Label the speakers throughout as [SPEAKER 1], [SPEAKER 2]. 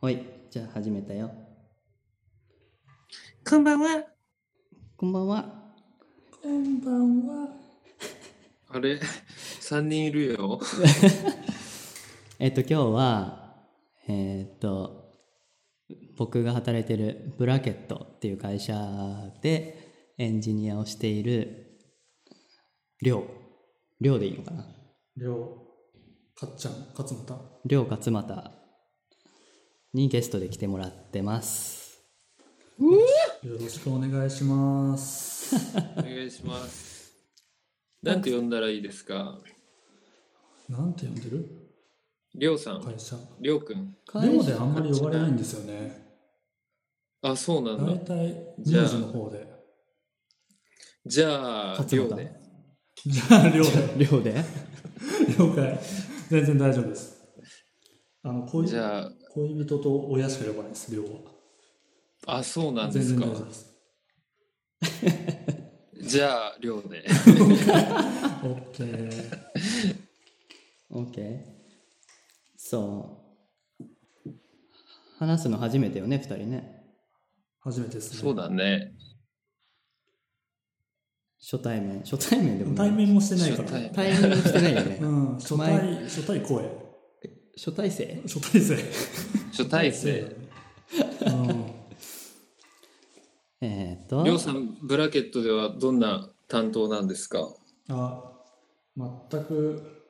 [SPEAKER 1] ほい、じゃあ始めたよ。
[SPEAKER 2] こんばんは。
[SPEAKER 1] こんばんは。
[SPEAKER 2] こんばんは。
[SPEAKER 3] あれ ?3 人いるよ。
[SPEAKER 1] えっと、今日は、えーっと、僕が働いてるブラケットっていう会社でエンジニアをしている、りょう。りょうでいいのかな
[SPEAKER 4] りょう、かっちゃん、勝俣。
[SPEAKER 1] りょう勝俣にゲストで来てもらってます。
[SPEAKER 4] よろしくお願いします。
[SPEAKER 3] お願いします。なんて呼んだらいいですか
[SPEAKER 4] なんて呼んでる
[SPEAKER 3] りょうさん、
[SPEAKER 4] 会社。
[SPEAKER 3] りょうくん。
[SPEAKER 4] りょうであんまり呼ばれないんですよね。
[SPEAKER 3] あ、そうなん
[SPEAKER 4] 大
[SPEAKER 3] だ。
[SPEAKER 4] 体、
[SPEAKER 3] じゃあ
[SPEAKER 4] 名字の方で。
[SPEAKER 3] じゃあ、り
[SPEAKER 1] 勝
[SPEAKER 3] ょ
[SPEAKER 1] 俣
[SPEAKER 3] うで。
[SPEAKER 4] じゃあ、りょうで。
[SPEAKER 1] りょうで
[SPEAKER 4] 了解。全然大丈夫です。あの、恋
[SPEAKER 3] じゃあ、
[SPEAKER 4] 恋人と親しか呼ばないです、りょう
[SPEAKER 3] あ、そうな
[SPEAKER 4] は。
[SPEAKER 3] んで
[SPEAKER 4] 全
[SPEAKER 3] すか
[SPEAKER 4] 然大。丈夫です。
[SPEAKER 3] じゃあ、りょうで。
[SPEAKER 4] オッケー。
[SPEAKER 1] OK。そう。話すの初めてよね、二人ね。
[SPEAKER 4] 初めてですね。
[SPEAKER 3] そうだね。
[SPEAKER 1] 初対面。初対面でもない。
[SPEAKER 4] 対面もしてない
[SPEAKER 3] 初
[SPEAKER 4] から。
[SPEAKER 3] 対
[SPEAKER 1] 対面もしてないよね。
[SPEAKER 4] うん、初対、初対声。
[SPEAKER 1] 初対生
[SPEAKER 4] 初対 生。
[SPEAKER 3] 初対生。
[SPEAKER 4] うん。
[SPEAKER 1] えーっと
[SPEAKER 3] りょうさん、ブラケットではどんな担当なんですか
[SPEAKER 4] あ全く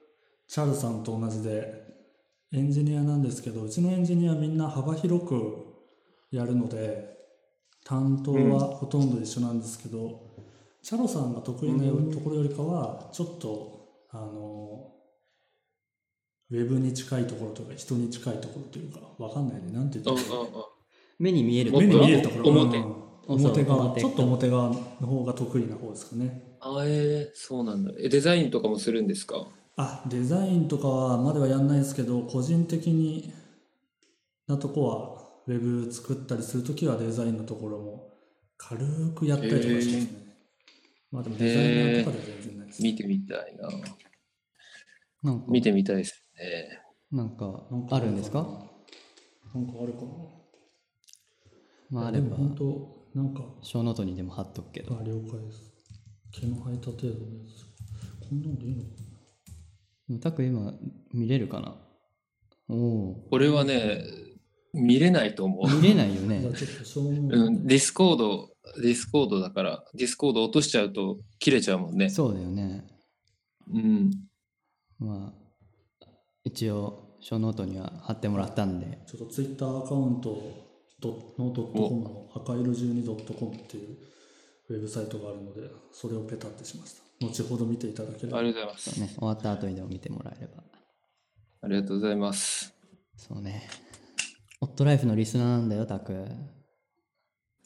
[SPEAKER 4] チャールさんと同じでエンジニアなんですけどうちのエンジニアみんな幅広くやるので担当はほとんど一緒なんですけど、チャロさんが得意なよところよりかはちょっとあのウェブに近いところとか人に近いところというかわかんないねなんて言
[SPEAKER 3] あ
[SPEAKER 4] っ
[SPEAKER 3] あ
[SPEAKER 4] たらいい
[SPEAKER 3] あ
[SPEAKER 1] 目に見える
[SPEAKER 3] もっ
[SPEAKER 4] 目
[SPEAKER 3] と
[SPEAKER 4] に見えるところ
[SPEAKER 3] 表
[SPEAKER 4] うん
[SPEAKER 1] あそう
[SPEAKER 4] 表側
[SPEAKER 1] 表
[SPEAKER 4] ちょっと表側の方が得意な方ですかね
[SPEAKER 3] あえー、そうなんだ。え、デザインとかもするんですか
[SPEAKER 4] あデザインとかはまではやんないですけど個人的になとこはウェブ作ったりするときはデザインのところも軽くやったりとかしますね、まあでもデザイナーとかでは全然ないです、
[SPEAKER 3] 見てみたいな。
[SPEAKER 1] なんか
[SPEAKER 3] 見てみたいですね。
[SPEAKER 1] なんか
[SPEAKER 4] なん
[SPEAKER 1] あるんですか
[SPEAKER 4] なんかあるかな
[SPEAKER 1] まああ
[SPEAKER 4] で
[SPEAKER 1] れ
[SPEAKER 4] も
[SPEAKER 1] ば
[SPEAKER 4] 本当なんか
[SPEAKER 1] 小ノートにでも貼っとくけど
[SPEAKER 4] あ了解です毛の生えた程度のやつこんなんでいいのか
[SPEAKER 1] たく今見れるかなおお
[SPEAKER 3] これはね、見れないと思う。
[SPEAKER 1] ー見れないよ
[SPEAKER 4] なじゃ
[SPEAKER 1] ね
[SPEAKER 4] あちょっと正面
[SPEAKER 3] うん、ディスコード、ディスコードだから、ディスコード落としちゃうと切れちゃうもんね。
[SPEAKER 1] そうだよね
[SPEAKER 3] うん。
[SPEAKER 1] まあ一応小ノートには貼ってもらったんで
[SPEAKER 4] ちょっとツイッターアカウントドのドットコムの赤色12ドットコムっていうウェブサイトがあるのでそれをペタってしました後ほど見ていただければ
[SPEAKER 3] ありがとうございます。
[SPEAKER 1] そうね終わった後にでも見てもらえれば
[SPEAKER 3] ありがとうございます。
[SPEAKER 1] そうねオットライフのリスナーなんだよたく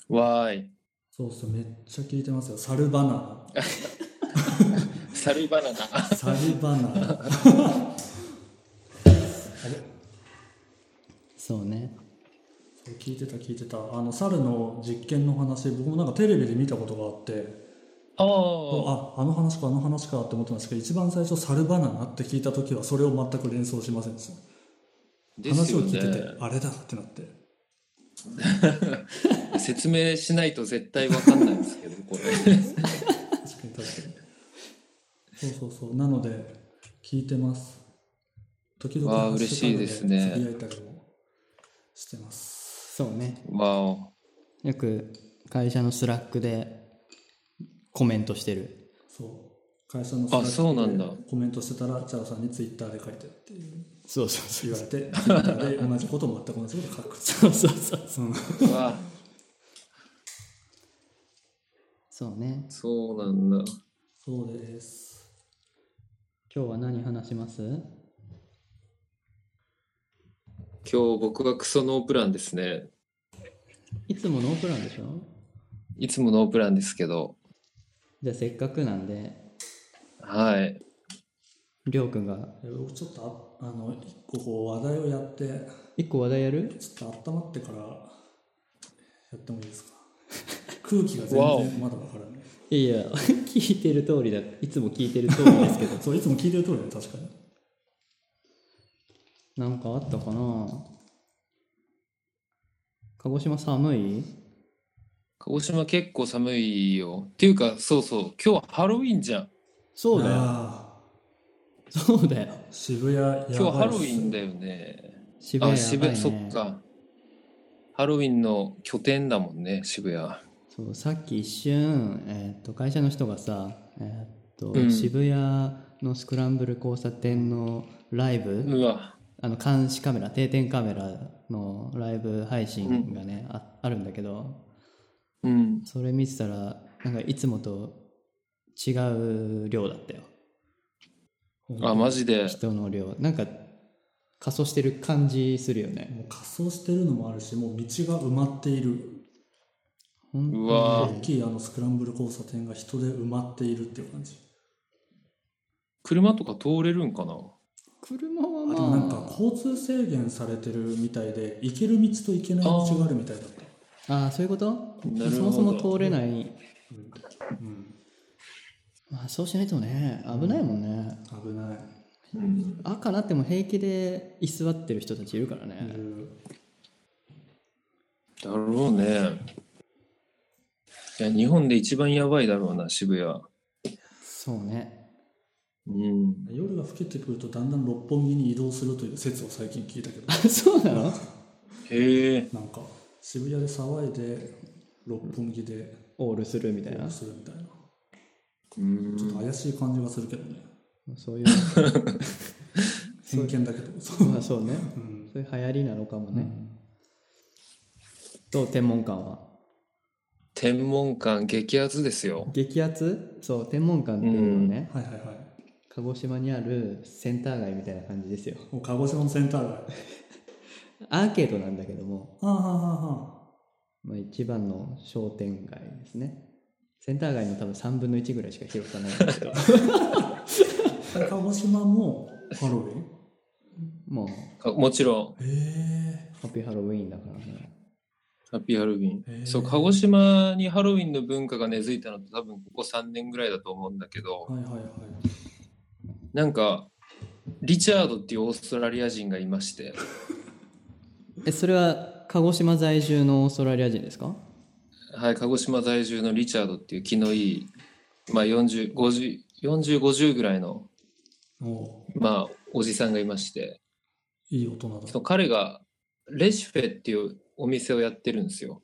[SPEAKER 3] わーい。
[SPEAKER 4] そうそうめっちゃ聞いてますよサルバナ
[SPEAKER 3] サルバナナ。
[SPEAKER 4] ナサルバ ナナあれ
[SPEAKER 1] そうね
[SPEAKER 4] そう聞いてた聞いてたあの猿の実験の話僕もなんかテレビで見たことがあって
[SPEAKER 3] ああ。
[SPEAKER 4] ああの話かあの話かって思ってましたけど一番最初サルバナナって聞いた時はそれを全く連想しませんでした
[SPEAKER 3] です
[SPEAKER 4] 話を
[SPEAKER 3] よ
[SPEAKER 4] 聞いてて
[SPEAKER 3] ね。
[SPEAKER 4] あれだってなって
[SPEAKER 3] 説明しないと絶対わかんないんですけど、これ。
[SPEAKER 4] 確かに確かにそうそうそうなので聞いてます時々
[SPEAKER 3] わあ
[SPEAKER 4] ハッシュタ
[SPEAKER 3] 嬉し
[SPEAKER 4] グ
[SPEAKER 3] いですね
[SPEAKER 4] つぶやいたりもしてます
[SPEAKER 1] そうね
[SPEAKER 3] わお。
[SPEAKER 1] よく会社のスラックでコメントしてる
[SPEAKER 4] そう会社の
[SPEAKER 3] あそうなんだ
[SPEAKER 4] コメントしてたらチャラさんにツイッターで書いてっていう
[SPEAKER 1] そうそうそ
[SPEAKER 4] 言われてツイッターで同じこと全く同じこと書く
[SPEAKER 1] そうそうそう
[SPEAKER 4] うん
[SPEAKER 3] わあ
[SPEAKER 1] そうね
[SPEAKER 3] そうなんだ。
[SPEAKER 4] そうです
[SPEAKER 1] 今日は何話します
[SPEAKER 3] 今日僕はクソノープランですね。
[SPEAKER 1] いつもノープランでしょ
[SPEAKER 3] いつもノープランですけど。
[SPEAKER 1] じゃあせっかくなんで
[SPEAKER 3] はい。
[SPEAKER 1] りょうくんが
[SPEAKER 4] え僕ちょっとああの一個こう話題をやって
[SPEAKER 1] 一個話題やる
[SPEAKER 4] ちょっと温まってからやってもいいですか空気が
[SPEAKER 3] わお
[SPEAKER 4] 全然まだ分からない
[SPEAKER 1] いやいや 聞いてる通りだいつも聞いてる通り ですけど
[SPEAKER 4] そういつも聞いてる通りだね確かに
[SPEAKER 1] なんかあったかな鹿児島寒い
[SPEAKER 3] 鹿児島結構寒いよ。っていうか、そうそう、今日ハロウィンじゃん。
[SPEAKER 1] そうだよ。
[SPEAKER 4] あ
[SPEAKER 1] そうだよ
[SPEAKER 4] ー。渋谷やばいっす
[SPEAKER 3] 今日ハロウィンだよね。
[SPEAKER 1] 渋
[SPEAKER 3] あ、
[SPEAKER 1] 谷やば
[SPEAKER 3] 渋
[SPEAKER 1] い、ね、
[SPEAKER 3] 谷、そっか。ハロウィンの拠点だもんね、渋谷。
[SPEAKER 1] そうさっき一瞬、えーっと会社の人がさ、えーっと
[SPEAKER 3] うん
[SPEAKER 1] 渋谷のスクランブル交差点のライブ、
[SPEAKER 3] うわ、
[SPEAKER 1] あの監視カメラ定点カメラのライブ配信がね、ああるんだけど
[SPEAKER 3] うん。
[SPEAKER 1] それ見てたらなんかいつもと違う量だったよ
[SPEAKER 3] あ、マジで。
[SPEAKER 1] 人の量なんか仮装してる感じするよね
[SPEAKER 4] もう仮装してるのもあるしもう道が埋まっている
[SPEAKER 1] 本当に
[SPEAKER 3] うわ
[SPEAKER 4] 大きいあのスクランブル交差点が人で埋まっているっていう感じ
[SPEAKER 3] 車とか通れるんかな
[SPEAKER 1] 車は
[SPEAKER 4] あ
[SPEAKER 1] ま
[SPEAKER 4] で
[SPEAKER 1] あ
[SPEAKER 4] もなんか交通制限されてるみたいで行ける道と行けない道があるみたいだった
[SPEAKER 1] ああそういうこと
[SPEAKER 3] なるほど
[SPEAKER 1] そもそも通れない、
[SPEAKER 4] うん、
[SPEAKER 1] まあ、そうしないとね危ないもんね、
[SPEAKER 4] 危ない、
[SPEAKER 3] うん。
[SPEAKER 1] 赤なっても平気で居座ってる人たちいるから
[SPEAKER 4] い
[SPEAKER 1] ね、
[SPEAKER 4] る
[SPEAKER 3] だろうね。いや、日本で一番やばいだろうな、渋谷。
[SPEAKER 1] そうね
[SPEAKER 3] うん。
[SPEAKER 4] 夜が更けてくるとだんだん六本木に移動するという説を最近聞いたけど
[SPEAKER 1] あそうなの
[SPEAKER 3] へえ。
[SPEAKER 4] なんか渋谷で騒いで六本木で
[SPEAKER 1] オールするみたいな
[SPEAKER 4] するみたいな
[SPEAKER 3] うん
[SPEAKER 4] ちょっと怪しい感じがするけどね
[SPEAKER 1] そういう
[SPEAKER 4] 偏見だけどそう、
[SPEAKER 1] まあそうね
[SPEAKER 4] うん
[SPEAKER 1] そういう流行りなのかもね、どう天文館は
[SPEAKER 3] 天文館激アツですよ。
[SPEAKER 1] 激アツそう天文館っていうのはね、
[SPEAKER 4] はいはいはい
[SPEAKER 1] 鹿児島にあるセンター街みたいな感じですよ
[SPEAKER 4] もう鹿児島のセンター街
[SPEAKER 1] アーケードなんだけども、
[SPEAKER 4] あああ
[SPEAKER 1] まあ、一番の商店街ですねセンター街の多分3分の1ぐらいしか広さないんだ けど
[SPEAKER 4] あああ鹿児島もハロウィン
[SPEAKER 1] もう
[SPEAKER 3] あもちろん、
[SPEAKER 4] え
[SPEAKER 1] ハッピーハロウィーンだからね
[SPEAKER 3] ハッピーハロウィン。
[SPEAKER 4] へえ
[SPEAKER 3] そう、鹿児島にハロウィンの文化が根付いたのって多分ここ3年ぐらいだと思うんだけ
[SPEAKER 4] え
[SPEAKER 3] ど、
[SPEAKER 4] はいはいはい
[SPEAKER 3] なんか、リチャードっていうオーストラリア人がいまして、
[SPEAKER 1] えそれは鹿児島在住のオーストラリア人ですか
[SPEAKER 3] はい、鹿児島在住のリチャードっていう気のいい、まあ40、50、40、50ぐらいの、
[SPEAKER 4] も
[SPEAKER 3] まあ、おじさんがいまして、
[SPEAKER 4] ういい大人
[SPEAKER 3] そう彼がレシフェっていうお店をやってるんですよ。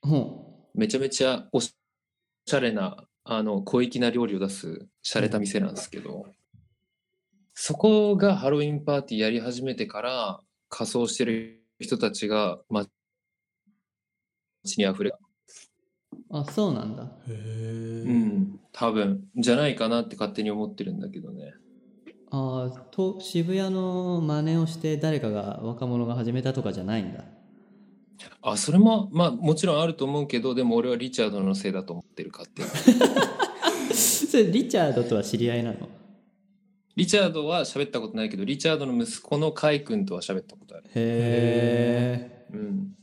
[SPEAKER 1] ほ
[SPEAKER 3] めちゃめちゃおしおしゃれな、あの、小粋な料理を出す、洒落た店なんですけど、そこがハロウィンパーティーやり始めてから、仮装してる人たちが、ま、街に溢れた。
[SPEAKER 1] うあそうなんだ
[SPEAKER 4] だへえ
[SPEAKER 3] うん、多分、じゃないかなって勝手に思ってるんだけどね。
[SPEAKER 1] あーと渋谷の真似をして誰かが若者が始めたとかじゃないんだ
[SPEAKER 3] あ、それも、まあ、もちろんあると思うけど、でも俺はリチャードのせいだと思ってるかっていう。
[SPEAKER 1] それリチャードとは知り合いなの
[SPEAKER 3] リチャードは喋ったことないけど、リチャードの息子のカイ君とは喋ったことある。
[SPEAKER 1] へえ
[SPEAKER 3] うん。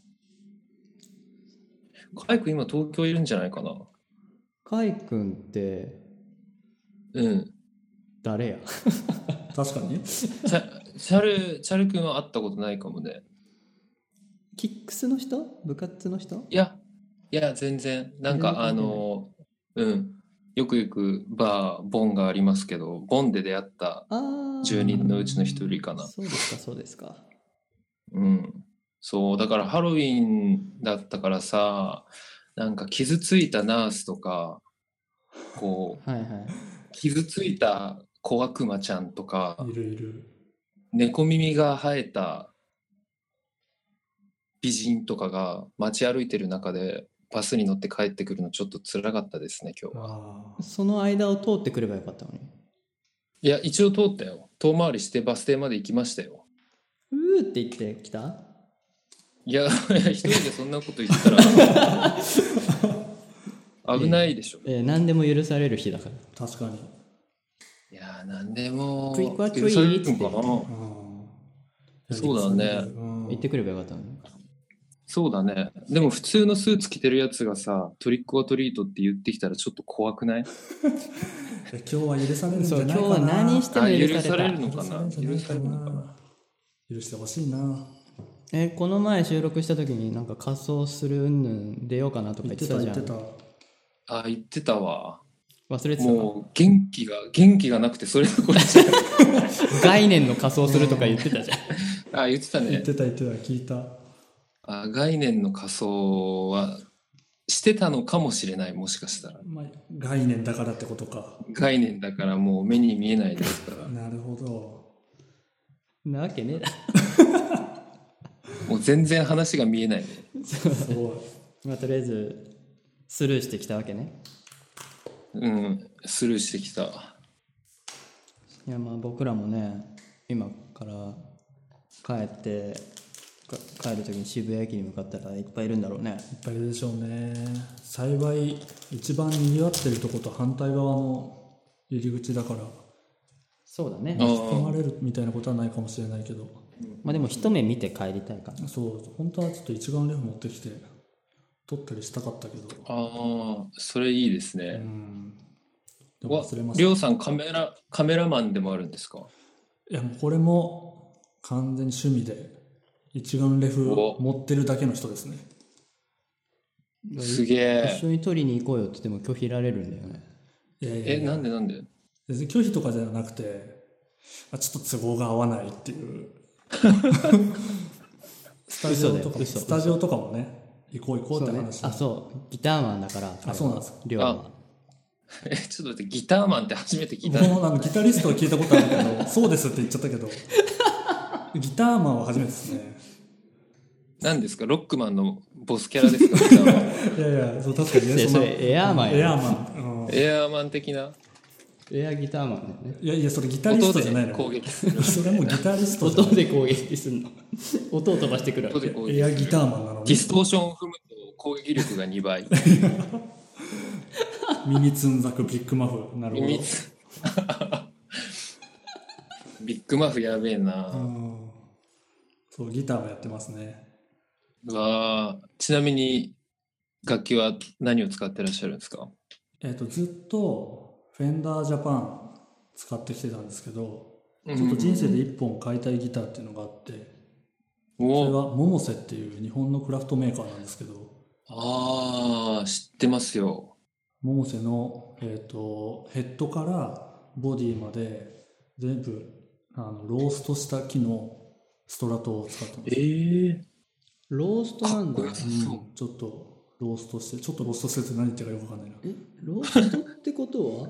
[SPEAKER 3] カイ君今東京いるんじゃないかな。
[SPEAKER 1] カイ君って
[SPEAKER 3] うん。
[SPEAKER 1] 誰や
[SPEAKER 4] 確かに
[SPEAKER 3] チャチャル、チャル君は会ったことないかもね。
[SPEAKER 1] キックスの人部活の人
[SPEAKER 3] いや、いや、全然。
[SPEAKER 1] 全
[SPEAKER 3] なん
[SPEAKER 1] 然
[SPEAKER 3] か、あ
[SPEAKER 1] 関係ない
[SPEAKER 3] の、うん。よくよくバー、ボンがありますけど、ボンで出会った
[SPEAKER 1] ああ
[SPEAKER 3] 10人のうちの1人かな。
[SPEAKER 1] そうですかそうですか
[SPEAKER 3] うん。そう、だからハロウィンだったからさ、なんか傷ついたナースとか、こ
[SPEAKER 1] はいはい、
[SPEAKER 3] う、傷ついた小悪魔ちゃんとか、
[SPEAKER 4] いるいる
[SPEAKER 3] 猫耳が生えた美人とかが街歩いてる中で、バスに乗って帰ってくるのちょっと辛かったですね、今日は。
[SPEAKER 4] あ
[SPEAKER 1] その間を通ってくればよかったのに
[SPEAKER 3] いや、一応通ったよ。遠回りしてバス停まで行きましたよ。
[SPEAKER 1] うーって言ってきた
[SPEAKER 3] いや、い や一人でそんなこと言ったら 危ないでしょ。
[SPEAKER 1] えー、何でも許される日だから
[SPEAKER 4] あ確かに
[SPEAKER 3] いやー、なんでも
[SPEAKER 1] クイックはクイ
[SPEAKER 3] 許され
[SPEAKER 1] ー
[SPEAKER 3] るのかな
[SPEAKER 4] ああ
[SPEAKER 3] そうだね
[SPEAKER 4] うん
[SPEAKER 1] 言ってくればよかったのに
[SPEAKER 3] そうだね。でも普通のスーツ着てるやつがさ、トリックオアトリートって言ってきたらちょっと怖くない
[SPEAKER 4] え今日は許されるんじゃ
[SPEAKER 1] そう
[SPEAKER 4] ない
[SPEAKER 1] 今
[SPEAKER 4] か
[SPEAKER 1] 日
[SPEAKER 4] な
[SPEAKER 1] は何しても許
[SPEAKER 3] あ許
[SPEAKER 1] さ
[SPEAKER 3] さ
[SPEAKER 1] れ
[SPEAKER 3] れ
[SPEAKER 1] た
[SPEAKER 3] るのかな
[SPEAKER 4] 許されるんじゃない
[SPEAKER 3] 許されるのか
[SPEAKER 4] 許してほしいな
[SPEAKER 1] えこの前収録した時になんか仮装するうんぬん出ようかなとか言
[SPEAKER 4] 言っ
[SPEAKER 1] って
[SPEAKER 4] て
[SPEAKER 1] た
[SPEAKER 4] た
[SPEAKER 1] じ
[SPEAKER 4] 言
[SPEAKER 1] ゃ
[SPEAKER 4] ってた
[SPEAKER 1] ん
[SPEAKER 3] あ、言ってたわ。
[SPEAKER 1] 忘れてたか
[SPEAKER 3] もう元気が、元気がなくて、それがこっちだ。
[SPEAKER 1] 概念の仮装するとか言ってたじゃん
[SPEAKER 3] あ、言ってた
[SPEAKER 4] 言っ
[SPEAKER 3] ね。
[SPEAKER 4] てた言ってた聞いた
[SPEAKER 3] あ概念の仮想はしてたのかもしれない、もしかしたら。
[SPEAKER 4] まあ、概念だからってことか
[SPEAKER 3] 概念だからもう目に見えないですから。
[SPEAKER 4] なるほど
[SPEAKER 1] なわけねえだ
[SPEAKER 3] もう全然話が見えないね。
[SPEAKER 4] すごい
[SPEAKER 1] まあとりあえずスルーしてきたわけね
[SPEAKER 3] うん、スルーしてきた。
[SPEAKER 1] いやまあ僕らもね今から帰ってか帰る時に渋谷駅に向かったらいっぱいいるんだろうね
[SPEAKER 4] いっぱいいるでしょうね幸い一番にぎわってるとこと反対側の入り口だから
[SPEAKER 1] そうだね
[SPEAKER 3] あ
[SPEAKER 4] 踏ま
[SPEAKER 3] ー
[SPEAKER 4] れるみたいなことはないかもしれないけど
[SPEAKER 1] まあでも一目見て帰りたいから
[SPEAKER 4] そう本当はちょっと一眼レフ持ってきて撮ったりしたかったけど
[SPEAKER 3] あー、それいいです
[SPEAKER 4] う
[SPEAKER 3] ね。
[SPEAKER 4] んでも
[SPEAKER 3] わ
[SPEAKER 4] 忘れま、し
[SPEAKER 3] り
[SPEAKER 4] た
[SPEAKER 3] ょうさんカメラ、カメラマンでもあるんですか
[SPEAKER 4] いやもうこれも完全に趣味で一眼レフ
[SPEAKER 3] お
[SPEAKER 4] 持ってるだけの人ですね
[SPEAKER 3] すげえ
[SPEAKER 1] 一。緒に取りに行こうよって言っても拒否られるんだよね
[SPEAKER 4] いやいや
[SPEAKER 3] え、
[SPEAKER 4] いや
[SPEAKER 3] なんでなんで
[SPEAKER 4] 別に拒否とかじゃなくてあちょっと都合が合わないっ ていうスタジオ
[SPEAKER 1] 嘘だよ
[SPEAKER 4] とかも
[SPEAKER 1] 嘘
[SPEAKER 4] スタジオとかもね行こう行こうって
[SPEAKER 1] ね
[SPEAKER 4] 話
[SPEAKER 1] あそうギターマンだから彼は
[SPEAKER 4] そうなんですか
[SPEAKER 1] 亮は
[SPEAKER 3] え、ちょっと待って、ギターマンって初めて 聞いた
[SPEAKER 4] 僕。もあのギタリストは聞いたことあるけど そうですって言っちゃったけどギターマンは初めてですね
[SPEAKER 3] 何ですかロックマンのボスキャラですかギターマン
[SPEAKER 4] いやいやそう確かに
[SPEAKER 1] い
[SPEAKER 4] ね
[SPEAKER 1] や
[SPEAKER 4] んな
[SPEAKER 1] それエアーマンや
[SPEAKER 4] エアーマン、うん
[SPEAKER 3] エアーマン的な
[SPEAKER 1] エアギターマンだよね
[SPEAKER 4] いやいやそれギタリ
[SPEAKER 3] 音
[SPEAKER 4] ストじゃない
[SPEAKER 3] で
[SPEAKER 4] の
[SPEAKER 3] 攻撃する。
[SPEAKER 4] それもうギタリストじゃ
[SPEAKER 1] 音
[SPEAKER 4] ない
[SPEAKER 1] で攻撃するの 音を飛ばしてくる
[SPEAKER 3] 音
[SPEAKER 1] わ
[SPEAKER 3] で
[SPEAKER 1] け
[SPEAKER 3] 攻
[SPEAKER 4] エ
[SPEAKER 3] 撃
[SPEAKER 4] ア
[SPEAKER 3] す
[SPEAKER 4] ギ
[SPEAKER 3] る。
[SPEAKER 4] ターマンなの
[SPEAKER 3] ディ
[SPEAKER 4] に
[SPEAKER 3] ストーションを踏むと攻撃力が2倍。
[SPEAKER 4] 耳つんざくビッグマフなるほど
[SPEAKER 3] 耳つ ビッグマフやべえな。
[SPEAKER 4] うんそうギターもやってますね
[SPEAKER 3] わあちなみに楽器は何を使ってらっしゃるんですか
[SPEAKER 4] えっ、とずっとフェンダージャパン使ってきてたんですけど
[SPEAKER 3] ち
[SPEAKER 4] ちょっと人生で一本買いたいギターっていうのがあってそれ
[SPEAKER 3] お
[SPEAKER 4] はモモセっていう日本のクラフトメーカーなんですけど
[SPEAKER 3] あー知ってますよ
[SPEAKER 4] モモセの、えー、とヘッドからボディまで全部あのローストした木のストラトを使ってます、
[SPEAKER 3] え
[SPEAKER 1] ローストなんだ
[SPEAKER 3] かっこよさ
[SPEAKER 4] うん
[SPEAKER 3] そう
[SPEAKER 4] ちょっとローストしてちょっとローストしてて何言ってるかよくわかんないな
[SPEAKER 1] えローストってことは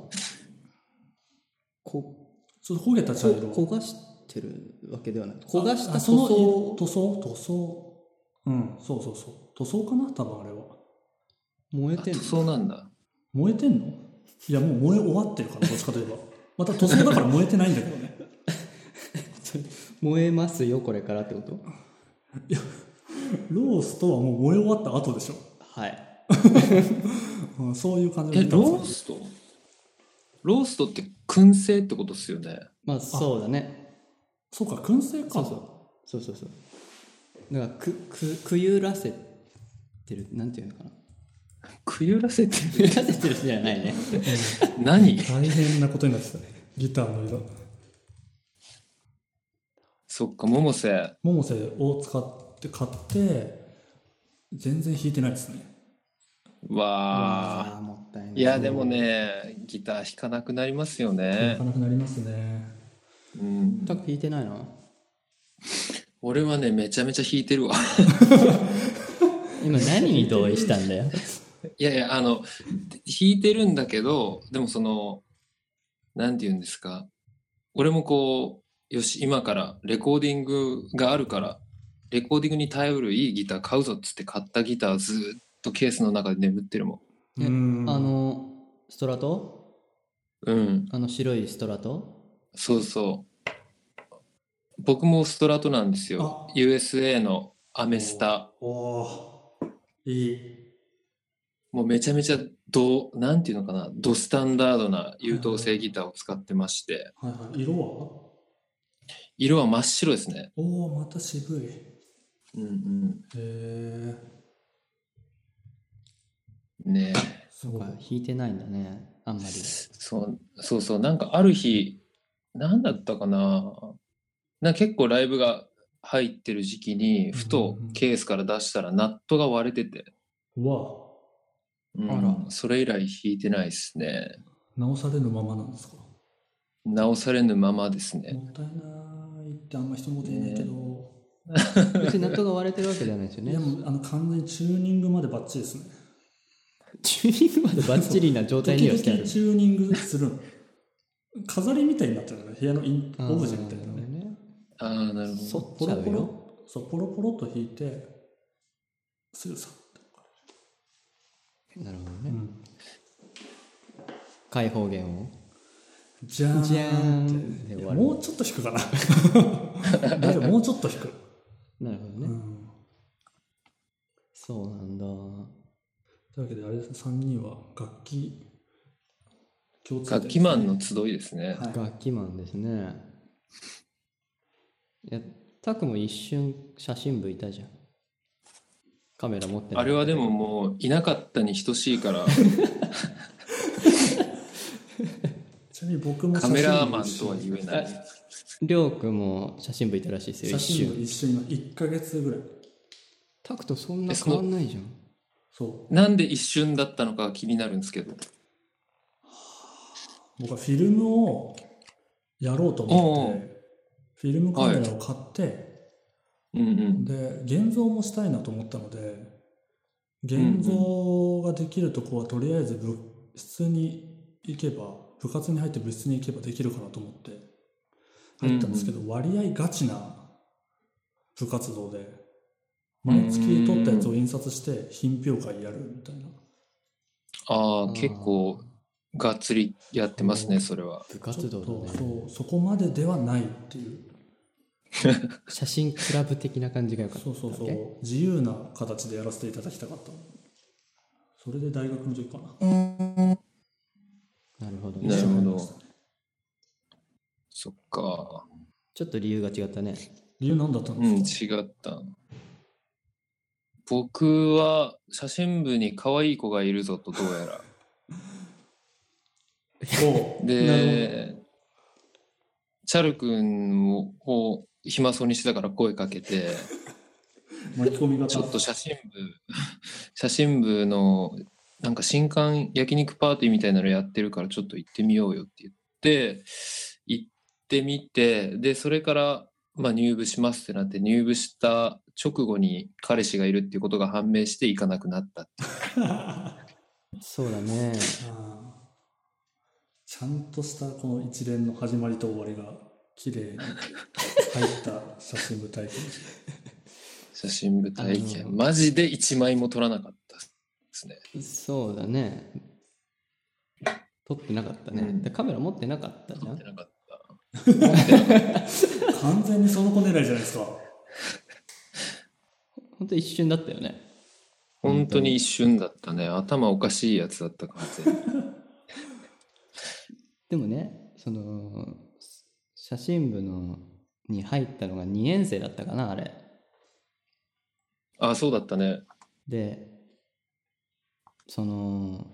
[SPEAKER 1] こ
[SPEAKER 4] ちょっと焦げた茶色
[SPEAKER 1] こ焦がしてるわけではない焦がした
[SPEAKER 4] あ
[SPEAKER 1] 塗
[SPEAKER 4] その
[SPEAKER 1] 装
[SPEAKER 4] 塗装塗装うんそうそうそう塗装かな多分あれは
[SPEAKER 1] 燃え
[SPEAKER 3] あ
[SPEAKER 1] てんの
[SPEAKER 3] そうなんだ
[SPEAKER 4] 燃えてんのいやもう燃え終わってるからどっちかといえば また塗装だから燃えてないんだけどね
[SPEAKER 1] 燃えますよこれからってこと
[SPEAKER 4] ローストはもう燃え終わった後でしょ、
[SPEAKER 1] はい
[SPEAKER 4] うん、そういう感じ
[SPEAKER 3] え
[SPEAKER 4] の
[SPEAKER 3] ローストローストって燻製ってことっすよね
[SPEAKER 1] まあそうだね
[SPEAKER 4] そうか燻製
[SPEAKER 1] そ
[SPEAKER 4] か
[SPEAKER 1] うそうそうそうそうだからくくくゆらせてるなんていうのかな
[SPEAKER 3] くゆらせて
[SPEAKER 1] くゆらせてるじゃないね
[SPEAKER 3] 何
[SPEAKER 4] 大変なことになってたねギターの色
[SPEAKER 3] そっか百瀬
[SPEAKER 4] モモセを使って買って全然弾いてないですね
[SPEAKER 3] わあ
[SPEAKER 1] あーもったいない
[SPEAKER 3] いやでもねギター弾かなくなりますよ
[SPEAKER 4] 弾
[SPEAKER 3] ね
[SPEAKER 4] かなくなりますね
[SPEAKER 3] うん
[SPEAKER 1] 全く弾いてないな
[SPEAKER 3] 俺はねめちゃめちゃ弾いてるわ
[SPEAKER 1] 今何に同意したんだよ
[SPEAKER 3] いやいや、あの、弾いてるんだけど、でもその、なんて言うんですか。俺もこう、よし、今からレコーディングがあるから、レコーディングに頼るいいギター買うぞっつって買ったギターずーっとケースの中で眠ってるも
[SPEAKER 1] え
[SPEAKER 4] うん
[SPEAKER 1] あのストラト
[SPEAKER 3] ん。うん。
[SPEAKER 1] あの白いストラト
[SPEAKER 3] そうそう。僕もストラトなんですよ
[SPEAKER 4] あ。
[SPEAKER 3] USA のアメスタ。
[SPEAKER 4] おおーいい
[SPEAKER 3] もうめちゃめちゃ、ど、なんていうのかな、ドスタンダードな優等生ギターを使ってまして、
[SPEAKER 4] はいはい色は
[SPEAKER 3] 色は真っ白ですね。
[SPEAKER 4] おおまた渋いへ
[SPEAKER 3] うんうん。
[SPEAKER 4] え
[SPEAKER 3] ね
[SPEAKER 4] すごい
[SPEAKER 1] が弾いてないんだねあんまり
[SPEAKER 3] そうそうそうなんかある日何だったかななんか結構ライブが入ってる時期にふと
[SPEAKER 4] うんうん
[SPEAKER 3] ケースから出したらナットが割れてて、
[SPEAKER 4] うわ
[SPEAKER 3] うん
[SPEAKER 4] あら
[SPEAKER 3] それ以来弾いてないですね
[SPEAKER 4] 直されるままなんですか
[SPEAKER 3] 直されぬままですね
[SPEAKER 4] もったいないってあんま人のこと言えないけど、
[SPEAKER 1] 別に納豆が割れてるわけじゃないですよ
[SPEAKER 4] いや
[SPEAKER 1] ね
[SPEAKER 4] もうあの完全にチューニングまでバッチリですね
[SPEAKER 1] チューニングまでバッチリな状態
[SPEAKER 4] 時
[SPEAKER 1] には
[SPEAKER 4] 々
[SPEAKER 1] し
[SPEAKER 4] チ
[SPEAKER 1] てある
[SPEAKER 4] ューニングするの飾りみたいになっちゃうよね部屋のインオブジェみたいなね
[SPEAKER 3] ああなるほど
[SPEAKER 1] そっ
[SPEAKER 4] ポ
[SPEAKER 1] ちゃ
[SPEAKER 4] ロ
[SPEAKER 1] う
[SPEAKER 4] ポ
[SPEAKER 1] よ
[SPEAKER 4] ロそうポロポロっと弾いてすぐさって
[SPEAKER 1] なるほど
[SPEAKER 4] う
[SPEAKER 1] ね
[SPEAKER 4] ん
[SPEAKER 1] 開放弦を
[SPEAKER 4] じゃーん
[SPEAKER 1] じゃーん
[SPEAKER 4] って
[SPEAKER 1] で
[SPEAKER 4] い
[SPEAKER 1] 終
[SPEAKER 4] や
[SPEAKER 1] わる
[SPEAKER 4] もうちょっと弾くかな 大丈夫もうちょっと弾く、
[SPEAKER 1] なるほ
[SPEAKER 4] う
[SPEAKER 1] どね
[SPEAKER 4] ん、
[SPEAKER 1] そうなんだ
[SPEAKER 4] というわけであれです3人は楽器共通点
[SPEAKER 3] 楽器マンの集いですね、
[SPEAKER 4] はい
[SPEAKER 1] 楽器マンですねいやたくも一瞬写真部いたじゃんカメラ持ってない
[SPEAKER 3] あれはでももういなかったに等しいから
[SPEAKER 4] ちなみに僕も
[SPEAKER 3] カメラマンとは言えない
[SPEAKER 1] りょうくんも写真部いたらしいですよ
[SPEAKER 4] 写
[SPEAKER 1] 一
[SPEAKER 4] 真部
[SPEAKER 1] 瞬
[SPEAKER 4] 一緒に1か月ぐらい
[SPEAKER 1] タクとそんな変わんないじゃん
[SPEAKER 4] そう
[SPEAKER 3] なんで一瞬だったのか気になるんですけど
[SPEAKER 4] 僕はフィルムをやろうと思ってフィルムカメラを買って、
[SPEAKER 3] うんうん
[SPEAKER 4] で現像もしたいなと思ったので現像ができるとこはとりあえず部室に行けば部活に入って部室に行けばできるかなと思って入ったんですけど、割合ガチな部活動で毎月撮ったやつを印刷して品評会やるみたいな
[SPEAKER 3] あ
[SPEAKER 1] あー
[SPEAKER 3] あ結構がっつりやってます
[SPEAKER 4] うん
[SPEAKER 3] ねそれは
[SPEAKER 1] 部
[SPEAKER 4] ちょ
[SPEAKER 1] 活
[SPEAKER 4] っと
[SPEAKER 1] 動だね
[SPEAKER 4] そうそこまでではないっていう
[SPEAKER 1] 写真クラブ的な感じが良かった
[SPEAKER 4] そうそうそ
[SPEAKER 1] だっけ
[SPEAKER 4] う自由な形でやらせていただきたかったそれで大学の時かな
[SPEAKER 1] なるほど、
[SPEAKER 3] なるほど
[SPEAKER 4] 一緒になりました
[SPEAKER 3] そっか
[SPEAKER 1] ちょっと理由が違ったね
[SPEAKER 4] 理由何だったん
[SPEAKER 3] う
[SPEAKER 4] です
[SPEAKER 3] ん
[SPEAKER 4] か、
[SPEAKER 3] 違った僕は写真部に可愛い子がいるぞとどうやら
[SPEAKER 4] そう
[SPEAKER 3] でチャル君をを暇そうにしてたから声かけて
[SPEAKER 4] 巻き込みが
[SPEAKER 3] ちょっと写真部 写真部のなんか新刊焼肉パーティーみたいなのやってるからちょっと行ってみようよって言って行ってみてでそれからまあ入部しますってなって入部した直後に彼氏がいるっていうことが判明して行かなくなったっていう
[SPEAKER 1] そうだね
[SPEAKER 4] あーちゃんとしたこの一連の始まりと終わりが綺麗に入った写真部体験
[SPEAKER 3] 写真部体
[SPEAKER 1] あの
[SPEAKER 3] 験マジで1枚も撮らなかったですね
[SPEAKER 1] そうだね撮ってなかったね、
[SPEAKER 3] うん
[SPEAKER 1] でカメラ持ってなかったじ
[SPEAKER 3] 撮
[SPEAKER 1] ゃ
[SPEAKER 3] って
[SPEAKER 1] ん
[SPEAKER 3] なかった
[SPEAKER 4] 完全にその子狙いじゃないですか
[SPEAKER 1] ほんと一瞬だったよね
[SPEAKER 3] 本当に一瞬だったね頭おかしいやつだった完全に
[SPEAKER 1] でもねその写真部のに入ったのが2年生だったかなあれ
[SPEAKER 3] あそうだったね
[SPEAKER 1] でその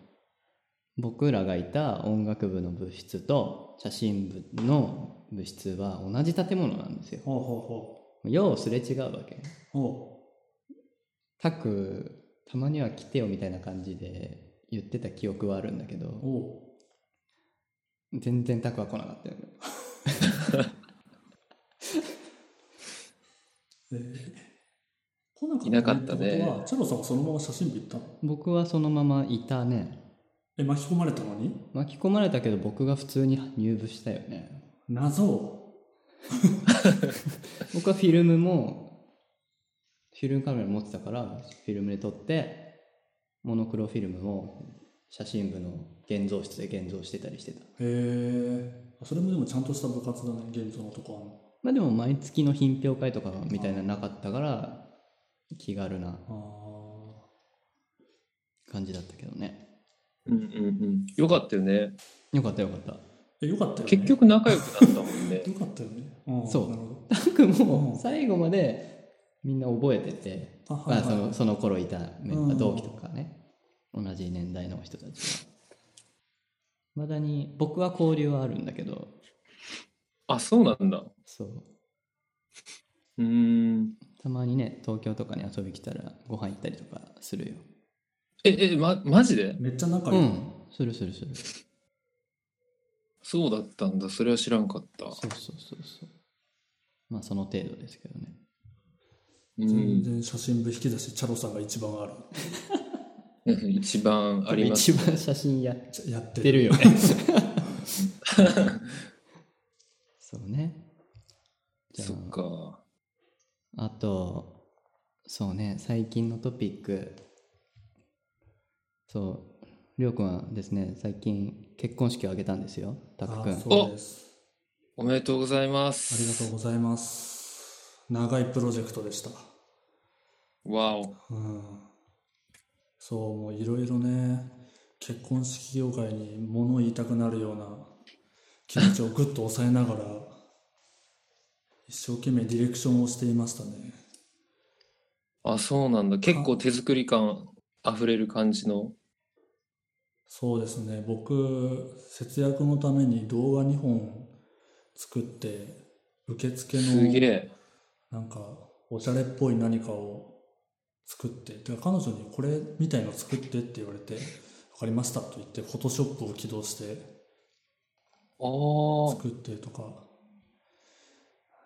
[SPEAKER 1] 僕らがいた音楽部の部室と写真部の部室は同じ建物なんですよ
[SPEAKER 4] ほうほ
[SPEAKER 1] ようすれ違うわけ
[SPEAKER 4] うほうほ
[SPEAKER 1] タクたまには来てよみたいな感じで言ってた記憶はあるんだけ
[SPEAKER 4] う
[SPEAKER 1] ど
[SPEAKER 4] ほ
[SPEAKER 1] 全然タクは来なかったよね
[SPEAKER 4] う、えー来なか
[SPEAKER 3] いなかっ
[SPEAKER 4] った
[SPEAKER 3] たね
[SPEAKER 4] ってことはチャロさんはそのまま写真部行ったの
[SPEAKER 1] 僕はそのままいたね
[SPEAKER 4] え巻き込まれたのに
[SPEAKER 1] 巻き込まれたけど僕が普通に入部したよね
[SPEAKER 4] 謎
[SPEAKER 1] 僕はフィルムもフィルムカメラ持ってたからフィルムで撮ってモノクロフィルムを写真部の現像室で現像してたりしてた
[SPEAKER 4] へえそれもでもちゃんとした部活だね現像のとこ
[SPEAKER 1] まあでも毎月の品評会とかみたいなのなかったから気軽な
[SPEAKER 4] あんのあ
[SPEAKER 1] 感じだったけどね
[SPEAKER 3] うんうんうんよかったよね
[SPEAKER 1] よかったよかった
[SPEAKER 4] ーえよかったよね
[SPEAKER 3] 結局仲良くなったもん ね
[SPEAKER 4] よかったよね、うん
[SPEAKER 1] そう
[SPEAKER 4] なるほ
[SPEAKER 1] タク
[SPEAKER 4] うん
[SPEAKER 1] も最後までみんな覚えてて、
[SPEAKER 4] どあ
[SPEAKER 1] まあ、そのその頃いたメンバ
[SPEAKER 4] う
[SPEAKER 1] ー
[SPEAKER 4] ん
[SPEAKER 1] 同期とかね、同じ年代の人たちがまだに僕は交流はあるんだけど
[SPEAKER 3] あそうなんだ
[SPEAKER 1] そう
[SPEAKER 3] ううーん。
[SPEAKER 1] たまにね東京とかに遊び来たらご飯行ったりとかするよ
[SPEAKER 3] え、え、ま、マジで
[SPEAKER 4] めっちゃ仲
[SPEAKER 1] う
[SPEAKER 4] 良い、
[SPEAKER 1] んするするするそう
[SPEAKER 3] そうだったんだ。それは知らんかった。
[SPEAKER 1] そうそうそうまあその程度ですけどね
[SPEAKER 3] う
[SPEAKER 4] 全
[SPEAKER 3] ん。
[SPEAKER 4] 然写真部引き出しチャロさんが一番ある
[SPEAKER 3] 一番あります。
[SPEAKER 1] 一番写真やっ
[SPEAKER 4] ちゃやって
[SPEAKER 1] て
[SPEAKER 4] る
[SPEAKER 1] る よねそうねじゃあ
[SPEAKER 3] そっか。
[SPEAKER 1] あとそうね最近のトピックそうりょうくんはですね最近結婚式を挙げたんですよたくく
[SPEAKER 4] あ
[SPEAKER 1] ん
[SPEAKER 4] そうです
[SPEAKER 3] おめでとうございま
[SPEAKER 4] ありが
[SPEAKER 3] す。
[SPEAKER 4] とうございます長いプロジェクトでした
[SPEAKER 3] わお。
[SPEAKER 4] うんそうもういろいろね結婚式業界に物を言いたくなるような気持ちをぐっと抑えながら一生懸命ディレクションをしていましたね
[SPEAKER 3] あ、そうなんだ。結構手作り感あふれる感じの。
[SPEAKER 4] そうですね僕節約のために動画2本作って受付
[SPEAKER 3] すげ
[SPEAKER 4] の
[SPEAKER 3] え。
[SPEAKER 4] なんかおしゃれっぽい何かを作っててか彼女に「これみたいの作って」って言われて「分かりました」と言ってフォトショップを起動して
[SPEAKER 3] ああ。
[SPEAKER 4] 作ってとか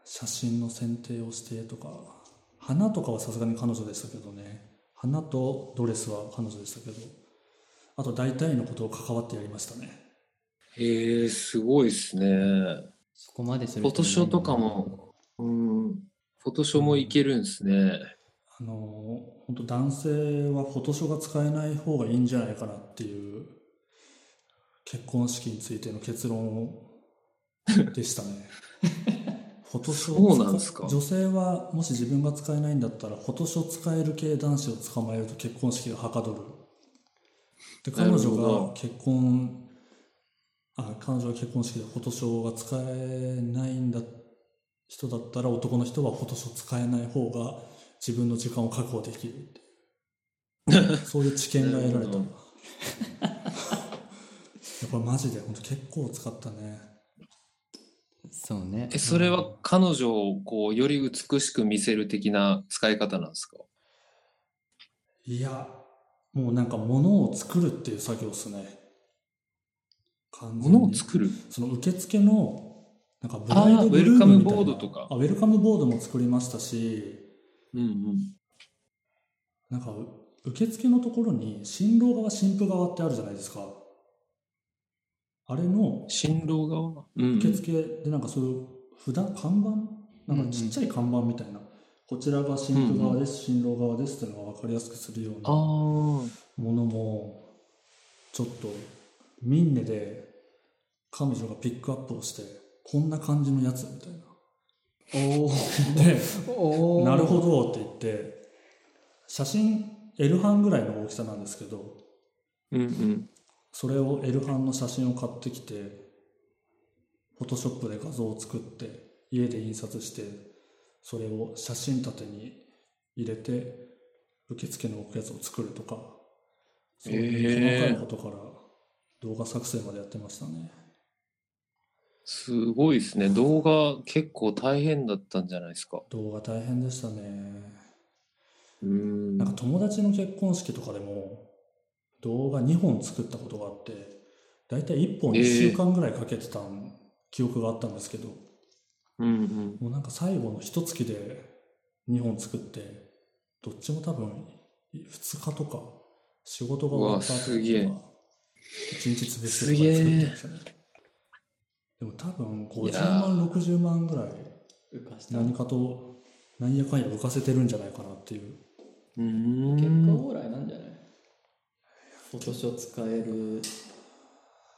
[SPEAKER 4] 写真の選定をしてとか花とかはさすがに彼女でしたけどね花とドレスは彼女でしたけどあと大体のことを関わってやりましたね
[SPEAKER 3] へえ、すごいですね。
[SPEAKER 1] そこまでする
[SPEAKER 3] フォトショーとかも、うん。フォトショーもいけるんですね。
[SPEAKER 4] あの本当男性はフォトショーが使えない方がいいんじゃないかなっていう結婚式についての結論でし たねフォトショー
[SPEAKER 3] そうなんですか
[SPEAKER 4] 女性はもし自分が使えないんだったらフォトショー使える系男子を捕まえると結婚式がはかどるで彼
[SPEAKER 3] なるほ
[SPEAKER 4] 女
[SPEAKER 3] ど
[SPEAKER 4] が結婚あ彼女が結婚式でフォトショーが使えないんだ人だったら男の人はフォトショー使えない方が自分の時間を確保できるっていう そういう知見が得ら
[SPEAKER 3] な
[SPEAKER 4] れた
[SPEAKER 3] るほど
[SPEAKER 4] やっぱマジで本当結構使ったね
[SPEAKER 1] そうね
[SPEAKER 3] え、それは彼女をこう、より美しく見せる的な使い方なんですか
[SPEAKER 4] いやもうなんか物を作るっていう作業ですね完全に
[SPEAKER 3] 物を作る
[SPEAKER 4] その受付のなんかブ
[SPEAKER 3] あ
[SPEAKER 4] ライ
[SPEAKER 3] ー
[SPEAKER 4] ド
[SPEAKER 3] ウ
[SPEAKER 4] グ
[SPEAKER 3] ェ
[SPEAKER 4] ル
[SPEAKER 3] ルカ
[SPEAKER 4] ーム
[SPEAKER 3] ム
[SPEAKER 4] みたいな
[SPEAKER 3] ボードとか
[SPEAKER 4] あウェルカムボードも作りましたし
[SPEAKER 3] うんうん。
[SPEAKER 4] なんかう受付のところに新郎側新婦側ってあるじゃないですかあれの
[SPEAKER 3] 新郎側うん
[SPEAKER 4] 受付でなんかそういう札看板なんかちっちゃい看板みたいな、こちらが新婦側です、新郎側ですっていうのが分かりやすくするよう
[SPEAKER 3] ああ
[SPEAKER 4] なものもちょっとミンネで彼女がピックアップをしてこんな感じのやつみたいな。お で
[SPEAKER 1] お
[SPEAKER 4] なるほどって言って写真 L 版ぐらいの大きさなんですけど
[SPEAKER 3] うんうん
[SPEAKER 4] それを L 版の写真を買ってきてフォトショップで画像を作って家で印刷してそれを写真立てに入れて受付の置くやつを作るとかそういう細かいことから動画作成までやってましたね、
[SPEAKER 3] すごいですね動画結構大変だったんじゃないですか
[SPEAKER 4] 動画大変でしたね
[SPEAKER 3] うん
[SPEAKER 4] なんか友達の結婚式とかでも動画2本作ったことがあって大体1本
[SPEAKER 3] ええ
[SPEAKER 4] 1週間ぐらいかけてたん記憶があったんですけど、
[SPEAKER 3] うんうん
[SPEAKER 4] もうなんか最後の一月で2本作ってどっちも多分2日とか仕事が終わった後とか
[SPEAKER 3] うわすげえ
[SPEAKER 4] 1日潰してとかで作ってましたねでも多分
[SPEAKER 3] いや
[SPEAKER 4] 50万60万ぐらい
[SPEAKER 1] 浮かした
[SPEAKER 4] 何
[SPEAKER 1] 結
[SPEAKER 4] かとなんやかんや浮かせてるんじゃないかなっていう
[SPEAKER 3] う
[SPEAKER 1] 果
[SPEAKER 3] ん
[SPEAKER 1] 往来なんじゃないフォトショー使える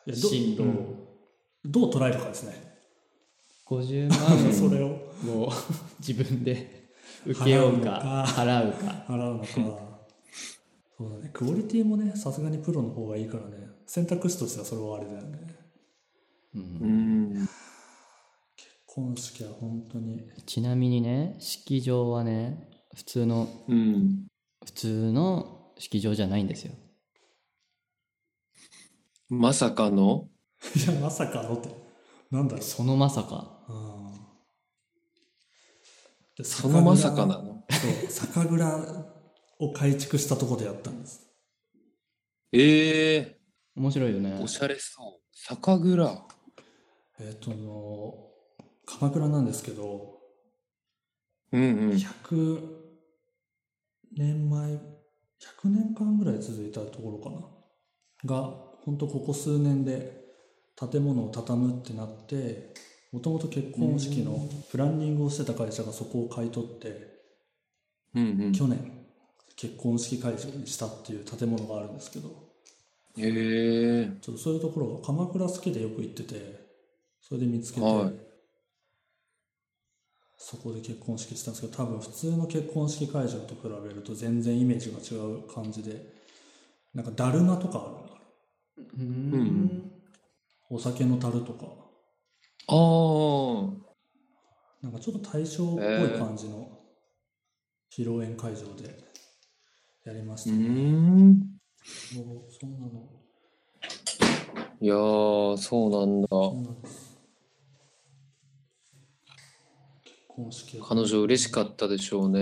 [SPEAKER 4] いやど
[SPEAKER 1] 新郎、
[SPEAKER 4] うんどう捉えるかですね
[SPEAKER 1] 50
[SPEAKER 4] うんそ
[SPEAKER 1] 万
[SPEAKER 4] れを
[SPEAKER 1] をもう自分で受けようか払うか
[SPEAKER 4] 払うのかそうだねクオリティもねさすがにプロの方がいいからね選択肢としてはそれはあれだよね
[SPEAKER 1] うん
[SPEAKER 3] うん
[SPEAKER 4] 結婚式は本当に
[SPEAKER 1] ちなみにね式場はね普通の
[SPEAKER 3] うん
[SPEAKER 1] 普通の式場じゃないんですよ
[SPEAKER 3] まさかの
[SPEAKER 4] いやまさかのってなんだろう
[SPEAKER 1] そのまさか
[SPEAKER 4] うんで
[SPEAKER 3] そのまさかなの。
[SPEAKER 4] そう 酒蔵を改築したとこでやったんです
[SPEAKER 3] ええ
[SPEAKER 1] 面白いよね
[SPEAKER 3] おしゃれそう。酒蔵。
[SPEAKER 4] えっ、との鎌倉なんですけど
[SPEAKER 3] うんうん。
[SPEAKER 4] 100年前100年間ぐらい続いたところかながほんとここ数年で建物を畳むってなってもともと結婚式のプランニングをしてた会社がそこを買い取って
[SPEAKER 3] うんうん。
[SPEAKER 4] 去年結婚式会場にしたっていう建物があるんですけど
[SPEAKER 3] ええ
[SPEAKER 4] ちょっとそういうところが鎌倉好きでよく行っててそれで見つけて、
[SPEAKER 3] はい
[SPEAKER 4] そこで結婚式したんですけど多分普通の結婚式会場と比べると全然イメージが違う感じでなんかだるまとかあるんだ
[SPEAKER 1] う
[SPEAKER 3] うんん
[SPEAKER 4] お酒の樽とか
[SPEAKER 3] ああ。
[SPEAKER 4] なんかちょっと大正っぽい感じの披露宴会場でやりまし
[SPEAKER 3] う
[SPEAKER 4] たね、
[SPEAKER 3] ん。
[SPEAKER 4] もうそんなの
[SPEAKER 3] いやー、そうなんだ。
[SPEAKER 4] そんなです結婚式
[SPEAKER 3] 彼女嬉しかったでしょうね。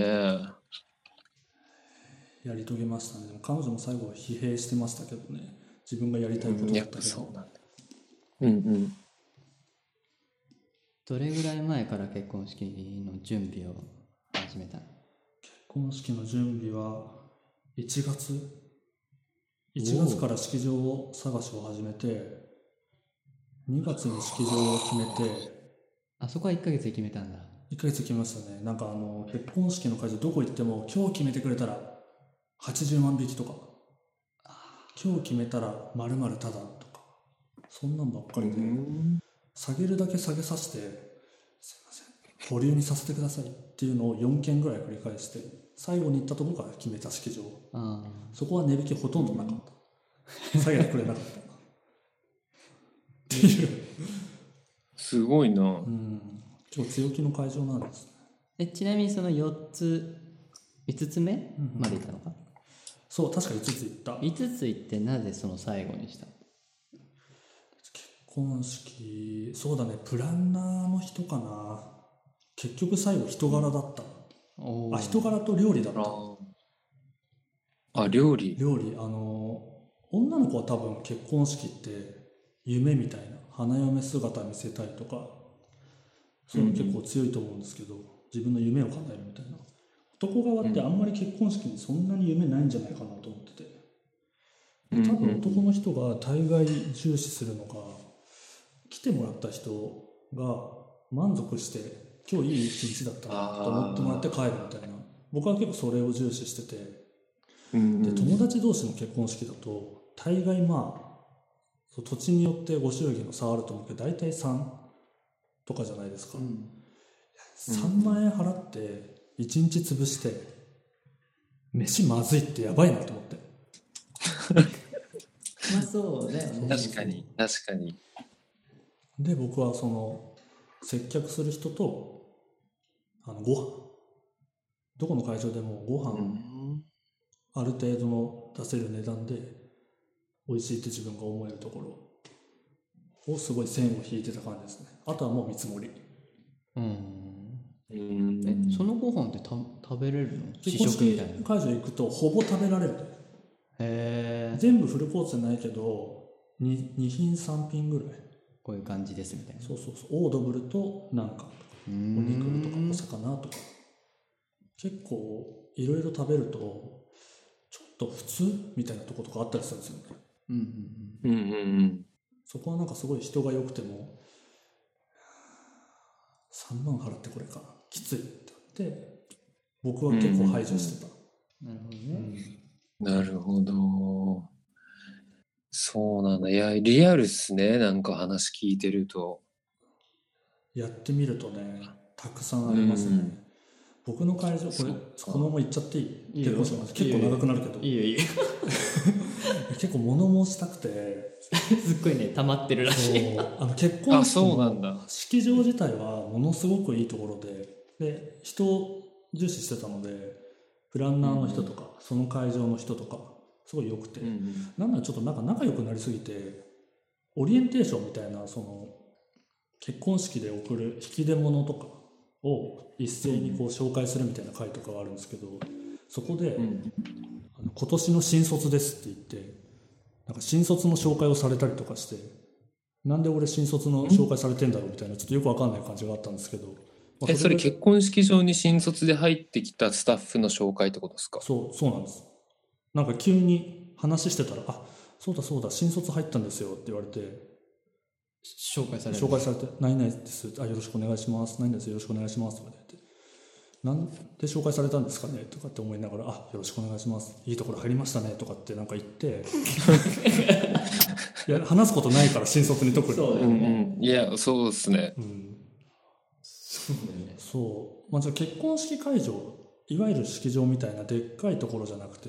[SPEAKER 4] やり遂げましたねでも彼女も最後は疲弊してましたけどね自分がやりたいことだ
[SPEAKER 3] や
[SPEAKER 4] っ
[SPEAKER 3] ったぱ
[SPEAKER 4] け
[SPEAKER 3] そ
[SPEAKER 4] ど
[SPEAKER 3] うなんだ。うんうん。
[SPEAKER 1] どれぐらい前から結婚式の準備を始めたの
[SPEAKER 4] 結婚式の準備は1月1月から式場を探しを始めて2月に式場を決めて
[SPEAKER 1] あそこは1ヶ月で決めたんだ
[SPEAKER 4] 1ヶ月来ましたねなんかあの結婚式の会場どこ行っても今日決めてくれたら80万引きとか今日決めたらまるまるただとかそんなんばっかりで、下げるだけ下げさせて「すいません保留にさせてください」っていうのを4件ぐらい繰り返して最後に行ったとこから決めた式場
[SPEAKER 1] あ
[SPEAKER 4] そこは値引きほとんどなかった下げてくれなかったっていう
[SPEAKER 3] すごいな
[SPEAKER 4] う。ん今日強気の会場なんですね
[SPEAKER 1] ーえちなみにその4つ5つ目
[SPEAKER 4] うんうん
[SPEAKER 1] まで行ったのか、
[SPEAKER 4] そう確か5つ行った
[SPEAKER 1] 5つ行ってなぜその最後にした
[SPEAKER 4] 結婚式そうだねプランナーの人かな結局最後人柄だった、
[SPEAKER 1] おー
[SPEAKER 4] あ人柄と料理だった
[SPEAKER 3] あ、料理。
[SPEAKER 4] 料理あの女の子は多分結婚式って夢みたいな花嫁姿見せたいとかそういうの結構強いと思うんですけど、自分の夢を叶えるみたいな男側ってあんまり結婚式にそんなに夢ないんじゃないかなと思ってて、
[SPEAKER 3] うん
[SPEAKER 4] 多分男の人が大概重視するのが来てもらった人が満足して今日いい一日だったなと思ってもらって帰るみたいな僕は結構それを重視してて
[SPEAKER 3] うんう
[SPEAKER 4] で
[SPEAKER 3] ん
[SPEAKER 4] 友達同士の結婚式だと大概まあそう土地によってご祝儀の差あると思うけど大体3とかじゃないですか、
[SPEAKER 1] うん
[SPEAKER 4] 3万円払って1日潰して飯まずいってやばいなと思って
[SPEAKER 1] まあそうだよね
[SPEAKER 3] 確かに、確かに。
[SPEAKER 4] で僕はその接客する人とあのご飯どこの会場でもご飯、ある程度の出せる値段で美味しいって自分が思えるところをすごい線を引いてた感じですねあとはもう見積もり
[SPEAKER 1] うん
[SPEAKER 3] うん
[SPEAKER 1] えそのご飯ってた食べれるの試
[SPEAKER 4] 結婚
[SPEAKER 1] 食み
[SPEAKER 4] 式
[SPEAKER 1] たいなへ
[SPEAKER 4] 会場行くとほぼ食べられる
[SPEAKER 1] え
[SPEAKER 4] 全部フルコースじゃないけど 2, 2品3品ぐらい
[SPEAKER 1] こういう感じですみたいな
[SPEAKER 4] そうそうそうオードブルとなんか
[SPEAKER 1] お
[SPEAKER 4] お肉とかお魚とか結構いろいろ食べるとちょっと普通みたいなとことかあったりするんですよね
[SPEAKER 1] うんうん
[SPEAKER 3] うんうんうん。
[SPEAKER 4] そこはなんかすごい人が良くても3万払ってこれかきついってなって僕は結構排除してた、
[SPEAKER 1] うんなるほど
[SPEAKER 4] う
[SPEAKER 1] ね
[SPEAKER 4] ん
[SPEAKER 3] なるほど。そうなんだ。いや、リアルっすね。なんか話聞いてると。
[SPEAKER 4] やってみるとねたくさんありますね、
[SPEAKER 3] うん
[SPEAKER 4] 僕の会場こ
[SPEAKER 3] そ
[SPEAKER 4] れ
[SPEAKER 3] っか
[SPEAKER 4] このまま行っちゃっていい
[SPEAKER 1] いいよ
[SPEAKER 4] 結構結構長くなるけど
[SPEAKER 1] いいよいいよ
[SPEAKER 4] 結構物申したくて
[SPEAKER 1] すっごいね溜まってるらしい
[SPEAKER 4] そうあの結婚
[SPEAKER 3] あ、
[SPEAKER 4] 式
[SPEAKER 3] そうな
[SPEAKER 4] の
[SPEAKER 3] んだ。
[SPEAKER 4] 式場自体はものすごくいいところでで人を重視してたのでプランナーの人とか、その会場の人とかすごい良くて、
[SPEAKER 3] うん
[SPEAKER 4] なんならちょっとなんか仲良くなりすぎてオリエンテーションみたいなその結婚式で送る引き出物とかを一斉にこう紹介するみたいな回とかがあるんですけどそこで、
[SPEAKER 3] うん
[SPEAKER 4] あの今年の新卒ですって言ってなんか新卒の紹介をされたりとかしてなんで俺新卒の紹介されてんだろうみたいなちょっとよくわかんない感じがあったんですけど、まあ
[SPEAKER 3] えそれ
[SPEAKER 4] ぐらい
[SPEAKER 3] 結婚式場に新卒で入ってきたスタッフの紹介ってことですか
[SPEAKER 4] そうそうなんですなんか急に話してたら「あそうだそうだ新卒入ったんですよ」って言われて
[SPEAKER 1] 紹介される
[SPEAKER 4] 紹介されて「何々です」あ「よろしくお願いします」「何々ですよろしくお願いします」とか言って「なんで紹介されたんですかね?」とかって思いながら「あよろしくお願いします」「いいところ入りましたね」とかってなんか言って いや話すことないから新卒に特に
[SPEAKER 1] そうだ
[SPEAKER 3] う
[SPEAKER 1] よ
[SPEAKER 3] ん
[SPEAKER 1] ね、
[SPEAKER 3] うんいやそうですね
[SPEAKER 4] うん、
[SPEAKER 1] そうだよね
[SPEAKER 4] そう、まあ、じゃあ結婚式会場いわゆる式場みたいなでっかいところじゃなくて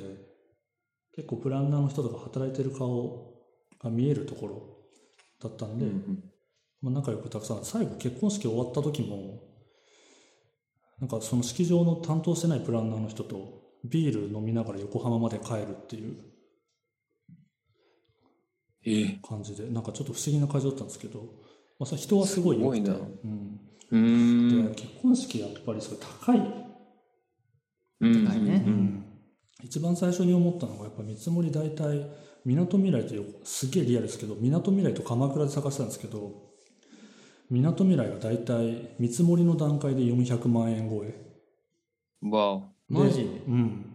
[SPEAKER 4] 結構プランナーの人とか働いてる顔が見えるところだったん
[SPEAKER 3] うん
[SPEAKER 4] で、
[SPEAKER 3] うん
[SPEAKER 4] まあ、仲良くたくさん最後結婚式終わった時もなんかその式場の担当してないプランナーの人とビール飲みながら横浜まで帰るっていう
[SPEAKER 3] ええ
[SPEAKER 4] 感じでなんかちょっと不思議な会場だったんですけど、まあ、それ人はすごい良くて
[SPEAKER 3] すごいな
[SPEAKER 4] うん、
[SPEAKER 3] うーん
[SPEAKER 4] で結婚式やっぱりそれ高い
[SPEAKER 3] うん
[SPEAKER 1] 高いね
[SPEAKER 3] うん
[SPEAKER 4] 一番最初に思ったのがやっぱ見積もり大体みなとみらいというすげえリアルですけどみなとみらいと鎌倉で探したんですけどみなとみらいが大体見積もりの段階で400万円超え
[SPEAKER 3] わあ
[SPEAKER 1] マジ
[SPEAKER 4] うん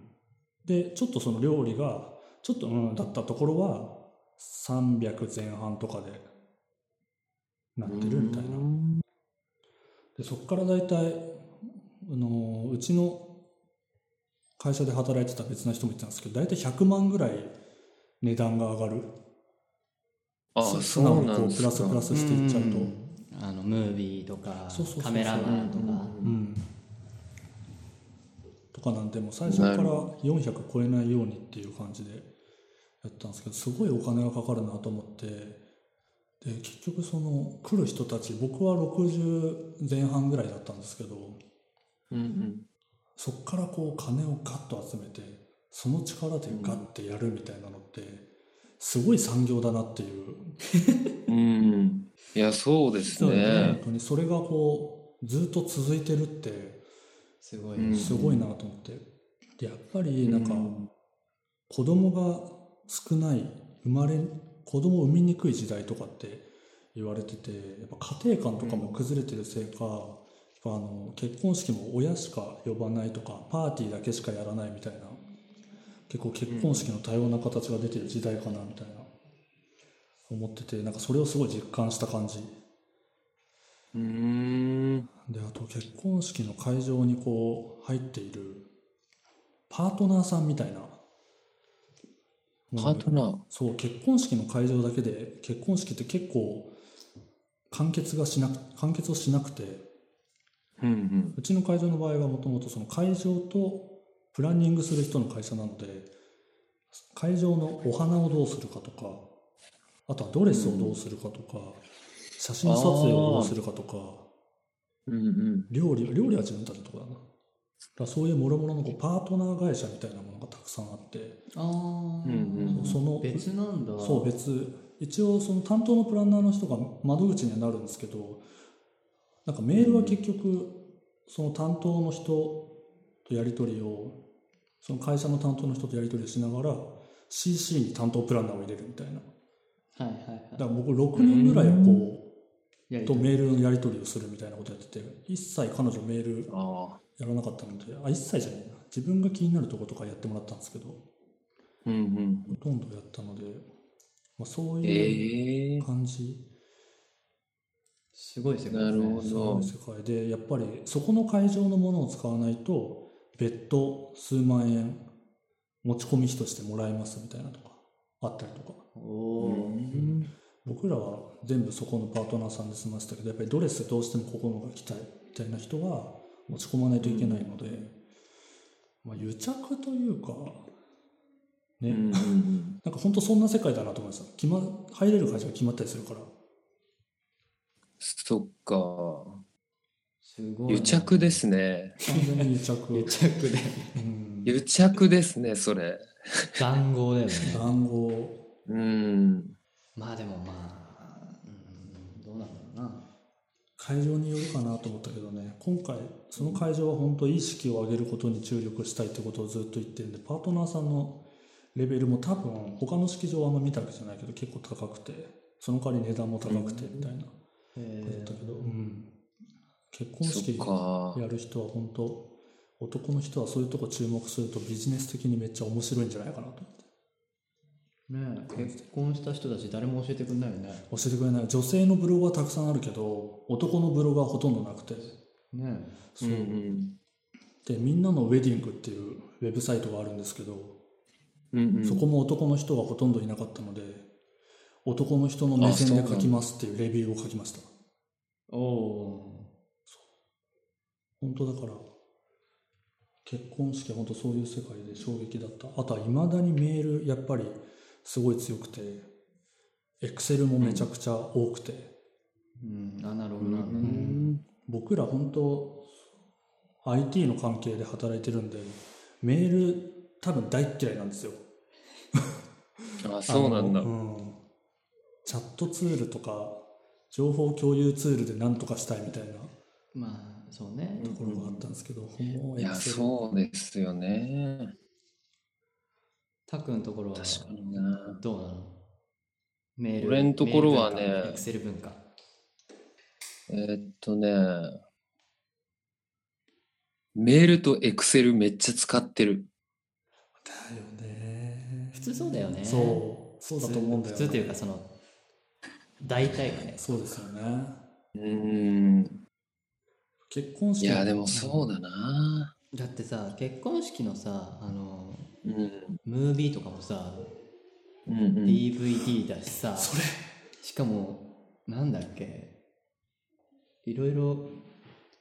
[SPEAKER 4] でちょっとその料理がちょっとうんだったところは300前半とかでなってるみたいなでそこから大体あのうちの会社で働いてた別の人も言ってたんですけど大体100万ぐらい値段が上がる
[SPEAKER 3] あ
[SPEAKER 4] 素
[SPEAKER 3] そ
[SPEAKER 4] 素直
[SPEAKER 3] う
[SPEAKER 4] に
[SPEAKER 3] なん
[SPEAKER 4] こ
[SPEAKER 3] で
[SPEAKER 4] うプ
[SPEAKER 3] す
[SPEAKER 4] ラ
[SPEAKER 3] か
[SPEAKER 4] スプラスしていっちゃうと
[SPEAKER 1] んあのムービーとか
[SPEAKER 4] そうそうそうそう
[SPEAKER 1] カメラマンとか、
[SPEAKER 4] うんとかなんでもう最初から
[SPEAKER 3] なる
[SPEAKER 4] 400超えないようにっていう感じでやったんですけどすごいお金がかかるなと思ってで結局その来る人たち僕は60前半ぐらいだったんですけど
[SPEAKER 3] うんうん
[SPEAKER 4] そっからこう金をガッと集めてその力でガッてやるみたいなのってすごい産業だなっていう
[SPEAKER 3] うんいやそうです
[SPEAKER 1] そうだ
[SPEAKER 3] ね
[SPEAKER 4] 本当にそれがこうずっと続いてるって
[SPEAKER 1] すごい、
[SPEAKER 3] うん
[SPEAKER 4] すごいなと思ってでやっぱりなんか
[SPEAKER 3] うん
[SPEAKER 4] 子供が少ない生まれ子供を産みにくい時代とかって言われててやっぱ家庭観とかも崩れてるせいか、やっぱあの結婚式も親しか呼ばないとかパーティーだけしかやらないみたいな結構結婚式の多様な形が出てる時代かなみたいな思っててなんかそれをすごい実感した感じ
[SPEAKER 3] うーん
[SPEAKER 4] であと結婚式の会場にこう入っているパートナーさんみたいな
[SPEAKER 3] パートナー
[SPEAKER 4] そう結婚式の会場だけで結婚式って結構完結がしなく完結をしなくて
[SPEAKER 3] うん
[SPEAKER 4] うちの会場の場合はもともとその会場とプランニングする人の会社なので会場のお花をどうするかとかあとはドレスをどうするかとか、写真撮影をどうするかとか。
[SPEAKER 3] うんうんうん
[SPEAKER 4] 料理料理は自分たちのとこだなだからそういうもろもろのこうパートナー会社みたいなものがたくさんあって
[SPEAKER 1] ああ、
[SPEAKER 3] うんうん
[SPEAKER 4] その
[SPEAKER 1] 別なんだ
[SPEAKER 4] そう別一応その担当のプランナーの人が窓口にはなるんですけどなんかメールは結局その担当の人とやり取りをその会社の担当の人とやり取りをしながら CC に担当プランナーを入れるみたいな
[SPEAKER 1] はいはい
[SPEAKER 4] だか
[SPEAKER 1] は
[SPEAKER 4] ら僕6人ぐらいをこ
[SPEAKER 1] いや
[SPEAKER 4] う
[SPEAKER 1] り
[SPEAKER 4] と
[SPEAKER 1] たい
[SPEAKER 4] メールのやり取りをするみたいなことやってて一切彼女メール
[SPEAKER 3] ああ
[SPEAKER 4] やらなかったのであ一切じゃないな自分が気になるとことかやってもらったんですけどほ
[SPEAKER 3] うんうん
[SPEAKER 4] とんどやったので、まあ、そうい
[SPEAKER 3] え
[SPEAKER 4] う
[SPEAKER 3] え
[SPEAKER 4] 感じ
[SPEAKER 1] すごい世界
[SPEAKER 3] なるほど
[SPEAKER 4] すごい世界でやっぱりそこの会場のものを使わないと別途数万円持ち込み費としてもらえますみたいなとかあったりとか
[SPEAKER 1] お
[SPEAKER 3] う
[SPEAKER 1] おー、
[SPEAKER 3] ん
[SPEAKER 4] 僕らは全部そこのパートナーさんで済ませたけどやっぱりドレスどうしてもここのが着たいみたいな人は持ち込まないといけないので、まあ、癒着というか
[SPEAKER 3] うん
[SPEAKER 4] ね、
[SPEAKER 3] うん
[SPEAKER 4] なんか本当そんな世界だなと思いました決、ま、入れる会社が決まったりするから
[SPEAKER 3] そっか
[SPEAKER 1] すごい
[SPEAKER 3] 癒着ですね
[SPEAKER 4] 完全に癒着
[SPEAKER 1] 癒着で
[SPEAKER 4] うん
[SPEAKER 3] 癒着ですねそれ
[SPEAKER 1] 談合だよね
[SPEAKER 4] 談合
[SPEAKER 3] うん
[SPEAKER 1] まあでもまあ、うん、どうなんだろうな
[SPEAKER 4] 会場によるかなと思ったけどね今回その会場は本当意識を上げることに注力したいってことをずっと言ってるんでパートナーさんのレベルも多分他の式場はあんま見たわけじゃないけど結構高くてその代わり値段も高くてみたいなことだったけど、うん、結婚
[SPEAKER 3] そ
[SPEAKER 4] 式
[SPEAKER 3] っか
[SPEAKER 4] やる人は本当男の人はそういうとこ注目するとビジネス的にめっちゃ面白いんじゃないかなと思って
[SPEAKER 1] ねえ結婚した人たち誰も教えてくれないよね
[SPEAKER 4] 教えてくれない女性のブログはたくさんあるけど男のブログはほとんどなくて
[SPEAKER 1] ね
[SPEAKER 4] そう、
[SPEAKER 3] うんうん
[SPEAKER 4] でみんなのウェディングっていうウェブサイトがあるんですけど、
[SPEAKER 3] うんうん
[SPEAKER 4] そこも男の人がほとんどいなかったので男の人の目線で書きますっていうレビューを書きました
[SPEAKER 1] おお
[SPEAKER 4] 本当だから結婚式は本当そういう世界で衝撃だったあとはいまだにメールやっぱりすごい強くてエクセルもめちゃくちゃ多くて、
[SPEAKER 1] ーうんアナログな
[SPEAKER 3] うん
[SPEAKER 1] ね
[SPEAKER 4] 僕ら本当 IT の関係で働いてるんでメール多分大っ嫌いなんですよ
[SPEAKER 3] あそうなんだ
[SPEAKER 4] あのうんチャットツールとか情報共有ツールで何とかしたいみたいな
[SPEAKER 1] まあそうね
[SPEAKER 4] ところがあったんですけど、もう
[SPEAKER 3] いや
[SPEAKER 4] Excel
[SPEAKER 3] そうですよね
[SPEAKER 1] たくんところは
[SPEAKER 3] 確かにな
[SPEAKER 1] どうなのメール
[SPEAKER 3] 俺んところはね
[SPEAKER 1] エクセル文化
[SPEAKER 3] えーっとねメールとエクセルめっちゃ使ってる
[SPEAKER 4] だよね
[SPEAKER 1] 普通そうだよね
[SPEAKER 4] そうそうだと思うんだよ、
[SPEAKER 1] 普通というかその大体がね
[SPEAKER 4] そうですよね
[SPEAKER 3] うん
[SPEAKER 4] 結婚
[SPEAKER 3] い
[SPEAKER 4] 式
[SPEAKER 3] やでもそうだな
[SPEAKER 1] だってさ結婚式のさあの
[SPEAKER 3] うん
[SPEAKER 1] ムービーとかもさ、
[SPEAKER 3] うんうん
[SPEAKER 1] DVD だしさしかもなんだっけいろいろ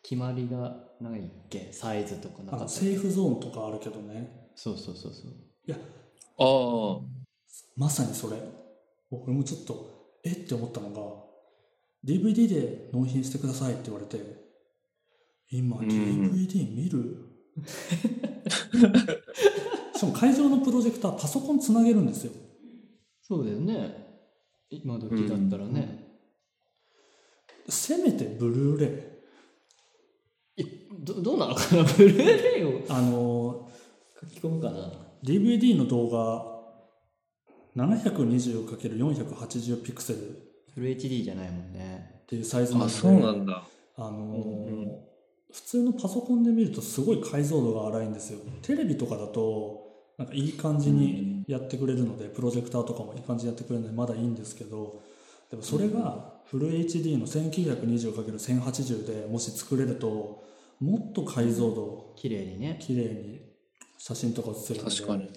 [SPEAKER 1] 決まりがないっけサイズとかな
[SPEAKER 4] あ
[SPEAKER 1] んか
[SPEAKER 4] の
[SPEAKER 1] った
[SPEAKER 4] セーフゾーンとかあるけどね
[SPEAKER 1] そうそうそうそう
[SPEAKER 4] いや
[SPEAKER 3] ああ
[SPEAKER 4] まさにそれ僕もちょっとえって思ったのが DVD で納品してくださいって言われて今
[SPEAKER 3] うん
[SPEAKER 4] DVD 見る、 しかも会場のプロジェクターパソコンつなげるんですよ
[SPEAKER 1] そうだよね今時だったらね、
[SPEAKER 4] せめてブルーレイ
[SPEAKER 1] えどどうなのかなブルーレイを
[SPEAKER 4] あの
[SPEAKER 1] 書き込むかな
[SPEAKER 4] DVD の動画 720×480 ピクセルっ
[SPEAKER 1] フル HD じゃないもんね
[SPEAKER 4] ていうサイズなん
[SPEAKER 3] あ
[SPEAKER 4] で
[SPEAKER 3] そうなんだ
[SPEAKER 4] あのー
[SPEAKER 3] うんうん
[SPEAKER 4] 普通のパソコンで見るとすごい解像度が荒いんですよテレビとかだとなんかいい感じにやってくれるので、プロジェクターとかもいい感じにやってくれるのでまだいいんですけどでもそれがフル HD の 1920×1080 でもし作れるともっと解像度
[SPEAKER 1] 綺麗にね
[SPEAKER 4] 綺麗に写真とか写せるので
[SPEAKER 3] 確かに
[SPEAKER 4] なん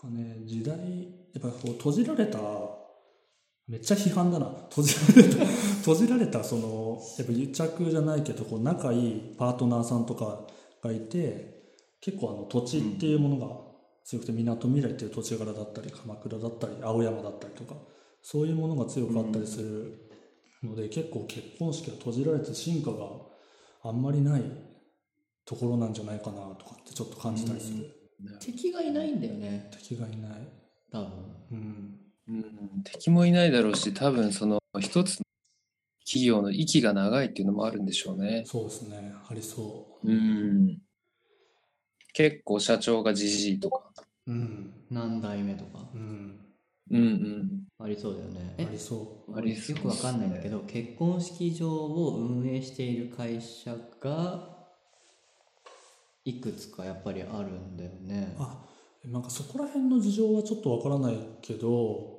[SPEAKER 4] かね時代やっぱこう閉じられためっちゃ批判だな閉じられた 閉じられたそのやっぱ癒着じゃないけどこう仲いいパートナーさんとかがいて結構あの土地っていうものが強くてみなとみらいっていう土地柄だったり鎌倉だったり青山だったりとかそういうものが強くあったりするので、結構結婚式は閉じられて進化があんまりないところなんじゃないかなとかってちょっと感じたりする、
[SPEAKER 1] 敵がいないんだよね
[SPEAKER 4] 敵がいない。
[SPEAKER 1] 多分
[SPEAKER 4] うん
[SPEAKER 3] うん敵もいないだろうし多分その一つの企業の息が長いっていうのもあるんでしょうね
[SPEAKER 4] そうですね、ありそ
[SPEAKER 3] うん結構社長がじじいとか
[SPEAKER 4] う。うん、
[SPEAKER 1] 何代目とか
[SPEAKER 4] うん、
[SPEAKER 3] うん
[SPEAKER 1] ありそうだよね
[SPEAKER 4] あ
[SPEAKER 1] え
[SPEAKER 4] りそ
[SPEAKER 3] うんありそう
[SPEAKER 1] よくわかんないんだけど結婚式場を運営している会社がいくつかやっぱりあるんだよね
[SPEAKER 4] う。あ、なんかそこら辺の事情はちょっとわからないけど、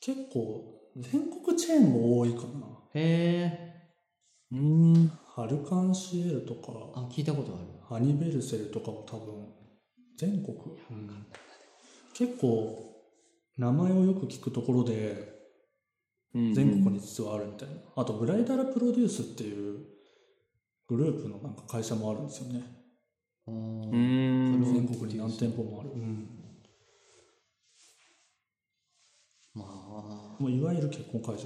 [SPEAKER 4] 結構全国チェーンも多いかな。
[SPEAKER 1] へえ
[SPEAKER 3] うんうん
[SPEAKER 4] ハルカンシエルとか、
[SPEAKER 1] あ聞いたことある
[SPEAKER 4] ハニベルセルとかも多分全国、うん結構名前をよく聞くところで
[SPEAKER 3] うん
[SPEAKER 4] 全国に実はあるみたいな。あとブライダルプロデュースっていうグループのなんか会社もあるんですよね。
[SPEAKER 1] う
[SPEAKER 3] うんん
[SPEAKER 4] 全国に何店舗もある。うん
[SPEAKER 1] まあ
[SPEAKER 4] もういわゆる結婚会場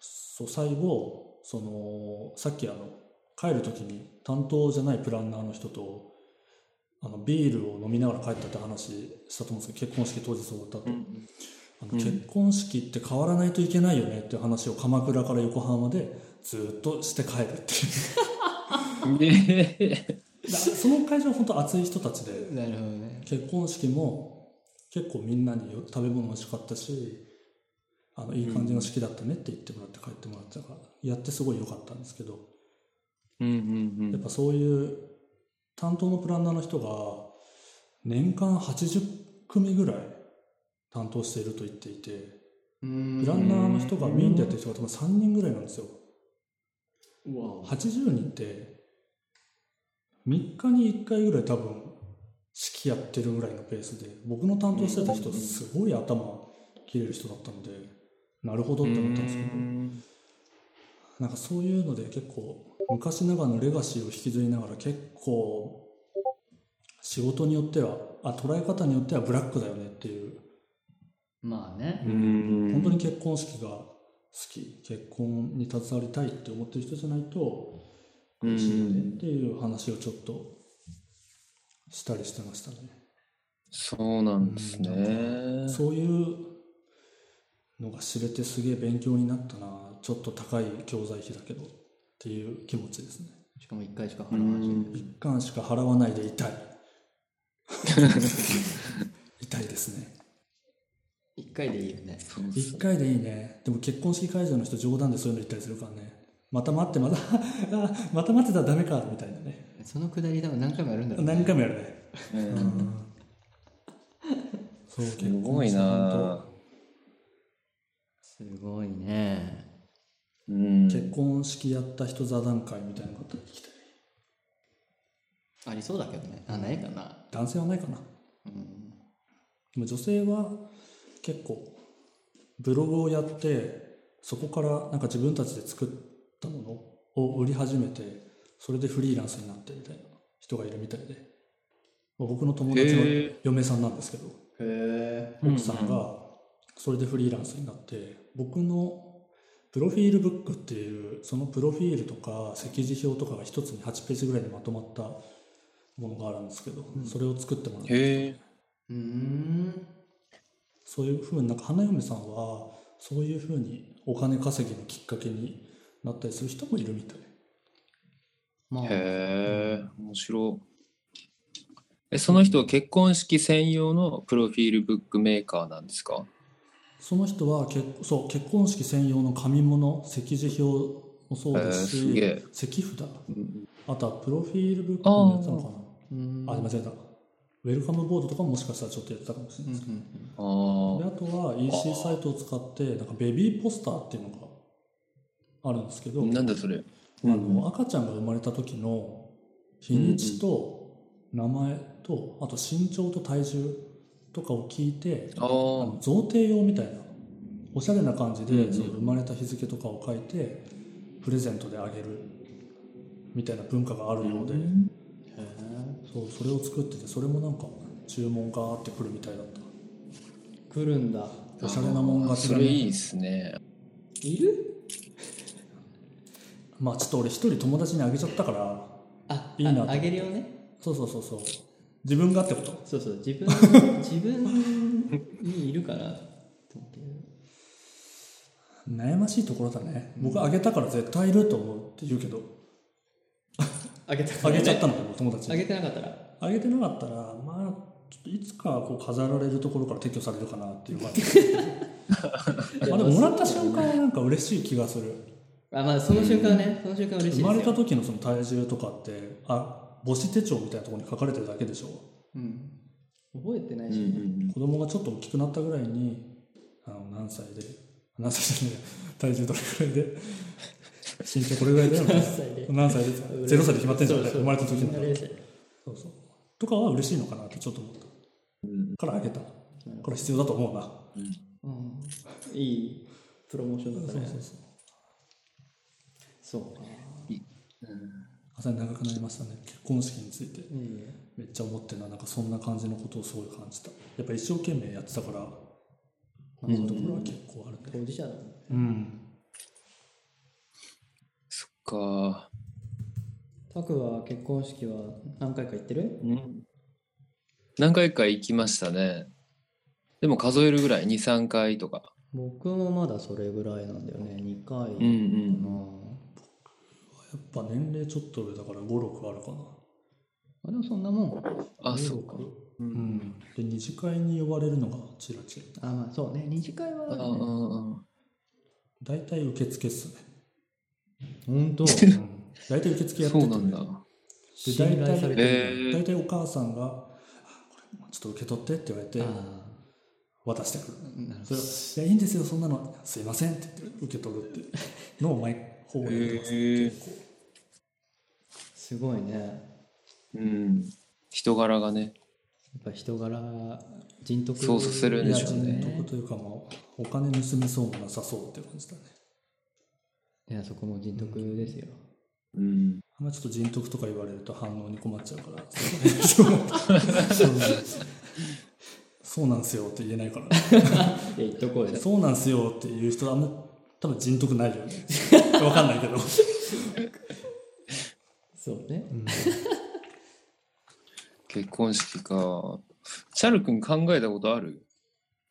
[SPEAKER 4] そう最後そのさっきあの帰る時に担当じゃないプランナーの人とあのビールを飲みながら帰ったって話したと思うんですけど結婚式当日終わった後、
[SPEAKER 3] うん
[SPEAKER 4] あの
[SPEAKER 3] うん
[SPEAKER 4] 結婚式って変わらないといけないよねっていう話を鎌倉から横浜でずっとして帰るっていう
[SPEAKER 3] ね
[SPEAKER 4] だその会場本当熱い人たちで
[SPEAKER 1] なるほどね
[SPEAKER 4] 結婚式も結構みんなによ食べ物美味しかったしあのいい感じの式だったねって言ってもらって帰ってもらってたから、やってすごい良かったんですけど
[SPEAKER 3] うんうんう
[SPEAKER 4] やっ
[SPEAKER 3] ん
[SPEAKER 4] ぱそういう担当のプランナーの人が年間80組ぐらい担当していると言っていてプランナーの人がメインでやってる人が多分3人ぐらいなんですよ80人って3日に1回ぐらい多分式やってるぐらいのペースで僕の担当してた人すごい頭切れる人だったのでなるほどって思ったんですけどなんかそういうので結構昔ながらのレガシーを引きずりながら結構仕事によってはあ捉え方によってはブラックだよねっていう
[SPEAKER 1] まあね
[SPEAKER 3] うん
[SPEAKER 4] 本当に結婚式が好き結婚に携わりたいって思ってる人じゃないと苦しいよねっていう話をちょっとしたりしてましたね、
[SPEAKER 3] そうなんですね
[SPEAKER 4] そういうのが知れてすげえ勉強になったなちょっと高い教材費だけどっていう気持ちですね
[SPEAKER 1] しかも1回しか払わない
[SPEAKER 4] 一貫しか払わないで痛い痛いですね
[SPEAKER 1] 1回でいいよね
[SPEAKER 3] そうっす
[SPEAKER 4] 一回でいいねでも結婚式会場の人冗談でそういうの言ったりするからねまた待ってまたあ また待ってたらダメかみたいなね
[SPEAKER 1] そのくだり多分何回もやるんだろうね
[SPEAKER 4] 何回もやるね
[SPEAKER 3] ね
[SPEAKER 4] そう結
[SPEAKER 3] すごいな
[SPEAKER 1] すごいね
[SPEAKER 3] うん
[SPEAKER 4] 結婚式やった人座談会みたいなこと聞きたい
[SPEAKER 1] ありそうだけどねあないかな
[SPEAKER 4] 男性はないかな
[SPEAKER 1] うん
[SPEAKER 4] でも女性は結構ブログをやってそこからなんか自分たちで作ったものを売り始めてそれでフリーランスになってみたいな人がいるみたいで僕の友達の
[SPEAKER 3] へー
[SPEAKER 4] 嫁さんなんですけど
[SPEAKER 1] へえ
[SPEAKER 4] 奥さんがそれでフリーランスになって僕のプロフィールブックっていうそのプロフィールとか席次表とかが一つに8ページぐらいにまとまったものがあるんですけど、それを作ってもらって
[SPEAKER 3] へえ
[SPEAKER 1] うーん
[SPEAKER 4] そういうふうになんか花嫁さんはそういうふうにお金稼ぎのきっかけになったりする人もいるみたい
[SPEAKER 1] まあ
[SPEAKER 3] へえ面白いえその人は結婚式専用のプロフィールブックメーカーなんですか
[SPEAKER 4] その人は結そう結婚式専用の紙物席次表もそうです
[SPEAKER 3] へーすげ
[SPEAKER 4] し
[SPEAKER 3] え
[SPEAKER 4] 席札あとはプロフィールブックもやってたのかな
[SPEAKER 1] うーん
[SPEAKER 4] ありませんだウェルカムボードとかももしかしたらちょっとやってたかもしれないですけど、
[SPEAKER 3] ああ
[SPEAKER 4] であとは EC サイトを使ってなんかベビーポスターっていうのがあるんですけど
[SPEAKER 3] なんだそれ。
[SPEAKER 4] あの赤ちゃんが生まれた時の日にちと名前とあと身長と体重とかを聞いて
[SPEAKER 3] あ
[SPEAKER 4] あ
[SPEAKER 3] ー
[SPEAKER 4] の贈呈用みたいなおしゃれな感じ
[SPEAKER 3] うんう
[SPEAKER 4] で
[SPEAKER 3] ん
[SPEAKER 4] その生まれた日付とかを書いてプレゼントであげるみたいな文化があるようで。
[SPEAKER 1] へえ
[SPEAKER 4] そうそれを作っててそれもなんか注文があってくるみたいだった
[SPEAKER 1] 来るんだ
[SPEAKER 4] おしゃれなもん勝ち
[SPEAKER 3] そ
[SPEAKER 4] だ
[SPEAKER 3] れ
[SPEAKER 4] ね
[SPEAKER 3] いいですね。
[SPEAKER 1] いる
[SPEAKER 4] まあちょっと俺一人友達にあげちゃったから
[SPEAKER 1] あ
[SPEAKER 4] いいなと思っ
[SPEAKER 1] あ
[SPEAKER 4] て
[SPEAKER 1] あげるよね
[SPEAKER 4] そうそうそうそう自分がってこと
[SPEAKER 1] そうそう 自分自分にいるからと思って
[SPEAKER 4] 悩ましいところだね僕あげたから絶対いると思うって言うけど
[SPEAKER 1] あげたか
[SPEAKER 4] あ
[SPEAKER 1] らね
[SPEAKER 4] げちゃったのよ友達
[SPEAKER 1] あ
[SPEAKER 4] に
[SPEAKER 1] げてなかったら
[SPEAKER 4] あげてなかったらまあちょっといつかこう飾られるところから撤去されるか なっていう感じまあでももらった瞬間はなんか嬉しい気がする
[SPEAKER 1] あまあその瞬間ねその瞬間嬉しいです
[SPEAKER 4] 生
[SPEAKER 1] よ
[SPEAKER 4] まれた時のその体重とかってあ母子手帳みたいなところに書かれてるだけでしょ
[SPEAKER 1] うん覚えてないうしね、
[SPEAKER 3] ん
[SPEAKER 4] 子供がちょっと大きくなったぐらいにあの何歳で何歳で体重どれぐらいで身長これぐらいだよ
[SPEAKER 1] 何歳で
[SPEAKER 4] 何歳でゼロ歳で決まってんじゃん
[SPEAKER 1] そうそう
[SPEAKER 4] 生まれた時の
[SPEAKER 1] あれですよ
[SPEAKER 4] そうそうとかは嬉しいのかなってちょっと思ったからあげたこれ必要だと思うな
[SPEAKER 1] うんいいプロモーションだ
[SPEAKER 4] そう
[SPEAKER 1] っ
[SPEAKER 4] そ
[SPEAKER 1] た
[SPEAKER 4] う
[SPEAKER 1] ね
[SPEAKER 4] そう
[SPEAKER 1] そうか
[SPEAKER 4] 朝に長くなりましたね結婚式について
[SPEAKER 1] いいね
[SPEAKER 4] めっちゃ思ってるななんかそんな感じのことをすごい感じたやっぱ一生懸命やってたからそういうところは結構ある
[SPEAKER 1] 当
[SPEAKER 4] ね
[SPEAKER 1] 事者だもんね
[SPEAKER 4] うん
[SPEAKER 3] そっか。
[SPEAKER 1] タクは結婚式は何回か行ってる
[SPEAKER 3] 何回か行きましたね。でも数えるぐらい、2、3回とか。
[SPEAKER 1] 僕もまだそれぐらいなんだよね2回かな、
[SPEAKER 3] うんうん。
[SPEAKER 4] やっぱ年齢ちょっと上だから5、6あるかな。
[SPEAKER 1] あでもそんなもん
[SPEAKER 3] あ、そうか。う
[SPEAKER 4] う。ん。で、二次会に呼ばれるのがチラチラ。
[SPEAKER 1] あまあそうね二次会は
[SPEAKER 3] ああ、ああ、
[SPEAKER 1] ね
[SPEAKER 4] 大体受付っす ね。
[SPEAKER 1] 本当
[SPEAKER 4] うん大体受付
[SPEAKER 3] あ
[SPEAKER 4] や
[SPEAKER 3] あ
[SPEAKER 4] って
[SPEAKER 3] そうな
[SPEAKER 4] て
[SPEAKER 3] んだ。
[SPEAKER 4] で
[SPEAKER 1] 信頼されてる
[SPEAKER 3] え
[SPEAKER 4] 大体お母さんがあ「これちょっと受け取って」って言われて
[SPEAKER 1] あ
[SPEAKER 4] 渡してくる
[SPEAKER 1] ーなる
[SPEAKER 4] そ
[SPEAKER 1] ほ
[SPEAKER 4] れ
[SPEAKER 1] ど
[SPEAKER 4] をいやいいんですよそんなのすいません」って言って受け取るっていうのを毎方やってます、
[SPEAKER 3] へー
[SPEAKER 4] 結構
[SPEAKER 1] すごいねや
[SPEAKER 3] うん。人柄がね。
[SPEAKER 1] っぱ人柄人徳
[SPEAKER 3] そうするん
[SPEAKER 4] い
[SPEAKER 3] で
[SPEAKER 4] や
[SPEAKER 3] しょうね
[SPEAKER 4] 人徳というかもうお金盗みそうもなさそうっていう感じだね
[SPEAKER 1] いやそこも人徳ですよ、
[SPEAKER 3] うん。
[SPEAKER 4] あんまちょっと人徳とか言われると反応に困っちゃうから「そう そうなんですよ」って言えないから
[SPEAKER 1] いや言っとこうよ
[SPEAKER 4] そうなんすよっていう人あんま多分人徳ないよねわかんないけど、
[SPEAKER 1] そうね
[SPEAKER 3] 結婚式か。チャル君考えたことある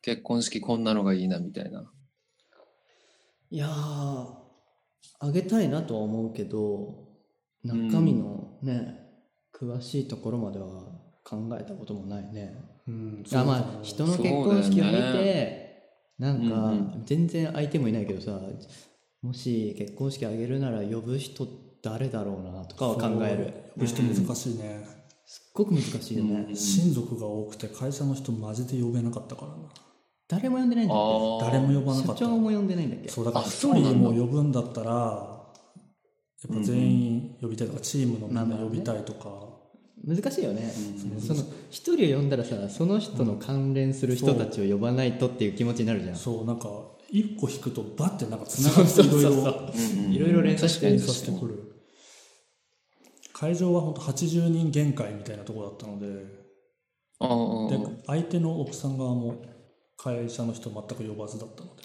[SPEAKER 3] 結婚式こんなのがいいなみたいな。
[SPEAKER 1] いやーあげたいなとは思うけど中身のね、詳しいところまでは考えたこともないね
[SPEAKER 4] うん
[SPEAKER 1] あまあ人の結婚式を見て、なんか全然相手もいないけどさ、もし結婚式あげるなら呼ぶ人誰だろうなとかは考える
[SPEAKER 4] る人難しいね、
[SPEAKER 1] すっごく難しいよね、
[SPEAKER 3] うん
[SPEAKER 4] 親族が多くて会社の人マジで呼べなかったからな
[SPEAKER 1] 誰も呼んでないんだっ
[SPEAKER 3] ああ。
[SPEAKER 4] 誰も呼ばな
[SPEAKER 1] け
[SPEAKER 4] か
[SPEAKER 1] 社
[SPEAKER 4] った
[SPEAKER 1] 長も呼んでないんだっけ
[SPEAKER 4] そうだから
[SPEAKER 3] あ
[SPEAKER 4] 一
[SPEAKER 3] そうなんだ
[SPEAKER 4] 人も呼ぶんだったらやっぱ全員呼びたいとか、チームのみんな呼びたいとか、
[SPEAKER 1] 難しいよね、
[SPEAKER 4] うん
[SPEAKER 1] その一人を呼んだらさその人の関連する人たちを呼ばないとっていう気持ちになるじゃん、
[SPEAKER 4] そうなんか一個引くとバッてなんかつながっていろいろ
[SPEAKER 3] うんうん
[SPEAKER 1] いろいろ連鎖し
[SPEAKER 3] 確か
[SPEAKER 1] て
[SPEAKER 3] に
[SPEAKER 4] させて
[SPEAKER 3] 確か
[SPEAKER 4] く
[SPEAKER 3] に。
[SPEAKER 4] る会場は本当80人限界みたいなとこだったので
[SPEAKER 3] あああ
[SPEAKER 4] で
[SPEAKER 3] あ、
[SPEAKER 4] 相手の奥さん側も会社の人全く呼ばずだったので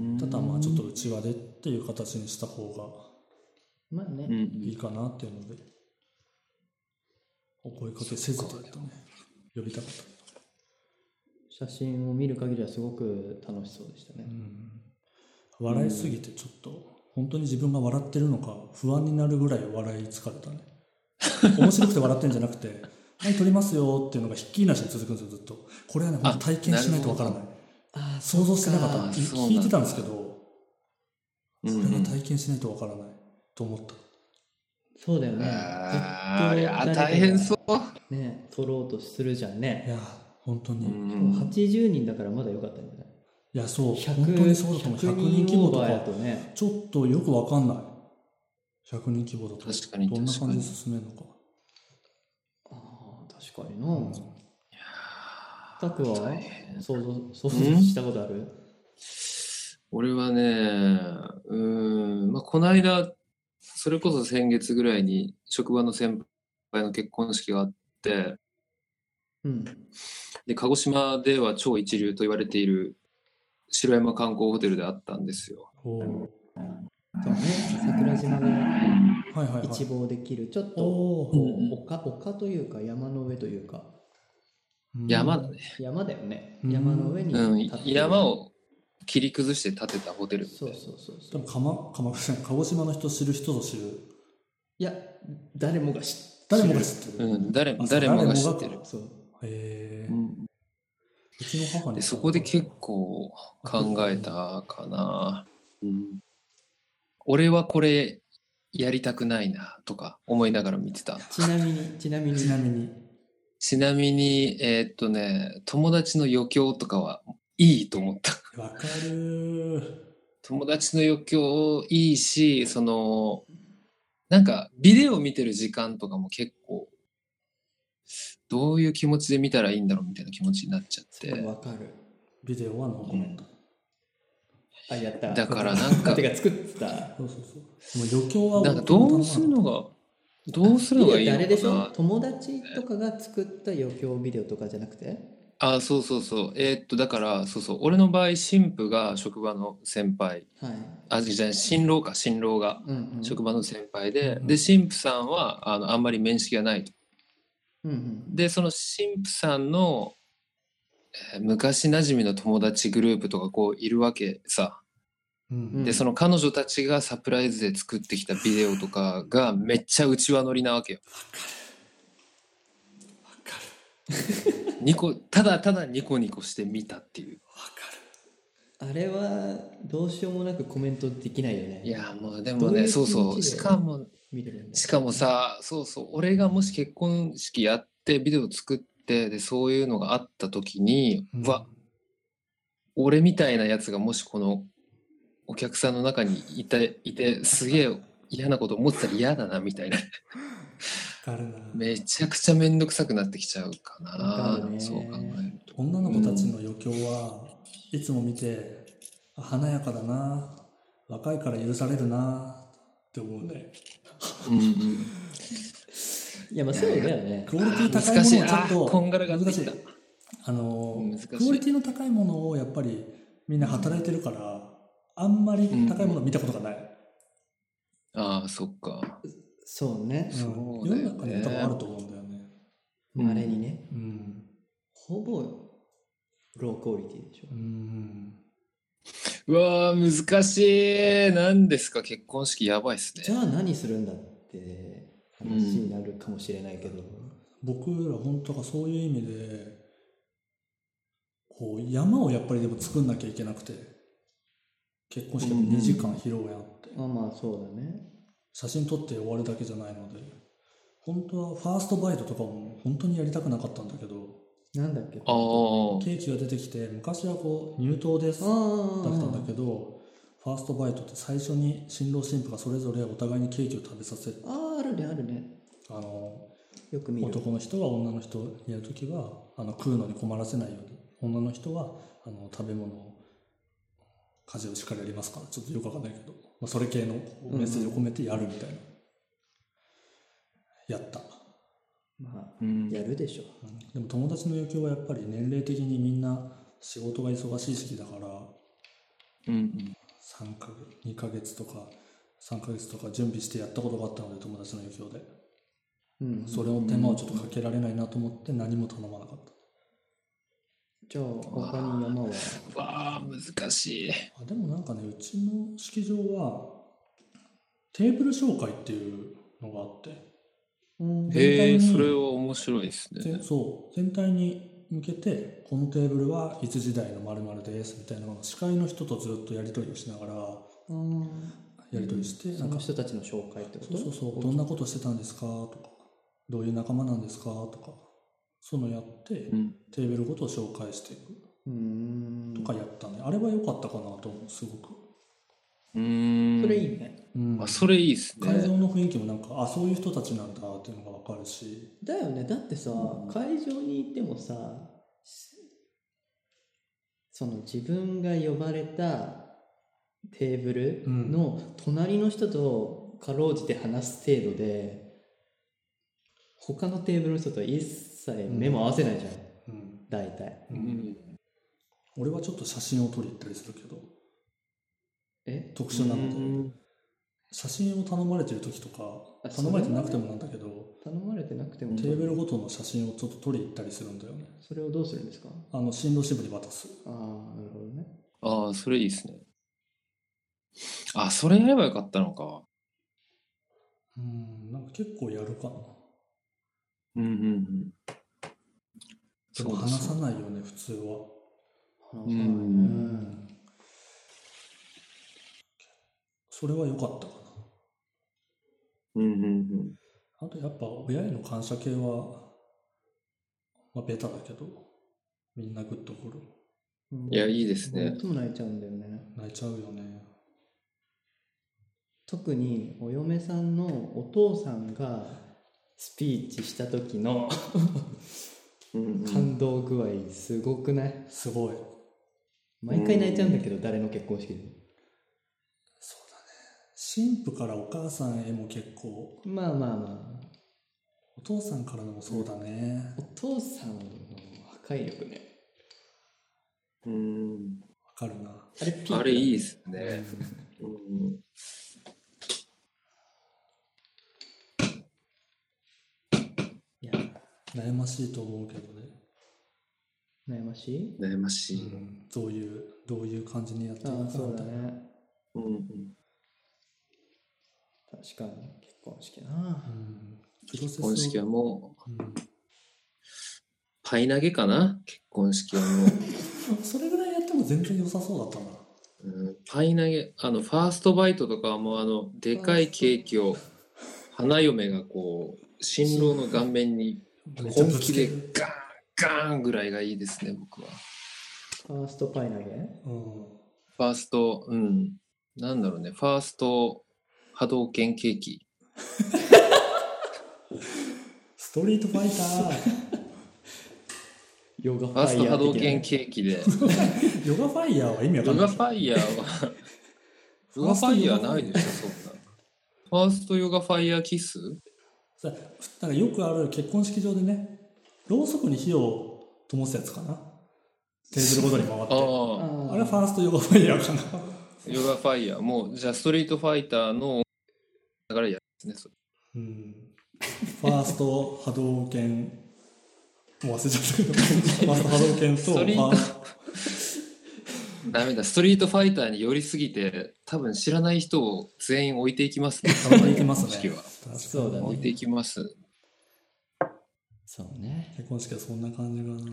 [SPEAKER 3] うん
[SPEAKER 4] ただまあちょっと内輪でっていう形にした方が
[SPEAKER 1] まあね、
[SPEAKER 3] うんう
[SPEAKER 4] い
[SPEAKER 3] ん。
[SPEAKER 4] いかなっていうのでお声かけせずだったね呼びたかったけど
[SPEAKER 1] 写真を見る限りはすごく楽しそうでしたね、
[SPEAKER 4] 笑いすぎてちょっと本当に自分が笑ってるのか不安になるぐらい笑い疲れたね面白くて笑ってんじゃなくて 「はい撮りますよ」っていうのがひっきりなしに続くんですよずっとこれはね本当体験しないとわからない
[SPEAKER 1] あ
[SPEAKER 4] 想像してなかった
[SPEAKER 3] そっか
[SPEAKER 4] 聞いてたんですけど
[SPEAKER 3] う
[SPEAKER 4] こ
[SPEAKER 3] ん
[SPEAKER 4] れは体験しないとわからないと思った、
[SPEAKER 1] そうだよね
[SPEAKER 3] あーいや
[SPEAKER 1] ずっと誰かが
[SPEAKER 3] 大変そう。
[SPEAKER 1] ね撮ろうとするじゃんね
[SPEAKER 4] いや本当に、
[SPEAKER 3] う
[SPEAKER 4] い
[SPEAKER 3] ん
[SPEAKER 1] 80人だからまだ良かったんじゃない
[SPEAKER 4] やそう本当にそうだと思う100
[SPEAKER 1] 100
[SPEAKER 4] 人規
[SPEAKER 1] 人
[SPEAKER 4] 模
[SPEAKER 1] オー
[SPEAKER 4] と
[SPEAKER 1] バーや
[SPEAKER 4] か
[SPEAKER 1] とね
[SPEAKER 4] ちょっとよくわかんない100人規模だと
[SPEAKER 3] 確かに
[SPEAKER 4] どんな
[SPEAKER 3] 確か
[SPEAKER 4] 感
[SPEAKER 3] に
[SPEAKER 4] じで進めるのか
[SPEAKER 1] あー確かにな、タクは
[SPEAKER 3] 大
[SPEAKER 1] 想像想像したことある、
[SPEAKER 3] 俺はね、うーん、まあ、この間、それこそ先月ぐらいに職場の先輩の結婚式があって、
[SPEAKER 1] うん、
[SPEAKER 3] で、鹿児島では超一流と言われている城山観光ホテルであったんですよ。
[SPEAKER 4] おー
[SPEAKER 1] そうね桜島が
[SPEAKER 4] はいはいはい
[SPEAKER 1] 一望できるちょっ
[SPEAKER 4] お
[SPEAKER 1] と
[SPEAKER 4] お、
[SPEAKER 1] 丘丘というか山の上というか
[SPEAKER 4] うん
[SPEAKER 3] 山だね。
[SPEAKER 1] 山だよね
[SPEAKER 4] うん
[SPEAKER 1] 山の上に
[SPEAKER 3] うん
[SPEAKER 1] 立っ、てる
[SPEAKER 3] 山を切り崩して建てたホテルみた
[SPEAKER 1] そ
[SPEAKER 3] いうな。
[SPEAKER 1] そうそうそ
[SPEAKER 4] 多
[SPEAKER 1] う
[SPEAKER 4] 分かまかま鹿児島の人知る人ぞ知る
[SPEAKER 1] いや誰もが知ってる
[SPEAKER 4] 誰もが知ってる、
[SPEAKER 3] うん、誰も
[SPEAKER 4] あそう
[SPEAKER 3] 誰もが知ってる
[SPEAKER 4] 誰もが。
[SPEAKER 1] そう
[SPEAKER 4] へえ、
[SPEAKER 3] う
[SPEAKER 4] うんちの母に
[SPEAKER 3] でそこで結構考えたかな、うん、俺はこれやりたくないなとか思いながら見てた
[SPEAKER 1] ちなみにちなみに
[SPEAKER 4] ちなみに
[SPEAKER 3] ちなみにえーっとね友達の余興とかはいいと思った
[SPEAKER 4] わかるー
[SPEAKER 3] 友達の余興いいしそのなんかビデオ見てる時間とかも結構どういう気持ちで見たらいいんだろうみたいな気持ちになっちゃって
[SPEAKER 1] わかる
[SPEAKER 4] ビデオは残った、
[SPEAKER 1] あやった
[SPEAKER 3] だからなん か
[SPEAKER 1] てか作ってた
[SPEAKER 4] そうそうそう。もう余興は
[SPEAKER 3] なんかどうするのがどうするのがいい
[SPEAKER 1] ビデオってあれでし
[SPEAKER 3] のか
[SPEAKER 1] ょ
[SPEAKER 3] な
[SPEAKER 1] 友達とかが作った余興ビデオとかじゃなくて
[SPEAKER 3] あ、そうそうそう。えーっと、だから、そうそう。俺の場合、新婦が職場の先輩。
[SPEAKER 1] はい
[SPEAKER 3] あ、じゃあ、新郎か、新郎が
[SPEAKER 1] うんうん
[SPEAKER 3] 職場の先輩で。
[SPEAKER 4] うん
[SPEAKER 3] で、新婦さんは、あの、あんまり面識がないと。
[SPEAKER 1] うんうん
[SPEAKER 3] で、その新婦さんの、えー昔馴染みの友達グループとかこういるわけさ。
[SPEAKER 4] うん
[SPEAKER 1] うん
[SPEAKER 3] で、その彼女たちがサプライズで作ってきたビデオとかがめっちゃうちわ乗りなわけよ。ニコ、ただただニコニコして見たっていう。
[SPEAKER 1] あれはどうしようもなくコメントできないよね
[SPEAKER 3] いや、もうで
[SPEAKER 1] ど
[SPEAKER 3] も
[SPEAKER 1] ういう気持ち
[SPEAKER 3] ね、
[SPEAKER 1] で
[SPEAKER 3] そうそう。しかも、
[SPEAKER 1] 見てるんだ
[SPEAKER 3] しかもさ、そうそう。俺がもし結婚式やってビデオ作って、で、そういうのがあった時に、
[SPEAKER 4] うん
[SPEAKER 3] うわ、俺みたいなやつがもしこのお客さんの中にいて、いて、すげえ嫌なこと思ってたら嫌だな、みたいな。
[SPEAKER 4] わかるな
[SPEAKER 3] めちゃくちゃめんどくさくなってきちゃうか
[SPEAKER 1] わか
[SPEAKER 3] な
[SPEAKER 1] る。ね
[SPEAKER 3] そう考えると。
[SPEAKER 4] 女の子たちの余興はいつも見て、あ華やかだな若いから許されるなって思うね
[SPEAKER 3] うんうん。
[SPEAKER 1] いやまあそうだよね
[SPEAKER 4] クオリティ高い
[SPEAKER 3] 難しい
[SPEAKER 4] ものをちょっと
[SPEAKER 3] あーこんがらがって
[SPEAKER 4] 難
[SPEAKER 3] き
[SPEAKER 4] したいあの
[SPEAKER 3] 難しい
[SPEAKER 4] クオリティの高いものをやっぱりみんな働いてるからあんまり高いものを見たことがない、
[SPEAKER 3] ああ、そっか。
[SPEAKER 1] そうね
[SPEAKER 4] うん
[SPEAKER 3] そう
[SPEAKER 4] 世
[SPEAKER 3] だよね
[SPEAKER 4] の中に多分あると思うんだよね
[SPEAKER 1] まああれにね
[SPEAKER 4] うん
[SPEAKER 1] ほぼロークオリティでしょ
[SPEAKER 4] うん
[SPEAKER 3] うわー難しい。何ですか、結婚式やばいっす
[SPEAKER 1] じ
[SPEAKER 3] ね。
[SPEAKER 1] ゃあ何するんだって話になるかもしれないけど、
[SPEAKER 4] 僕ら本当がそういう意味でこう山をやっぱりでも作んなきゃいけなくて結婚式でも2時間披露宴あって、
[SPEAKER 1] まあまあそうだね
[SPEAKER 4] 写真撮って終わるだけじゃないので本当はファーストバイトとかも本当にやりたくなかったんだけど
[SPEAKER 1] なんだっけ
[SPEAKER 3] ああ。
[SPEAKER 4] ケーキが出てきて昔はこう入刀ですだっ
[SPEAKER 1] あ
[SPEAKER 4] たんだけどファーストバイトって最初に新郎新婦がそれぞれお互いにケーキを食べさせる
[SPEAKER 1] あーあるねあるね
[SPEAKER 4] あの
[SPEAKER 1] よく見る
[SPEAKER 4] 男の人は女の人にやるときはあの食うのに困らせないように女の人はあの食べ物を家事をしっかりやりますからちょっとよくわかんないけど、まあ、それ系のこうメッセージを込めてやるみたいな、やった、
[SPEAKER 1] まあ
[SPEAKER 3] うん
[SPEAKER 1] やるでしょ
[SPEAKER 4] うんでも友達の影響はやっぱり年齢的にみんな仕事が忙しい時期だから
[SPEAKER 3] うん
[SPEAKER 4] 3か月2ヶ月とか3ヶ月とか準備してやったことがあったので友達の影響で
[SPEAKER 1] うん
[SPEAKER 4] それを手間をちょっとかけられないなと思って何も頼まなかった
[SPEAKER 1] じゃあ他に山は
[SPEAKER 3] うん。うわあ、難しい。
[SPEAKER 4] あでもなんかねうちの式場はテーブル紹介っていうのがあって
[SPEAKER 1] うん
[SPEAKER 3] へえ、
[SPEAKER 4] 全体に
[SPEAKER 3] それは面白いです
[SPEAKER 4] ぜ
[SPEAKER 3] ね。
[SPEAKER 4] そう全体に向けてこのテーブルはいつ時代の〇〇ですみたいなのが司会の人とずっとやり取りをしながら
[SPEAKER 1] うん
[SPEAKER 4] やり取りして、
[SPEAKER 1] そ
[SPEAKER 4] なん
[SPEAKER 1] の
[SPEAKER 4] か
[SPEAKER 1] 人たちの紹介ってこ
[SPEAKER 4] そ
[SPEAKER 1] と
[SPEAKER 4] うそうそうどんなことしてたんですかとかどういう仲間なんですかとかそういうのやって、
[SPEAKER 3] うん。
[SPEAKER 4] テーブルごと紹介していく
[SPEAKER 1] うーん
[SPEAKER 4] とかやったね、あれは良かったかなと思うすごく、
[SPEAKER 3] うーん。
[SPEAKER 1] それいいね
[SPEAKER 4] うん
[SPEAKER 3] あ、それいいです
[SPEAKER 4] 会場
[SPEAKER 3] ね。
[SPEAKER 4] の雰囲気もなんかあそういう人たちなんだっていうのが分かるし
[SPEAKER 1] だよねだってさ会場に行ってもさその自分が呼ばれたテーブルの隣の人とかろうじて話す程度で他のテーブルの人とは一切目も合わせないじゃん、
[SPEAKER 4] うん
[SPEAKER 1] 大体
[SPEAKER 3] うん。
[SPEAKER 4] 俺はちょっと写真を撮り行ったりするけど
[SPEAKER 1] え
[SPEAKER 4] 特殊な
[SPEAKER 3] う
[SPEAKER 4] ので
[SPEAKER 3] ん
[SPEAKER 4] 写真を頼まれてる時と
[SPEAKER 1] あ
[SPEAKER 4] か頼まれてなくてもなんだけど
[SPEAKER 1] 頼まれてなくても
[SPEAKER 4] テーブルごとの写真をちょっと撮り行ったりするんだよね
[SPEAKER 1] それをどうするんですか
[SPEAKER 4] あの新郎支部に渡す
[SPEAKER 1] ああなるほどね
[SPEAKER 3] ああ、それいいですね。あ、それやればよかったのか。
[SPEAKER 4] うんなんか結構やるかな
[SPEAKER 3] うんうんうん。
[SPEAKER 4] でも
[SPEAKER 3] です
[SPEAKER 4] 話さないよね普通は
[SPEAKER 1] 話さないね
[SPEAKER 3] うん
[SPEAKER 4] それは良かったか
[SPEAKER 3] うんうんうん。
[SPEAKER 4] なあとやっぱ親への感謝系はまあベタだけどみんなグッとくる
[SPEAKER 1] うん
[SPEAKER 3] いやいいですね
[SPEAKER 1] 本当も泣いちゃうんだよね
[SPEAKER 4] 泣いちゃうよね
[SPEAKER 1] 特にお嫁さんのお父さんがスピーチした時の
[SPEAKER 3] うんうん、
[SPEAKER 1] 感動具合すごくない
[SPEAKER 4] すごい
[SPEAKER 1] 毎回泣いちゃうんだけど誰の結婚式でも
[SPEAKER 4] そうだね新婦からお母さんへも結構
[SPEAKER 1] まあまあまあ
[SPEAKER 4] お父さんからのもそうだね
[SPEAKER 1] お父さんの破壊力ね
[SPEAKER 3] うん
[SPEAKER 4] わかるな
[SPEAKER 1] あれピーク
[SPEAKER 3] あれいい
[SPEAKER 1] い
[SPEAKER 3] ですね。うん
[SPEAKER 1] や
[SPEAKER 4] 悩ましいと思うけどね
[SPEAKER 1] 悩ましい
[SPEAKER 3] 悩まし
[SPEAKER 4] う
[SPEAKER 3] い。
[SPEAKER 4] ん、どういうどういう感じにやっていくか
[SPEAKER 1] ああ、そう
[SPEAKER 4] み
[SPEAKER 1] だ
[SPEAKER 4] たいな
[SPEAKER 1] ね。
[SPEAKER 3] うんうん、
[SPEAKER 1] 確かに、結婚式な
[SPEAKER 4] う。ん、プロセス
[SPEAKER 3] 結
[SPEAKER 4] を
[SPEAKER 3] 婚式はもう、
[SPEAKER 4] うん
[SPEAKER 3] パイ投げかな結婚式はもう。
[SPEAKER 4] それぐらいやっても全然良さそうだったな
[SPEAKER 3] うんパイ投げ、あの、ファーストバイトとかはもう、あの、でかいケーキを、花嫁がこう、新郎の顔面に本気でガーン、ガーンぐらいがいいですね、僕は。
[SPEAKER 1] ファーストパイ投げ
[SPEAKER 4] うん
[SPEAKER 3] ファースト、うん、なんだろうね、ファースト波動拳ケーキ。
[SPEAKER 4] ストリートファイタ
[SPEAKER 1] ヨガフ
[SPEAKER 3] ファー
[SPEAKER 1] ァ
[SPEAKER 3] ス
[SPEAKER 1] イ
[SPEAKER 3] ト
[SPEAKER 1] ヤ
[SPEAKER 3] 波
[SPEAKER 1] ー
[SPEAKER 3] 動
[SPEAKER 1] 的な
[SPEAKER 3] 拳ケーキ で、
[SPEAKER 4] ーヨガファイヤーは意味わか
[SPEAKER 3] ウ
[SPEAKER 4] んな
[SPEAKER 3] ガ
[SPEAKER 4] い
[SPEAKER 3] ファイヤーは、
[SPEAKER 4] フ
[SPEAKER 3] ウ
[SPEAKER 4] ァー
[SPEAKER 3] ガ
[SPEAKER 4] ス
[SPEAKER 3] フ
[SPEAKER 4] ト
[SPEAKER 3] ァイ
[SPEAKER 4] ヨ
[SPEAKER 3] ヤ
[SPEAKER 4] ガ
[SPEAKER 3] ーないでしょ、そんな。ファーストヨガファイヤーキス
[SPEAKER 4] さなんかよくある結婚式場でねろうそくに火を灯すやつかなテーブルごとに回っ
[SPEAKER 3] あ
[SPEAKER 4] て
[SPEAKER 3] あ、
[SPEAKER 4] あれファーストヨガファイヤーかな
[SPEAKER 3] ヨガファイヤー。もう、じゃあストリートファイターの、だからやるんですね、
[SPEAKER 4] うんファースト波動拳もう忘れちゃったけどファースト波動拳と
[SPEAKER 3] ストリート
[SPEAKER 4] ファー
[SPEAKER 3] それダメだ、ストリートファイターに寄りすぎて、多分知らない人を全員置いていきますね、
[SPEAKER 4] 置いて ますね
[SPEAKER 3] 結婚式は
[SPEAKER 4] 確かに
[SPEAKER 1] そうだね
[SPEAKER 3] 置いていきます。
[SPEAKER 1] そうね。
[SPEAKER 4] 結婚式はそんな感じか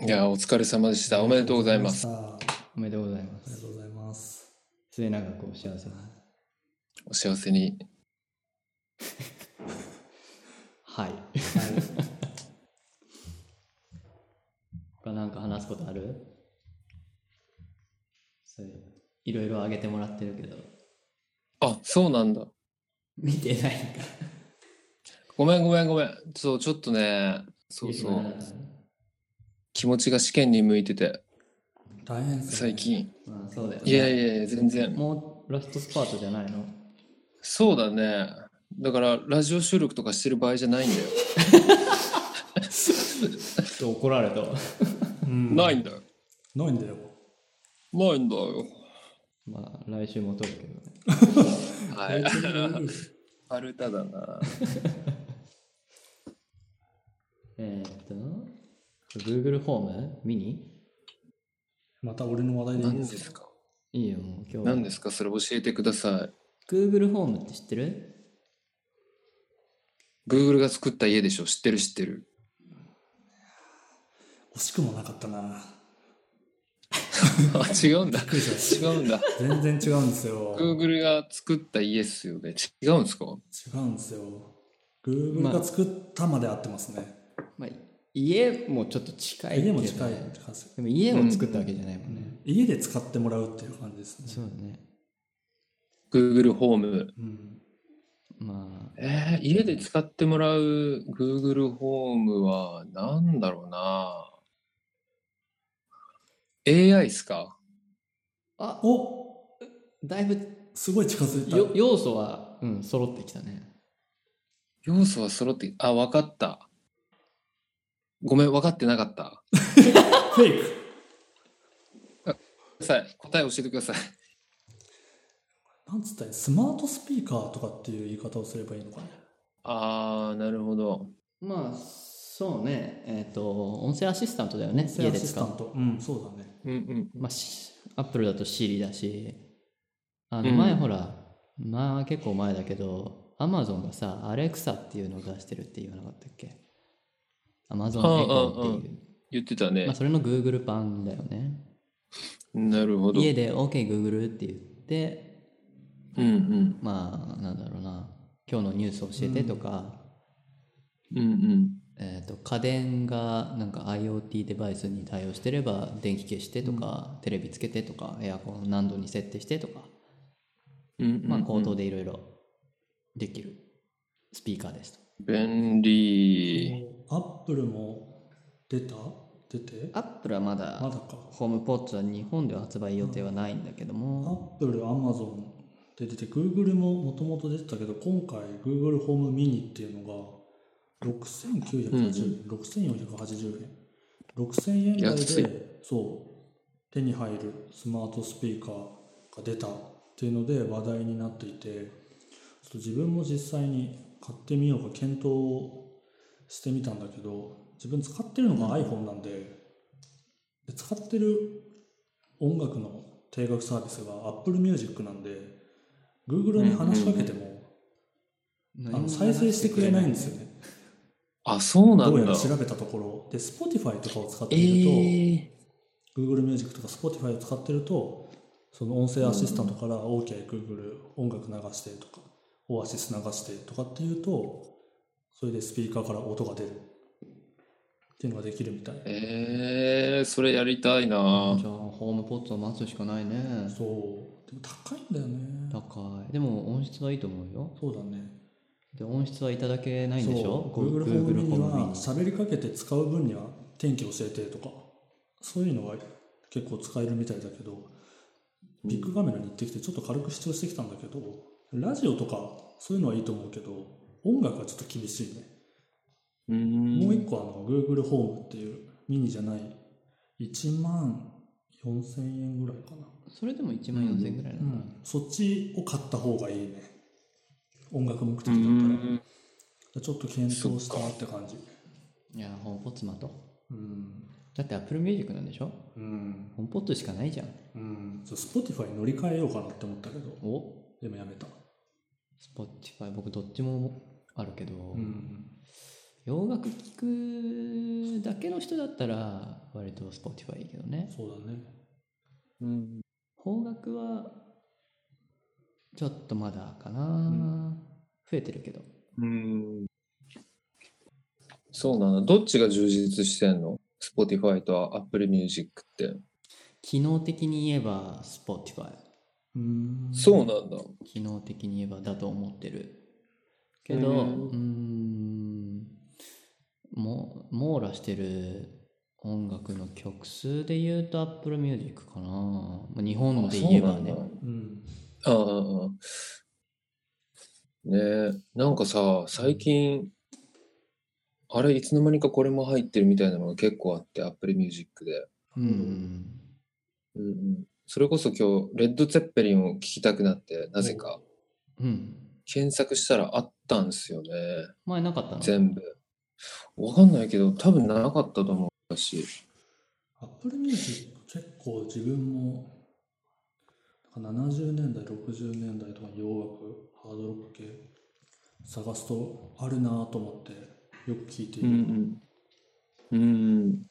[SPEAKER 4] ない
[SPEAKER 3] や、お疲れ様でした。おめでとうございます。
[SPEAKER 4] あ
[SPEAKER 1] おめでとうございま
[SPEAKER 4] りがと
[SPEAKER 1] す。
[SPEAKER 4] うございます
[SPEAKER 1] 末永くお幸せに。
[SPEAKER 3] お幸せに。
[SPEAKER 1] はい。他なんか話すことあるそういういろいろあげてもらってるけど、
[SPEAKER 3] あ、そうなんだ。
[SPEAKER 1] 見てないんか。
[SPEAKER 3] ごめんごめんごめん。そう、ちょっとね、そうそ
[SPEAKER 1] 見てな
[SPEAKER 3] う
[SPEAKER 1] か。ったね
[SPEAKER 3] 気持ちが試験に向いてて、
[SPEAKER 4] 大変ですよね
[SPEAKER 3] 最近。
[SPEAKER 1] まあ、そうだよ、ね。
[SPEAKER 3] いやいやいや、全然。
[SPEAKER 1] もうラストスパートじゃないの
[SPEAKER 3] そうだね。だから、ラジオ収録とかしてる場合じゃないんだよ。
[SPEAKER 1] ちょっと怒られた。
[SPEAKER 4] うん
[SPEAKER 3] ないんだよ。
[SPEAKER 4] ないん だよ
[SPEAKER 3] ないんだよ。
[SPEAKER 1] まあ、来週も撮るけどね。
[SPEAKER 3] はい。アルタだな。
[SPEAKER 1] えー、っと、Google ホームミニ
[SPEAKER 4] また俺の話題でいいん
[SPEAKER 3] 何
[SPEAKER 4] で
[SPEAKER 3] ですす
[SPEAKER 4] か
[SPEAKER 3] か
[SPEAKER 1] いいよ、もう今日。
[SPEAKER 3] 何ですかそれ教えてください。
[SPEAKER 1] Google ホームって知ってる
[SPEAKER 3] Google が作った家でしょ知ってる知ってる。
[SPEAKER 4] 惜しくもなかったな
[SPEAKER 3] あ、違うんだ。 違うんだ。
[SPEAKER 4] 全然違うんですよ
[SPEAKER 3] Google が作った家っすよね。違うんですか
[SPEAKER 4] 違うんですよ Google が作ったまで合ってますね、
[SPEAKER 1] まあ、家もちょっと近いけど、ね。
[SPEAKER 4] 家も近いって感じ
[SPEAKER 1] でも家を作ったわけじゃないもんね。
[SPEAKER 4] 家で使ってもらうっていう感じですね
[SPEAKER 1] そうだね。
[SPEAKER 3] ?Google ホーム。
[SPEAKER 4] うん、
[SPEAKER 1] まあ、
[SPEAKER 3] えー、家で使ってもらう Google ホームは何だろうな AI っすか
[SPEAKER 1] あ
[SPEAKER 4] お
[SPEAKER 1] だいぶ
[SPEAKER 4] すごい近づいた
[SPEAKER 1] よ要素は、うん、揃ってきたね。
[SPEAKER 3] 要素は揃って、あ、分かった。ごめん、分かってなかった。
[SPEAKER 4] フェイク
[SPEAKER 3] ください。答え教えてください。
[SPEAKER 4] なんつったらいいスマートスピーカーとかっていう言い方をすればいいのかね
[SPEAKER 3] あー、なるほど。
[SPEAKER 1] まあ、そうね。えっ、と、音声アシスタントだよね。
[SPEAKER 4] セ
[SPEAKER 1] 家
[SPEAKER 4] ア
[SPEAKER 1] で
[SPEAKER 4] シス
[SPEAKER 1] 使う。
[SPEAKER 4] タントうんそうだね
[SPEAKER 3] うんうん。
[SPEAKER 1] まあ、しアップルだと Siri だし、あの
[SPEAKER 3] うん
[SPEAKER 1] 前ほら、まあ結構前だけど、アマゾンがさ、アレクサっていうのを出してるって言わなかったっけアマゾンエコーっていう。
[SPEAKER 3] 言ってたね。
[SPEAKER 1] まあそれの Google 版だよね。
[SPEAKER 3] なるほど。
[SPEAKER 1] 家で OKGoogle、って言って、
[SPEAKER 3] うん
[SPEAKER 1] まあなんだろうな、今日のニュース教えてとか、
[SPEAKER 3] うん。うん
[SPEAKER 1] えー、と家電がなんか IoT デバイスに対応してれば電気消してとか、テレビつけてとかエアコン何度に設定してとか、
[SPEAKER 3] うん。うんうん
[SPEAKER 1] まあ、口頭でいろいろできるスピーカーですと。
[SPEAKER 3] 便利。
[SPEAKER 4] アップルも出た出て
[SPEAKER 1] アップルはま
[SPEAKER 4] ま
[SPEAKER 1] だ
[SPEAKER 4] だか
[SPEAKER 1] ホームポッドは日本では発売予定はないんだけど
[SPEAKER 4] アッ
[SPEAKER 1] も、
[SPEAKER 4] プル、アマゾンで出て、Google ももともと出てたけど、今回 Google ホームミニっていうのが6980円、6480円。6000円台
[SPEAKER 3] 安い
[SPEAKER 4] で、そう、手に入るスマートスピーカーが出たっていうので話題になっていて、ちょっと自分も実際に買ってみようか検討をしてみたんだけど自分使ってるのが iPhone なんで,、で使ってる音楽の定額サービスが Apple Music なんで Google に話しかけても、あの再生してくれないんですよね
[SPEAKER 3] あ、そうな
[SPEAKER 4] どうんや
[SPEAKER 3] だ
[SPEAKER 4] ら。調べたところで Spotify とかを使って
[SPEAKER 3] え
[SPEAKER 4] いると、
[SPEAKER 3] ー、
[SPEAKER 4] Google Music とか Spotify を使ってるとその音声アシスタントから OKGoogle 音楽流してとかオアシス流してとかっていうとそれでスピーカーから音が出るっていうのができるみたい
[SPEAKER 3] えー、それやりたいな
[SPEAKER 1] じ。ゃあホームポットを待つしかないね
[SPEAKER 4] そうでも高いんだよね
[SPEAKER 1] 高いでも音質はいいと思うよ
[SPEAKER 4] そうだね
[SPEAKER 1] で音質はいただけないんでしょ
[SPEAKER 4] そう Google ホームミニ
[SPEAKER 1] ホームミ
[SPEAKER 4] は
[SPEAKER 1] ニ
[SPEAKER 4] 喋りかけて使う分には天気教えてとかそういうのは結構使えるみたいだけどビッグカメラに行ってきてちょっと軽く視聴してきたんだけどラジオとかそういうのはいいと思うけど音楽はちょっと厳しいね、
[SPEAKER 3] うーん
[SPEAKER 4] もう一個あの Google ホームっていうミニじゃない1万4000円ぐらいかな、
[SPEAKER 1] それでも1万4000円ぐらいな
[SPEAKER 4] う
[SPEAKER 1] のか
[SPEAKER 4] ん、そっちを買った方がいいね音楽目的
[SPEAKER 3] う
[SPEAKER 4] だった
[SPEAKER 3] ん
[SPEAKER 4] らちょっと検討したなって感じ
[SPEAKER 1] ないやホームポット待とう
[SPEAKER 4] うん
[SPEAKER 1] だって Apple Music なんでしょ
[SPEAKER 4] うん
[SPEAKER 1] ホームポットしかないじゃん
[SPEAKER 4] うん、そう Spotify に乗り換えようかなって思ったけど、
[SPEAKER 1] お
[SPEAKER 4] でもやめた。
[SPEAKER 1] Spotify 僕どっちもあるけど、
[SPEAKER 4] うん、
[SPEAKER 1] 洋楽聴くだけの人だったら割と Spotify いいけどね
[SPEAKER 4] そうだね。
[SPEAKER 3] うん
[SPEAKER 1] 邦楽はちょっとまだかな、
[SPEAKER 4] ん
[SPEAKER 1] 増えてるけど
[SPEAKER 3] うんそうなんだ。どっちが充実してんの ?Spotify と Apple Music って。
[SPEAKER 1] 機能的に言えば Spotify
[SPEAKER 4] うん、
[SPEAKER 3] そうなんだ。
[SPEAKER 1] 機能的に言えばだと思ってるけどう
[SPEAKER 3] う
[SPEAKER 1] ー
[SPEAKER 3] ん
[SPEAKER 1] んも網羅してる音楽の曲数で言うと Apple Music かなまあ日本で言えばね
[SPEAKER 3] そうなんだ
[SPEAKER 4] うん。
[SPEAKER 3] ああああ。ねえ、なんかさ、最近、あれ、いつの間にかこれも入ってるみたいなのが結構あって、Apple Music で。
[SPEAKER 1] うんうん
[SPEAKER 3] うんうん、それこそ今日、レッド・ツェッペリンを聴きたくなって、なぜか、
[SPEAKER 1] うん
[SPEAKER 3] 検索したらあったんですよね、
[SPEAKER 1] 前なかったの
[SPEAKER 3] 全部。わかんないけど、多分なかったと思うし。
[SPEAKER 4] Apple Music 結構自分も、なんか70年代、60年代とか洋楽、ハードロック系探すとあるなと思って、よく聞いている。
[SPEAKER 3] うんうん。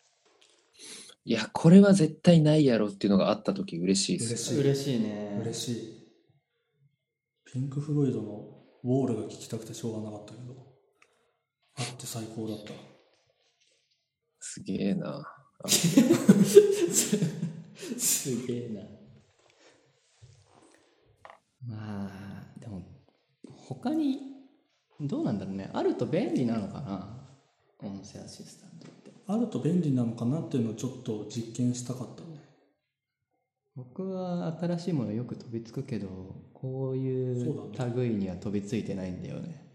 [SPEAKER 3] いや、これは絶対ないやろっていうのがあった時嬉しいです。
[SPEAKER 4] 嬉しい。
[SPEAKER 1] 嬉しいね
[SPEAKER 4] 嬉しい。ピンク・フロイドのウォールが聴きたくてしょうがなかったけど、あって最高だった。
[SPEAKER 3] すげえな。
[SPEAKER 1] すげえなまあでも他にどうなんだろうねあると便利なのかな音声アシスタントって
[SPEAKER 4] あると便利なのかなっていうのをちょっと実験したかったね。
[SPEAKER 1] 僕は新しいものよく飛びつくけどこうい
[SPEAKER 4] そううだ
[SPEAKER 1] 類には飛びついてないんだよね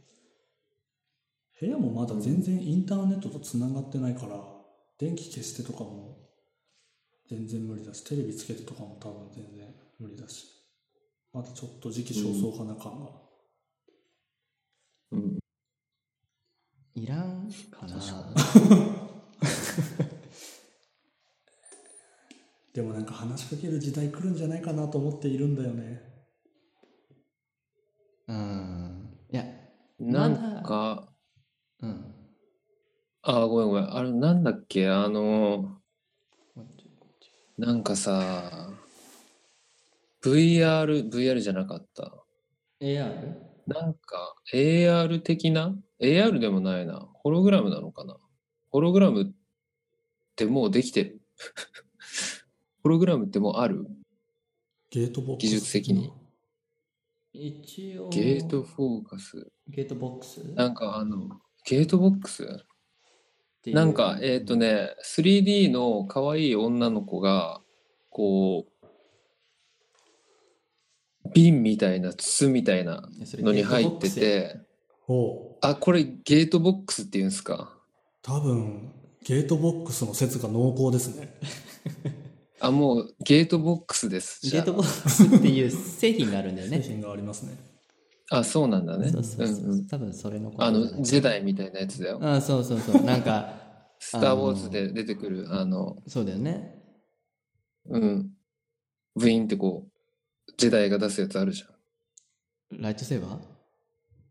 [SPEAKER 4] 部屋もまだ全然インターネットとつながってないから、電気消してとかも全然無理だし、テレビつけてとかも多分全然無理だし、まだちょっと時期尚早かな感が。
[SPEAKER 3] うん
[SPEAKER 1] いらんかな
[SPEAKER 4] でもなんか話しかける時代来るんじゃないかなと思っているんだよね。
[SPEAKER 1] うんいやま
[SPEAKER 3] な
[SPEAKER 1] だ
[SPEAKER 3] んか、
[SPEAKER 1] うん
[SPEAKER 3] あー、ごめんごめん。あれ、なんだっけ、あの
[SPEAKER 1] こっちこっち
[SPEAKER 3] ー、なんかさ、VR、VR じゃなかった。
[SPEAKER 1] AR?
[SPEAKER 3] なんか、AR 的な ?AR でもないな。ホログラムなのかなホログラムってもうできてる。 ホログラムってもうある
[SPEAKER 4] ゲートボックス
[SPEAKER 3] 技術的に。
[SPEAKER 1] 一応
[SPEAKER 3] ゲートフォーカス。
[SPEAKER 1] ゲートボックス
[SPEAKER 3] なんかあの、ゲートボックス
[SPEAKER 1] ていう
[SPEAKER 3] なんか、えっ、とね、3D の可愛い女の子が、こう、瓶みたいな、筒みたいない
[SPEAKER 1] やそれ
[SPEAKER 3] のに入っ
[SPEAKER 1] ゲ
[SPEAKER 3] て
[SPEAKER 1] ー
[SPEAKER 3] て、
[SPEAKER 4] おう
[SPEAKER 3] あ、これゲートボックスっていうんですか。
[SPEAKER 4] 多分、ゲートボックスの説が濃厚ですね。
[SPEAKER 3] あ、もうゲートボックスです。じゃあ
[SPEAKER 1] トボックスゲートボックスっていう製品があるんだよ
[SPEAKER 4] 製
[SPEAKER 1] ね
[SPEAKER 4] 品がありますね。
[SPEAKER 3] あ、そうなんだね。
[SPEAKER 1] そうそうそう、
[SPEAKER 3] んうん。
[SPEAKER 1] 多分それのこと
[SPEAKER 3] あ
[SPEAKER 1] じゃない
[SPEAKER 3] の、ジェダイみたいなやつだよ。
[SPEAKER 1] あそうそうそうなんか
[SPEAKER 3] スター・ウォーズで出てくる、あの、
[SPEAKER 1] そうだよね
[SPEAKER 3] うん。ブイーンってこう、ジェダイが出すやつあるじゃ
[SPEAKER 1] ライトセーバー
[SPEAKER 3] ん。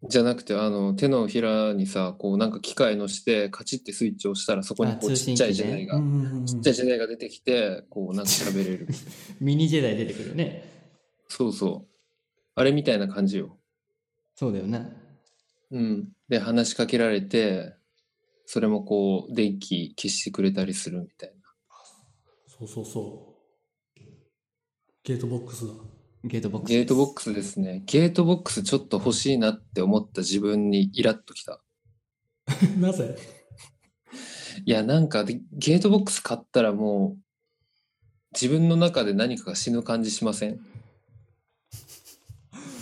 [SPEAKER 3] じゃなくて、あの、手のひらにさ、こう、なんか機械のして、カチッてスイッチを押したら、そこにこ
[SPEAKER 1] あ
[SPEAKER 3] う、
[SPEAKER 1] 通
[SPEAKER 3] ち
[SPEAKER 1] 信機
[SPEAKER 3] っちゃ
[SPEAKER 1] ね
[SPEAKER 3] いジェダイ
[SPEAKER 4] う
[SPEAKER 3] が、
[SPEAKER 4] んうんうん
[SPEAKER 3] ちっちゃいジェダイが出てきて、こう、なんか喋れる。
[SPEAKER 1] ミニジェダイ出てくるよね
[SPEAKER 3] そうそう。あれみたいな感じよ。
[SPEAKER 1] そうだよね
[SPEAKER 3] うん。で、話しかけられて、それもこう、電気消してくれたりするみたいな。
[SPEAKER 4] そうそうそう。ゲートボックスだ。
[SPEAKER 1] ゲートボックス
[SPEAKER 3] ゲートボ
[SPEAKER 1] ク
[SPEAKER 3] ックスですね。ゲートボックスちょっと欲しいなって思った自分にイラッときた。
[SPEAKER 4] なぜ
[SPEAKER 3] いや、なんかで、ゲートボックス買ったらもう、自分の中で何かが死ぬ感じしません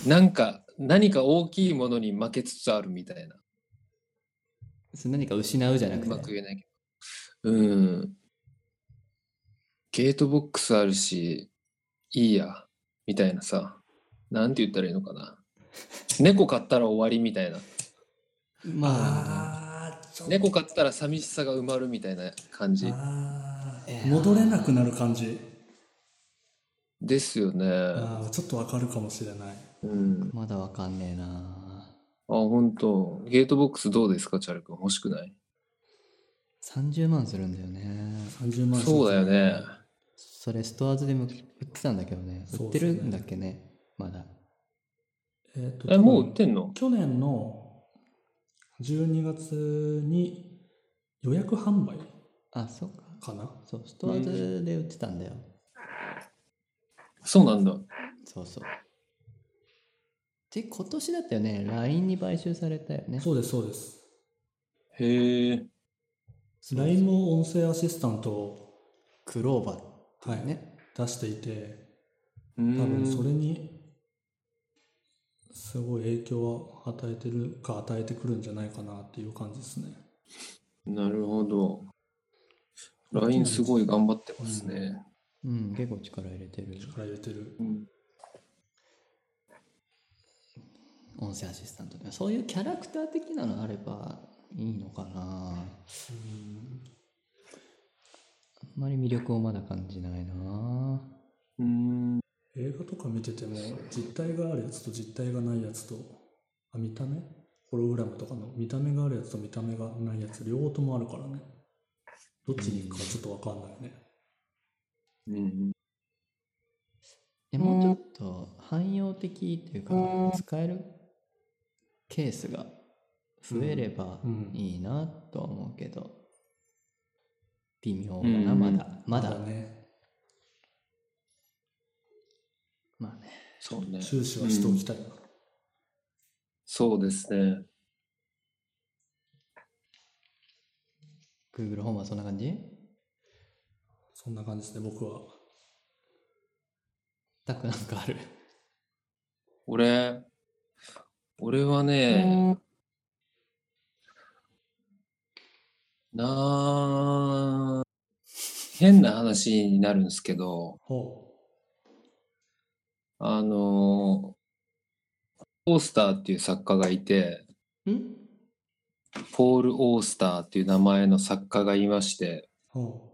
[SPEAKER 3] なんか、何か大きいものに負けつつあるみたいな。
[SPEAKER 1] ス何か失うじゃな
[SPEAKER 3] うま
[SPEAKER 1] く
[SPEAKER 3] く
[SPEAKER 1] て
[SPEAKER 3] 言えないけど。うん。ゲートボックスあるし、いいや、みたいなさ。なんて言ったらいいのかな。猫飼ったら終わりみたいな。
[SPEAKER 1] まあ
[SPEAKER 4] あー、ちょっと
[SPEAKER 3] 猫飼ったら寂しさが埋まるみたいな感じ
[SPEAKER 4] あ
[SPEAKER 1] え
[SPEAKER 4] ー
[SPEAKER 1] ー
[SPEAKER 4] 戻れなくなる感じ。
[SPEAKER 3] ですよね。
[SPEAKER 4] あーちょっとわかるかもしれない。
[SPEAKER 3] うん。
[SPEAKER 1] まだわかんねえな
[SPEAKER 3] あ、本当。ゲートボックスどうですか、チャル君。欲しくない
[SPEAKER 1] 30万するんだよね
[SPEAKER 4] 30万
[SPEAKER 3] そうだよね。
[SPEAKER 1] それストアーズでも売ってたんだけどね売ってるんだっけねまだ
[SPEAKER 4] えーと
[SPEAKER 3] え、もう売ってんの
[SPEAKER 4] 去年の12月に予約販売
[SPEAKER 1] あそうか
[SPEAKER 4] かな
[SPEAKER 1] そうストアーズで売ってたんだよ、
[SPEAKER 3] そうなんだ。
[SPEAKER 1] そうそうで今年だったよね LINE に買収されたよね
[SPEAKER 4] そうですそうです
[SPEAKER 3] へえ。
[SPEAKER 4] LINE も音声アシスタントを、
[SPEAKER 1] クローバー
[SPEAKER 4] はい
[SPEAKER 1] ね
[SPEAKER 4] 出していて
[SPEAKER 3] 多
[SPEAKER 4] 多分それにすごい影響を与えてるか与えてくるんじゃないかなっていう感じですね
[SPEAKER 3] なるほど。LINE すごい頑張ってますね。
[SPEAKER 1] うん結構力入れてる
[SPEAKER 4] 力入れてる
[SPEAKER 3] うん
[SPEAKER 1] 音声アシスタントねそういうキャラクター的なのあればいいのかなあんまり魅力をまだ感じないな
[SPEAKER 3] うん。
[SPEAKER 4] 映画とか見てても実体があるやつと実体がないやつとあ見た目ホログラムとかの見た目があるやつと見た目がないやつ両方ともあるからねどっちに行くかちょっとわかんないね
[SPEAKER 3] うん。
[SPEAKER 1] えもうちょっと汎用的っていうか、使えるケースが増えれば
[SPEAKER 4] うん
[SPEAKER 1] いいなとは思うけど、微妙だ
[SPEAKER 3] う
[SPEAKER 1] な、
[SPEAKER 3] ん
[SPEAKER 1] まだまだ、
[SPEAKER 4] ね
[SPEAKER 1] まあね
[SPEAKER 3] そうね。
[SPEAKER 4] 注視はしておきたいな、
[SPEAKER 3] そうですね。
[SPEAKER 1] Google ホームはそんな感じ
[SPEAKER 4] そんな感じですね僕は
[SPEAKER 1] たくなんかある
[SPEAKER 3] 俺、俺はね、なあ変な話になるんですけど、
[SPEAKER 4] ほ
[SPEAKER 3] あのオースターっていう作家がいて、
[SPEAKER 1] ん
[SPEAKER 3] ポール・オースターっていう名前の作家がいまして、
[SPEAKER 4] うほ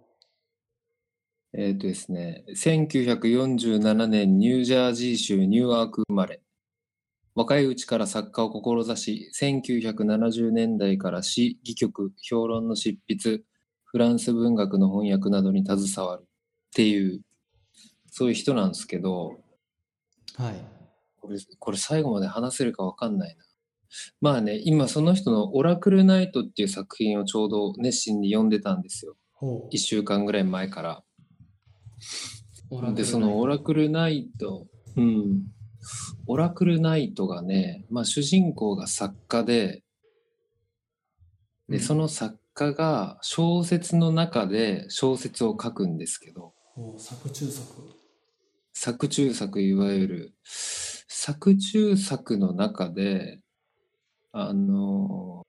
[SPEAKER 3] えっ、とですね、1947年ニュージャージー州ニューアーク生まれ。若いうちから作家を志し、1970年代から詩、戯曲、評論の執筆、フランス文学の翻訳などに携わるっていう、そういう人なんですけど、
[SPEAKER 1] はい
[SPEAKER 3] これ、これ最後まで話せるかわかんないな。まあね、今その人のオラクルナイトっていう作品をちょうど熱心に読んでたんですよ。
[SPEAKER 4] うほう
[SPEAKER 3] 1週間ぐらい前から。
[SPEAKER 1] オ
[SPEAKER 3] で、そのオラクルナイト、うん、オラクルナイトがね、まあ、主人公が作家で、
[SPEAKER 4] う
[SPEAKER 3] で、
[SPEAKER 4] ん
[SPEAKER 3] その作家が小説の中で小説を書くんですけど、
[SPEAKER 4] ほう作中作
[SPEAKER 3] 作中作、いわゆる、作中作の中で、あの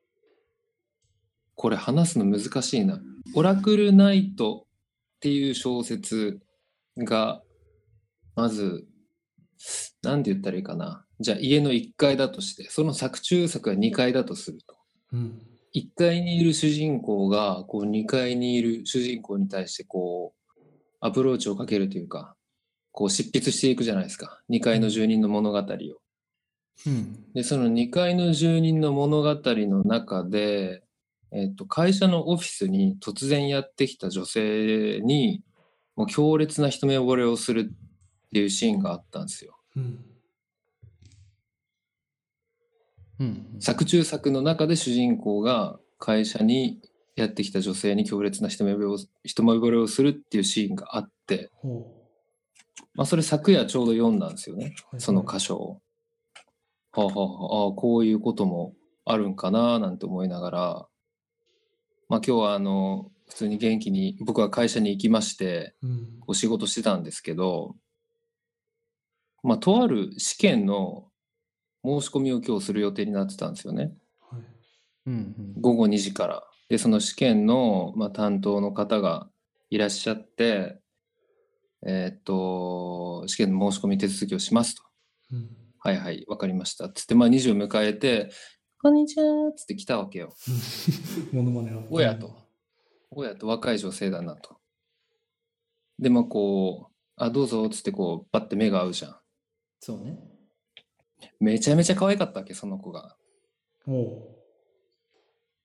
[SPEAKER 3] これ話すの難しいな。オラクルナイトっていう小説が、まず、なんて言ったらいいかな。じゃあ家の1階だとして、その作中作が2階だとすると。
[SPEAKER 4] うん。
[SPEAKER 3] 1階にいる主人公が、こう2階にいる主人公に対して、こう、アプローチをかけるというか、こう執筆していくじゃないですか。2階の住人の物語を。
[SPEAKER 4] うん。
[SPEAKER 3] で、その2階の住人の物語の中で、えっと、会社のオフィスに突然やってきた女性に、もう強烈な一目惚れをするっていうシーンがあったんですよ。
[SPEAKER 4] うん。
[SPEAKER 1] うん
[SPEAKER 3] 作中作の中で主人公が会社にやってきた女性に強烈な一目惚れを一目惚れをするっていうシーンがあって、
[SPEAKER 4] ほ
[SPEAKER 3] まあ、それ昨夜ちょうど読んだんですよね。
[SPEAKER 4] う。
[SPEAKER 3] その箇所を。はあ、はあはあ、こういうこともあるんかななんて思いながら、まあ今日はあの、普通に元気に僕は会社に行きまして、
[SPEAKER 4] うん。
[SPEAKER 3] お仕事してたんですけど、まあとある試験の申し込みを今日する予定になってたんですよね。
[SPEAKER 4] はい。
[SPEAKER 1] うん
[SPEAKER 3] 午後2時から。で、その試験の、まあ、担当の方がいらっしゃって、えーっと、試験の申し込み手続きをしますと。
[SPEAKER 4] うん。
[SPEAKER 3] はいはい、わかりました。つって、まあ、20迎えて、こんにちはつって来たわけよ。
[SPEAKER 4] モノマネは。
[SPEAKER 3] おやと。おやと若い女性だなと。で、まあ、こう、あ、どうぞつって、こう、バッて目が合うじゃん。
[SPEAKER 1] そうね
[SPEAKER 3] めちゃめちゃ可愛かったわけ、その子が。
[SPEAKER 4] おう。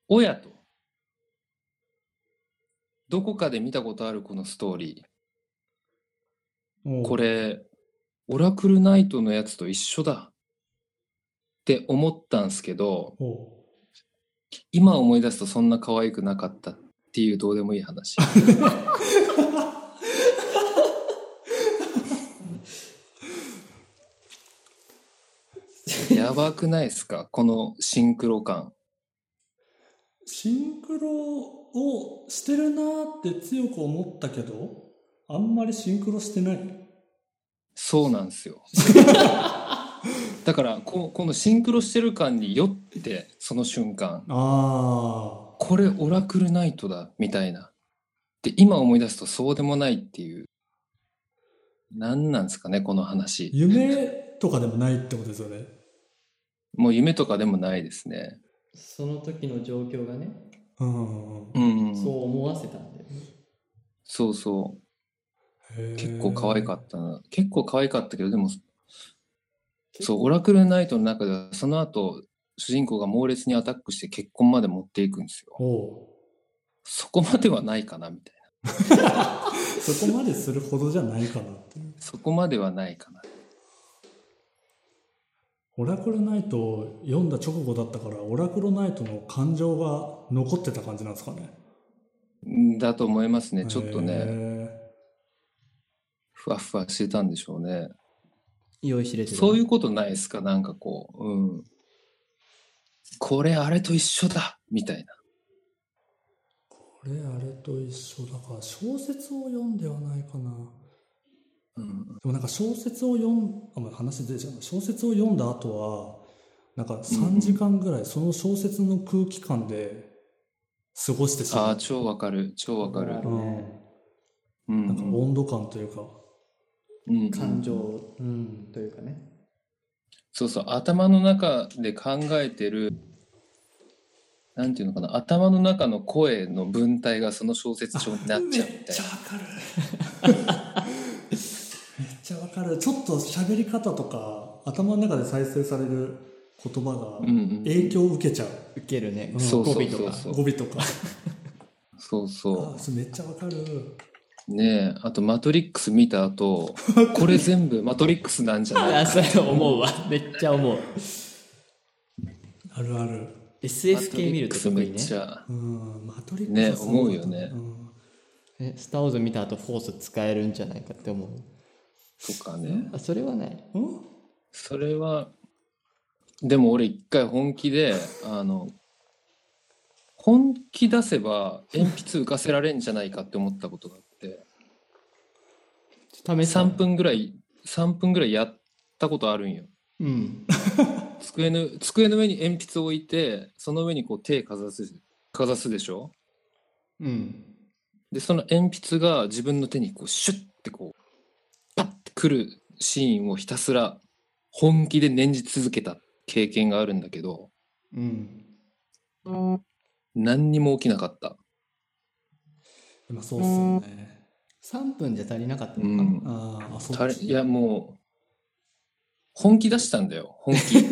[SPEAKER 3] おやと。どこかで見たことあるこのストーリ
[SPEAKER 4] おう
[SPEAKER 3] ー。こ。れ、オラクルナイトのやつと一緒だ。って思ったんすけど、
[SPEAKER 4] おう。
[SPEAKER 3] 今思い出すとそんな可愛くなかったっていうどうでもいい話。やばくないですかこのシンクロ感。
[SPEAKER 4] シンクロをしてるなーって強く思ったけど、あんまりシンクロしてない。
[SPEAKER 3] そうなんですよ。だからこ、このシンクロしてる感に酔って、その瞬間、
[SPEAKER 4] あ
[SPEAKER 3] これオラクルナイトだ、みたいな。で、今思い出すとそうでもないっていう。何なんですかね、この話。
[SPEAKER 4] 夢とかでもないってことですよね。
[SPEAKER 3] もう夢とかでもないですね。
[SPEAKER 1] その時の状況がね
[SPEAKER 4] うん。
[SPEAKER 3] うん、
[SPEAKER 1] そ
[SPEAKER 3] そう
[SPEAKER 1] う思わせたんだよね
[SPEAKER 3] そう結構可愛か
[SPEAKER 4] った
[SPEAKER 3] ったな。結構可愛かったけど、でも、そう、オラクルナイトの中では、その後、主人公が猛烈にアタックして結婚まで持っていくんですよ。
[SPEAKER 4] お
[SPEAKER 3] そこまではないかな、みたいな。
[SPEAKER 4] そこまでするほどじゃないかなっていう
[SPEAKER 3] そこまではないかな。
[SPEAKER 4] オラクルナイトを読んだ直後だったからオラクルナイトの感情が残ってた感じなんですかね
[SPEAKER 3] だと思いますね。ちょっとね、
[SPEAKER 4] へ
[SPEAKER 3] ふわふわしてたんでしょうね。
[SPEAKER 1] 用意しれてる
[SPEAKER 3] そういううことないですかなんかこう、うん。これあれと一緒だみたいな。
[SPEAKER 4] ーこれあれと一緒だから小説を読んではないかな
[SPEAKER 3] うん、
[SPEAKER 4] でもなんか小説を読んあまあ話出てちゃうな小説を読んだ後はなんか3時間ぐらいその小説の空気感で過ごしてし
[SPEAKER 3] あ
[SPEAKER 4] ま
[SPEAKER 3] あ、
[SPEAKER 4] う、
[SPEAKER 3] 超わかる。超わかる
[SPEAKER 1] わ。か
[SPEAKER 4] う
[SPEAKER 1] る
[SPEAKER 4] ん、
[SPEAKER 3] うん
[SPEAKER 4] なんか温度感というか、
[SPEAKER 3] うん
[SPEAKER 1] 感情
[SPEAKER 4] うん、
[SPEAKER 1] というかね
[SPEAKER 3] そうそう、頭の中で考えてる、なんていうのかな、頭の中の声の文体がその小説上になっちゃうみ たいな。
[SPEAKER 4] わかるめっちゃわかるちょっと喋り方とか頭の中で再生される言葉
[SPEAKER 3] うん
[SPEAKER 4] が影響を受けちゃう、
[SPEAKER 1] 受けるね
[SPEAKER 4] うん
[SPEAKER 3] そうそう
[SPEAKER 1] 語尾と
[SPEAKER 3] そう
[SPEAKER 1] か
[SPEAKER 3] そう
[SPEAKER 4] 語尾とか
[SPEAKER 3] そうそ
[SPEAKER 4] あそれめっちゃわかる
[SPEAKER 3] う。ねえ、あと、マトリックス見 た後、これ全部マトリックスなんじゃない
[SPEAKER 1] あそれ思うわめっちゃ思う
[SPEAKER 4] あるある
[SPEAKER 1] SF 系見ると特
[SPEAKER 3] マトリ
[SPEAKER 1] に
[SPEAKER 3] ッ
[SPEAKER 1] ね
[SPEAKER 3] クスめっちゃ。
[SPEAKER 4] うんマトリックス
[SPEAKER 3] ね
[SPEAKER 4] はすごかった
[SPEAKER 3] 思うよね
[SPEAKER 4] うん
[SPEAKER 1] えスター・ウォーズ見た後フォース使えるんじゃないかって思う
[SPEAKER 3] とかね。
[SPEAKER 1] あそれはない
[SPEAKER 4] うん
[SPEAKER 3] それは、でも俺一回本気で、あの、本気出せば鉛筆浮かせられんじゃないかって思ったことがあって。
[SPEAKER 1] 試した
[SPEAKER 3] 3分ぐらい3分ぐらいやったことあるんよ
[SPEAKER 1] うん
[SPEAKER 3] 机の机の上に鉛筆を置いてその上にこう手かざすかざすでしょ
[SPEAKER 1] うん
[SPEAKER 3] でその鉛筆が自分の手にこうシュッてこうパッてくるシーンをひたすら本気で念じ続けた経験があるんだけど、
[SPEAKER 4] うん。
[SPEAKER 3] 何にも起きなかった。
[SPEAKER 4] 今そうっすよね。
[SPEAKER 1] 3分じゃ足りなかった
[SPEAKER 3] う
[SPEAKER 1] のか、
[SPEAKER 3] ん。
[SPEAKER 4] あーあ、そ
[SPEAKER 3] た
[SPEAKER 4] っ
[SPEAKER 3] れ
[SPEAKER 4] ち
[SPEAKER 3] いや、もう、本気出したんだよ、本気。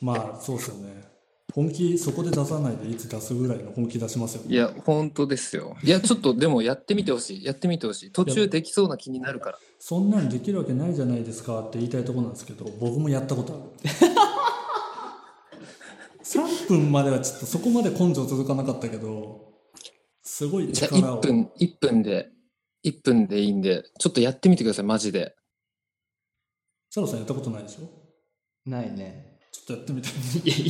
[SPEAKER 4] まあ、そうっすよね。本気、そこで出さないでいつ出すぐらいの本気出しますよね。
[SPEAKER 3] いや、本当ですよ。いや、ちょっとでもやってみてほしい。やってみてほしい。途中できそうな気になるから。
[SPEAKER 4] そんなんできるわけないじゃないですかって言いたいところなんですけど僕もやったことある 3分まではちょっとそこまで根性続かなかったけどすごい
[SPEAKER 3] じゃあ
[SPEAKER 4] 力
[SPEAKER 3] 1
[SPEAKER 4] を
[SPEAKER 3] 分、1分で、1分でいいんで、ちょっとやってみてください、マジで。
[SPEAKER 4] サロさんやったことないでしょ
[SPEAKER 1] ないね
[SPEAKER 4] ちょっとやってみて
[SPEAKER 1] いや今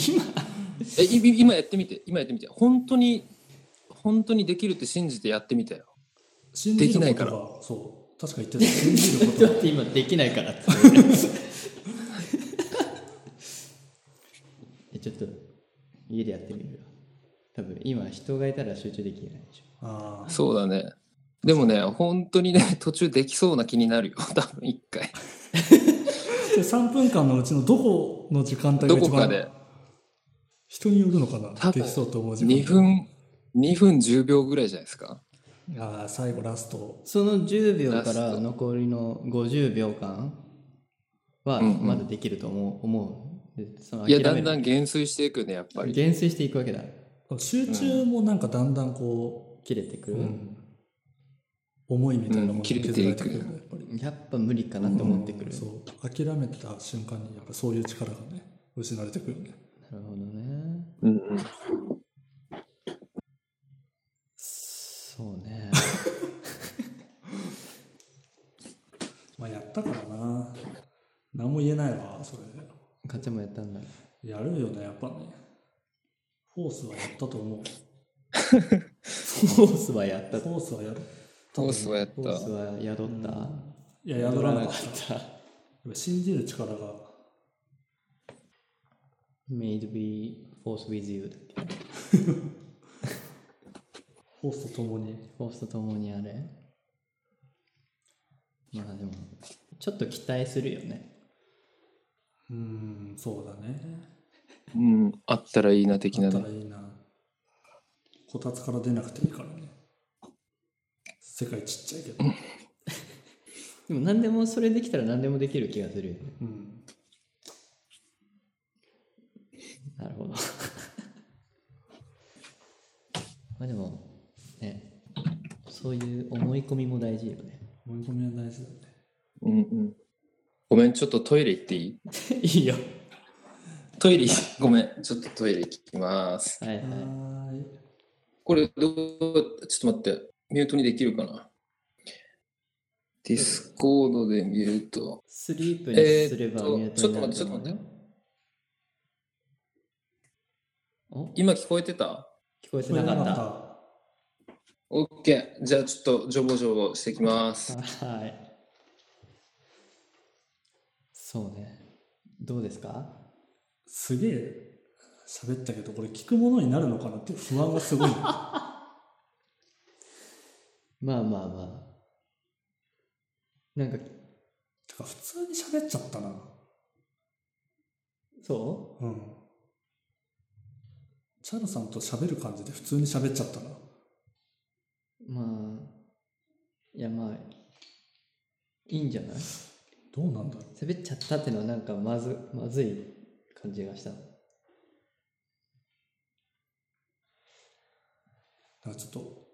[SPEAKER 3] え、いい今やってみて、今やってみて。本当に、本当にできるって信じてやってみてよ。
[SPEAKER 4] 信じることが
[SPEAKER 3] できないから
[SPEAKER 4] そう確か言ってた信じること
[SPEAKER 1] だ
[SPEAKER 4] が
[SPEAKER 1] って今できないからって えちょっと家でやってみるよ多分今人がいたら集中できないでしょ
[SPEAKER 4] ああ
[SPEAKER 3] そうだね。でもね、本当にね、 途中できそうな気になるよ。多分一回。
[SPEAKER 4] で3分間のうちのどこの時間帯が
[SPEAKER 3] ど
[SPEAKER 4] 一
[SPEAKER 3] こか
[SPEAKER 4] 番
[SPEAKER 3] で。
[SPEAKER 4] 人によるのかな
[SPEAKER 3] 多
[SPEAKER 4] で
[SPEAKER 3] 分
[SPEAKER 4] きそうと思う時間
[SPEAKER 3] 2分、2分10秒ぐらいじゃないですか。
[SPEAKER 4] ああ最後ラスト
[SPEAKER 1] その10秒か
[SPEAKER 3] ラス
[SPEAKER 1] ら
[SPEAKER 3] ト
[SPEAKER 1] 残りの50秒間は
[SPEAKER 3] うんうん
[SPEAKER 1] まだできると思う,、思うでその
[SPEAKER 3] いや、
[SPEAKER 1] 諦
[SPEAKER 3] だ
[SPEAKER 1] め
[SPEAKER 3] ん
[SPEAKER 1] る
[SPEAKER 3] だん減衰していくね、やっぱり。
[SPEAKER 1] 減衰していくわけだ
[SPEAKER 4] 集中もなんかだんだんこう、
[SPEAKER 1] 切れてくる、
[SPEAKER 4] うん、思いみたいなもの
[SPEAKER 3] うん
[SPEAKER 4] が
[SPEAKER 3] 切れていく
[SPEAKER 4] 削られてくるよねやっぱり
[SPEAKER 1] やっぱ無理かなって思ってくる、
[SPEAKER 4] そう諦めてた瞬間にやっぱそういう力がね失われてくるよね
[SPEAKER 1] なるほどね
[SPEAKER 3] うんうん
[SPEAKER 1] そう ね
[SPEAKER 4] まあやったからな何も言えないわそれ
[SPEAKER 1] ガチャもやったんだ
[SPEAKER 4] やるよねやっぱねフォースはやったと思う
[SPEAKER 1] フォースはやった
[SPEAKER 4] フォースはやった
[SPEAKER 3] コースはやっ
[SPEAKER 1] フォー
[SPEAKER 3] た
[SPEAKER 1] ス。は宿った、
[SPEAKER 4] いや宿らなかったやっ
[SPEAKER 1] った
[SPEAKER 4] ぱ信じる力が
[SPEAKER 1] Made be force with you だっけ
[SPEAKER 4] フォースと共に
[SPEAKER 1] フォースと共にあれまあでもちょっと期待するよね
[SPEAKER 4] うーんそうだね
[SPEAKER 3] うん、あったらいいな、的
[SPEAKER 4] あ
[SPEAKER 3] な
[SPEAKER 4] った
[SPEAKER 3] ね
[SPEAKER 4] ら。いいなこたつから出なくていいからね世界ちっちゃいけど
[SPEAKER 1] でも何でもそれできたら何でもできる気がするよね
[SPEAKER 4] うん
[SPEAKER 1] なるほど まあでもねそういう思い込みも大事よね
[SPEAKER 4] 思い込みは大事だよね
[SPEAKER 3] うんうん。ごめん、ちょっとトイレ行って いい
[SPEAKER 1] いいよ
[SPEAKER 3] トイレ、ごめん、ちょっとトイレ行きます。
[SPEAKER 1] はいはい
[SPEAKER 4] はーい
[SPEAKER 3] これ、どう、ちょっと待って、ミュートにできるかなディスコードでミュート。
[SPEAKER 1] スリープに
[SPEAKER 3] えーっ
[SPEAKER 1] す
[SPEAKER 3] と
[SPEAKER 1] ればミュートになる
[SPEAKER 3] ちょっと待って
[SPEAKER 1] 思うよお
[SPEAKER 3] 今聞こえてた
[SPEAKER 1] 聞こえてなかっ
[SPEAKER 3] オッケーじゃあちょっとジョボジョボしてきます。
[SPEAKER 1] た はいそうねどうですか
[SPEAKER 4] すげえ喋ったけどこれ聞くものになるのかなっていう不安がすごい
[SPEAKER 1] まあまあまあなんか
[SPEAKER 4] てか普通に喋っちゃったな
[SPEAKER 1] そ
[SPEAKER 4] うんチャルさんと喋る感じで普通に喋っちゃったな
[SPEAKER 1] うまあいやまあいいんじゃない
[SPEAKER 4] どうなんだろ
[SPEAKER 1] 滑っちゃったってのはなんかまずまずい感じがした
[SPEAKER 4] うなんかちょっと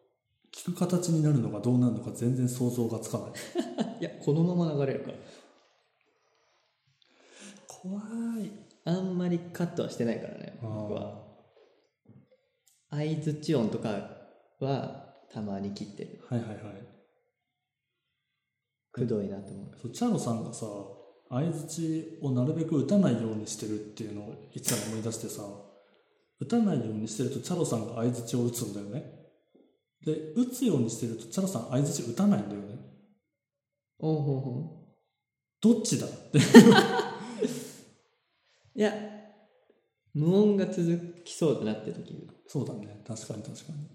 [SPEAKER 4] 聞く形になるのがどうなるのか全然想像がつかない
[SPEAKER 1] いやこのまま流れるから
[SPEAKER 4] 怖い
[SPEAKER 1] あんまりカットはしてないからね
[SPEAKER 4] あー
[SPEAKER 1] 僕は相づち音とかはたまに切ってる
[SPEAKER 4] はいはいはい
[SPEAKER 1] くどいなと思う
[SPEAKER 4] そうチャロさんがさ相づちをなるべく打たないようにしてるっていうのをいつも思い出してさ打たないようにしてるとチャロさんが相づちを打つんだよねで打つようにしてるとチャロさん相づち打たないんだよね
[SPEAKER 1] おうほうほ
[SPEAKER 4] どっちだって
[SPEAKER 1] ういや無音が続きそうだなって時
[SPEAKER 4] そうだね確かに確かに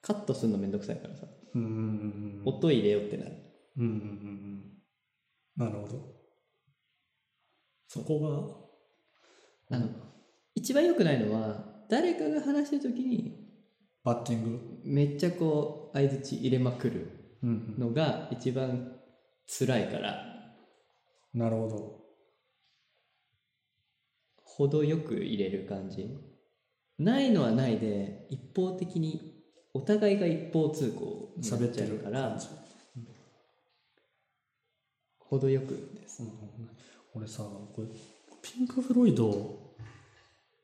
[SPEAKER 1] カットするのめんどくさいからさ
[SPEAKER 4] うーんうん
[SPEAKER 1] 音入れようってなる
[SPEAKER 4] うんうんうんなるほどそこ
[SPEAKER 1] あの一番良くないのは誰かが話してる時に
[SPEAKER 4] がバッティング、
[SPEAKER 1] めっちゃこう相づち入れまくる
[SPEAKER 4] うん
[SPEAKER 1] のが一番辛いから
[SPEAKER 4] うん、なるほど
[SPEAKER 1] 程よく入れる感じないのはないで一方的にお互いが一方通行にな
[SPEAKER 4] 喋
[SPEAKER 1] っ
[SPEAKER 4] っ
[SPEAKER 1] ち
[SPEAKER 4] て
[SPEAKER 1] ゃう
[SPEAKER 4] る
[SPEAKER 1] から
[SPEAKER 4] 感じ
[SPEAKER 1] 程よくです
[SPEAKER 4] うん俺さこれピンク・フロイド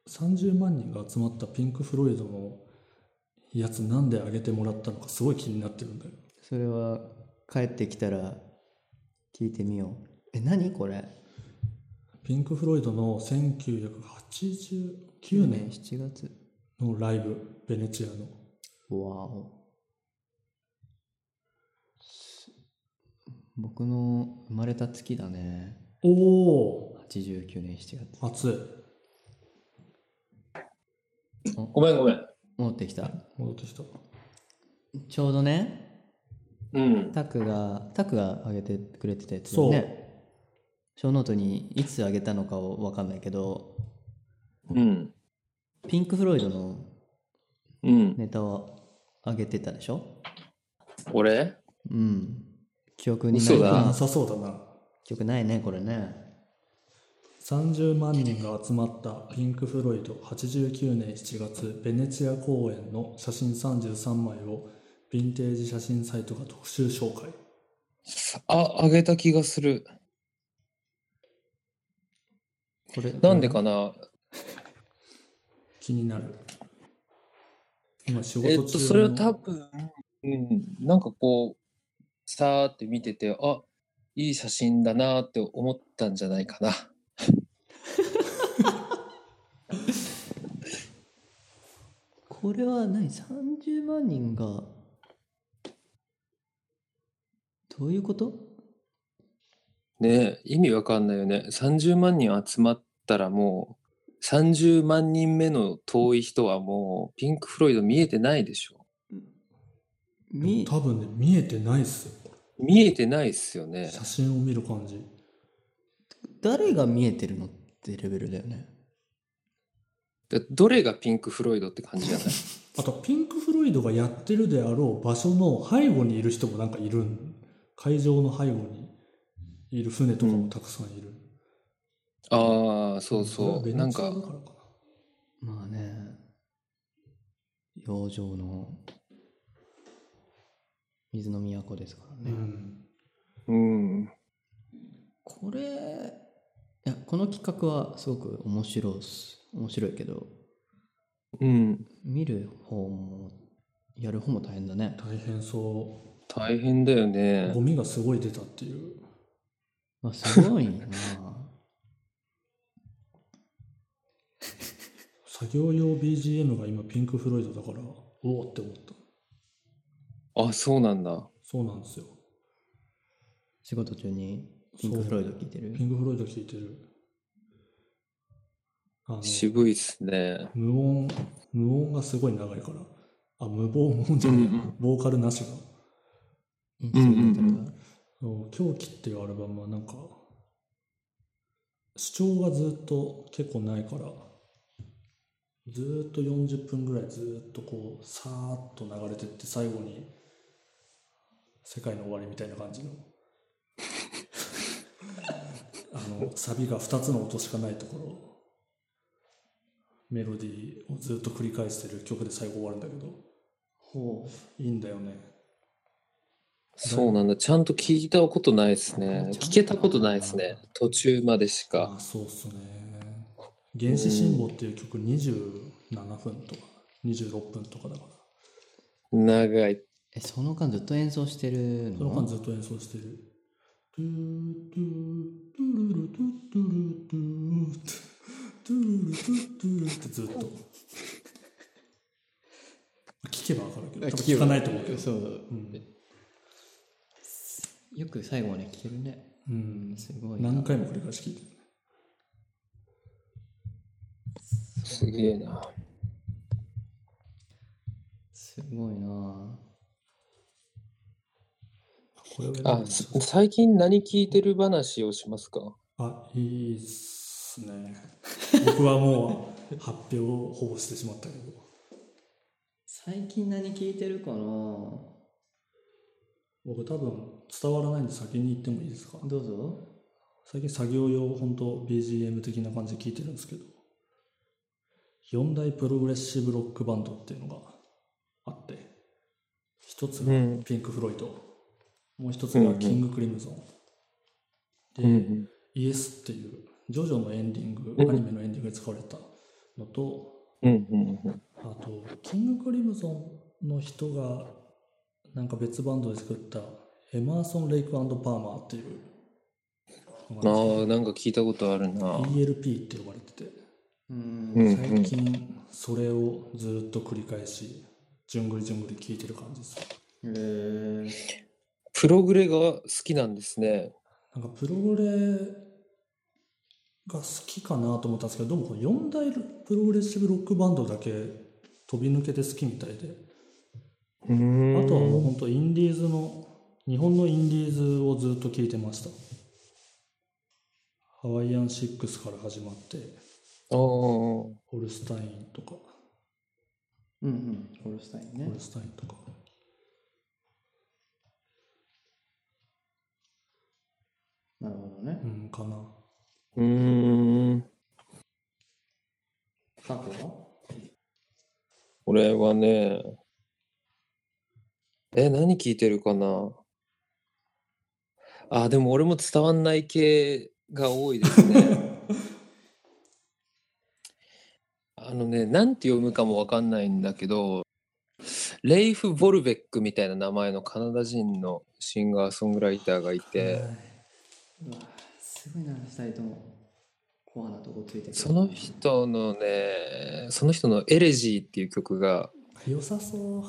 [SPEAKER 4] 30万人が集まったピンク・フロイドのやつなんで上げてもらったのかすごい気になってるんだよ
[SPEAKER 1] それは帰ってきたら聞いてみようえ何これ
[SPEAKER 4] ピンク・フロイドの1989年
[SPEAKER 1] 7月
[SPEAKER 4] のライブベネチアの
[SPEAKER 1] わお僕の生まれた月だね
[SPEAKER 4] おお
[SPEAKER 1] 89年7月
[SPEAKER 4] 熱い
[SPEAKER 3] ごめんごめん。
[SPEAKER 1] 戻ってきた
[SPEAKER 4] 戻ってきた
[SPEAKER 1] ちょうどね
[SPEAKER 3] うん。
[SPEAKER 1] タクがタクが上げてくれてたやつだよね小ノートにいつ上げたのかを分かんないけど
[SPEAKER 3] うん。
[SPEAKER 1] ピンク・フロイドの
[SPEAKER 3] うん。
[SPEAKER 1] ネタを上げてたでしょ
[SPEAKER 3] 俺
[SPEAKER 1] うん記憶にな
[SPEAKER 3] 嘘
[SPEAKER 1] い
[SPEAKER 3] だ
[SPEAKER 1] な
[SPEAKER 4] なさそうだな
[SPEAKER 1] 記憶ないねこれね
[SPEAKER 4] 30万人が集まったピンク・フロイド89年7月ベネチア公演の写真33枚をヴィンテージ写真サイトが特集紹介
[SPEAKER 3] あ、あげた気がする。
[SPEAKER 1] これ
[SPEAKER 3] なんでかな
[SPEAKER 4] 気になる今仕事中
[SPEAKER 3] えっ
[SPEAKER 4] の
[SPEAKER 3] と、それを多分、うん、なんかこう、さーって見てて、あ、いい写真だなーって思ったんじゃないかな。
[SPEAKER 1] これは何30万人がどういうこと
[SPEAKER 3] ねえ、意味わかんないよね。30万人集まったらもう、30万人目の遠い人はもう、ピンク・フロイド見えてないでしょ。
[SPEAKER 1] み
[SPEAKER 4] 多分ね見えてないっすよ
[SPEAKER 3] 見えてないっすよね。
[SPEAKER 4] 写真を見る感じ
[SPEAKER 1] 誰が見えてるのってレベルだよね
[SPEAKER 3] でどれがピンク・フロイドって感じ じゃない
[SPEAKER 4] あとピンク・フロイドがやってるであろう場所の背後にいる人もなんかいるん会場の背後にいる船とかもたくさんいる、
[SPEAKER 3] ああ、そうそ
[SPEAKER 4] こ
[SPEAKER 3] う。
[SPEAKER 4] れは
[SPEAKER 3] なん
[SPEAKER 4] ベネチア
[SPEAKER 3] か
[SPEAKER 4] だ、からかな
[SPEAKER 1] まあね洋上の水の都ですからね、
[SPEAKER 4] うん
[SPEAKER 3] うん。
[SPEAKER 1] これいやこの企画はすごく面白いっす面白いけど
[SPEAKER 3] うん。
[SPEAKER 1] 見る方もやる方も大変だね
[SPEAKER 4] 大変そ
[SPEAKER 3] 大変だよ
[SPEAKER 4] う
[SPEAKER 3] ね
[SPEAKER 4] ゴ。ミがすごい出たっていう
[SPEAKER 1] まあ、すごい な
[SPEAKER 4] 作業用 BGM が今ピンク・フロイドだからおおって思った
[SPEAKER 3] あ、そうなんだ。
[SPEAKER 4] そうなんですよ
[SPEAKER 1] 仕事中にピンク・フロイド聞いてる
[SPEAKER 4] ピンク・フロイド聴いてるあの
[SPEAKER 3] 渋いっすね。
[SPEAKER 4] 無音無音がすごい長いからあ無謀無音じゃない、
[SPEAKER 3] うんうん
[SPEAKER 4] ボーカルなしが
[SPEAKER 1] 印象に残る
[SPEAKER 3] うんうんう
[SPEAKER 1] が
[SPEAKER 4] そう狂気っていうアルバムはなんか主張がずっと結構ないからずーっと40分ぐらいずーっとこうさーっと流れてって最後に世界の終わりみたいな感じのあのサビが2つの音しかないところメロディーをずっと繰り返してる曲で最後終わるんだけどいいんだよね
[SPEAKER 3] そうなんだ。ちゃんと聞いたことないですね。
[SPEAKER 1] ちゃんと
[SPEAKER 3] 聞けたことないですね。途中までしか。
[SPEAKER 4] あそうっすね「原始信号」っていう曲27分とか26分とかだから
[SPEAKER 3] 長い。
[SPEAKER 1] えその間ずっと演奏してる
[SPEAKER 4] その間
[SPEAKER 1] の
[SPEAKER 4] ずっと演奏してる「トゥートゥートゥルルトゥトゥルトゥトゥルルトゥトゥル」ってずっと聞けば分かるけど多分聞かないと思うけど
[SPEAKER 1] そう
[SPEAKER 4] うん、
[SPEAKER 1] よく最後まで聞けるね
[SPEAKER 4] うん、
[SPEAKER 1] すごいな
[SPEAKER 4] 何回も繰り返し聞いてる
[SPEAKER 3] すげえな。
[SPEAKER 1] すごいな
[SPEAKER 4] これは
[SPEAKER 3] あ、
[SPEAKER 4] ね
[SPEAKER 3] す最近何聞いてる話をしますか
[SPEAKER 4] あいいっすね僕はもう発表をほぼしてしまったけど
[SPEAKER 1] 最近何聞いてるかな
[SPEAKER 4] 僕多分伝わらないんで先に言ってもいいですか
[SPEAKER 1] どうぞ
[SPEAKER 4] 最近作業用本当 BGM 的な感じで聴いてるんですけど4大プログレッシブロックバンドっていうのがあって一つが
[SPEAKER 3] うん
[SPEAKER 4] ピンク・フロイド、もう一つがキング・クリムゾン、
[SPEAKER 3] うんうん
[SPEAKER 4] イエスっていうジョジョのエンディング、
[SPEAKER 3] うん
[SPEAKER 4] アニメのエンディングで使われたのと
[SPEAKER 3] うんうん
[SPEAKER 4] あとキング・クリムゾンの人がなんか別バンドで作ったエマーソン・レイク・パーマーっていうの
[SPEAKER 3] う
[SPEAKER 4] があって
[SPEAKER 3] んああなんか聞いたことあるな
[SPEAKER 4] ELP って呼ばれてて
[SPEAKER 1] うん
[SPEAKER 3] うん
[SPEAKER 4] 最近それをずっと繰り返しじゅんぐりじゅんぐり聞いてる感じです
[SPEAKER 1] へー
[SPEAKER 3] プログレが好きなんですね
[SPEAKER 4] なんかプログレが好きかなと思ったんですけどどうもこの4大プログレッシブロックバンドだけ飛び抜けて好きみたいで
[SPEAKER 3] あとは
[SPEAKER 4] あとはもうほんとインディーズの日本のインディーズをずっと聞いてましたハワイアンシックスから始まって
[SPEAKER 3] あー
[SPEAKER 4] ホルスタインとか
[SPEAKER 1] うんうんホルスタインね
[SPEAKER 4] ホルスタインとか。
[SPEAKER 1] なるほどね
[SPEAKER 4] うん、かな。
[SPEAKER 3] うーん
[SPEAKER 1] 過去は
[SPEAKER 3] 俺はねえ何聞いてるかなあでも俺も伝わんない系が多いですねあのねなんて読むかもわかんないんだけどレイフ・ボルベックみたいな名前のカナダ人のシンガーソングライターがいて
[SPEAKER 1] うわすごいな2人ともコアなとこついてくる
[SPEAKER 3] その人のねその人の「エレジー」っていう曲が
[SPEAKER 4] 良さそう。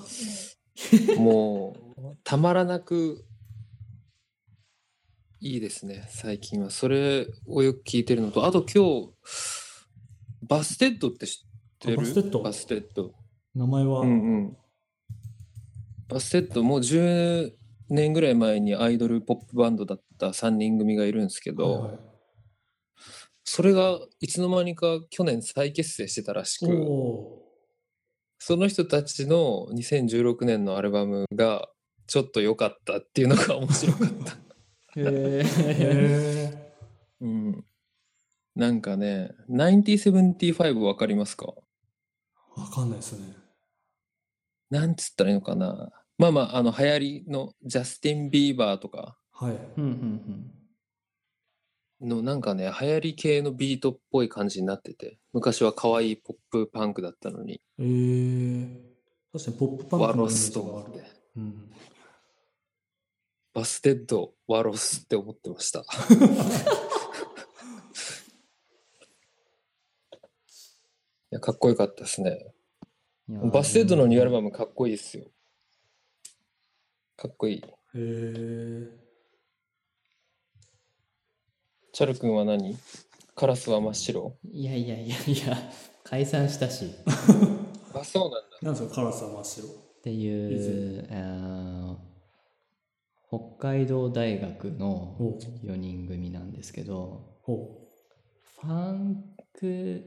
[SPEAKER 3] もうたまらなくいいですね最近はそれをよく聞いてるのとあと今日バステッドって知ってる
[SPEAKER 4] あバステッド
[SPEAKER 3] バステッド
[SPEAKER 4] 名前は、
[SPEAKER 3] うんうんバステッドもう10年ぐらい前にアイドルポップバンドだった3人組がいるんですけど、
[SPEAKER 4] はいはい
[SPEAKER 3] それがいつの間にか去年再結成してたらし
[SPEAKER 4] お
[SPEAKER 3] く
[SPEAKER 4] お
[SPEAKER 3] その人たちの2016年のアルバムがちょっと良かったっていうのが面白かった
[SPEAKER 1] へ
[SPEAKER 4] ー。へえ。
[SPEAKER 3] うん。なんかね、9075わかりますか
[SPEAKER 4] わかんないですね。
[SPEAKER 3] なんつったらいいのかなまあまあ、あの、流行りのジャスティン・ビーバーとか
[SPEAKER 4] はい。
[SPEAKER 1] うんうん
[SPEAKER 3] のなんかね、流行り系のビートっぽい感じになってて、昔は可愛いポップパンクだったのに、
[SPEAKER 4] ええ。確かにポップパンク
[SPEAKER 3] ワ
[SPEAKER 4] のイメ
[SPEAKER 3] ロ
[SPEAKER 4] ー
[SPEAKER 3] ス
[SPEAKER 4] ジ
[SPEAKER 3] と
[SPEAKER 4] が
[SPEAKER 3] 思
[SPEAKER 4] あ
[SPEAKER 3] って
[SPEAKER 4] る。、うん。
[SPEAKER 3] バステッド、ワロスって思ってました。いやかっこよかったですね。
[SPEAKER 1] うんいやー
[SPEAKER 3] バステッドのニューアルバムかっこいいですよ。かっこいい。
[SPEAKER 4] へえ。
[SPEAKER 3] チャル君は何カラスは真っ白
[SPEAKER 1] いやいやいやいや解散したしっ
[SPEAKER 3] あ、そうなんだ。
[SPEAKER 4] なんですか、カラスは真っ白。
[SPEAKER 1] ていうあー北海道大学の
[SPEAKER 4] お
[SPEAKER 1] 4人組なんですけど
[SPEAKER 4] ほ
[SPEAKER 1] ファンク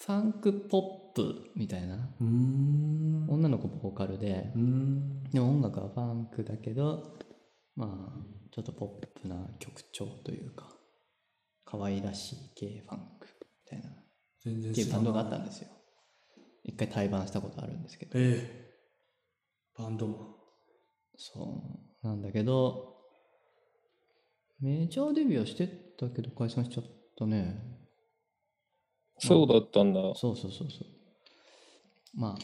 [SPEAKER 1] ファンクポップみたいな
[SPEAKER 4] う。うーん。う
[SPEAKER 1] 女の子ボーカルで
[SPEAKER 4] ーん。
[SPEAKER 1] でも音楽はファンクだけどまあちょっとポップな曲調というか可愛らしい系ファンクみたいな
[SPEAKER 4] 全然
[SPEAKER 1] っていう
[SPEAKER 4] 知
[SPEAKER 1] バ
[SPEAKER 4] ら
[SPEAKER 1] ン
[SPEAKER 4] な
[SPEAKER 1] ド
[SPEAKER 4] い。
[SPEAKER 1] があったんですよ一回対バンしたことあるんですけど
[SPEAKER 4] ええ。バンドマン。
[SPEAKER 1] そうなんだけどメジャーデビューはしてたけど解散しちゃったね
[SPEAKER 3] そうだったんだ。
[SPEAKER 1] そうそうそうそうまあ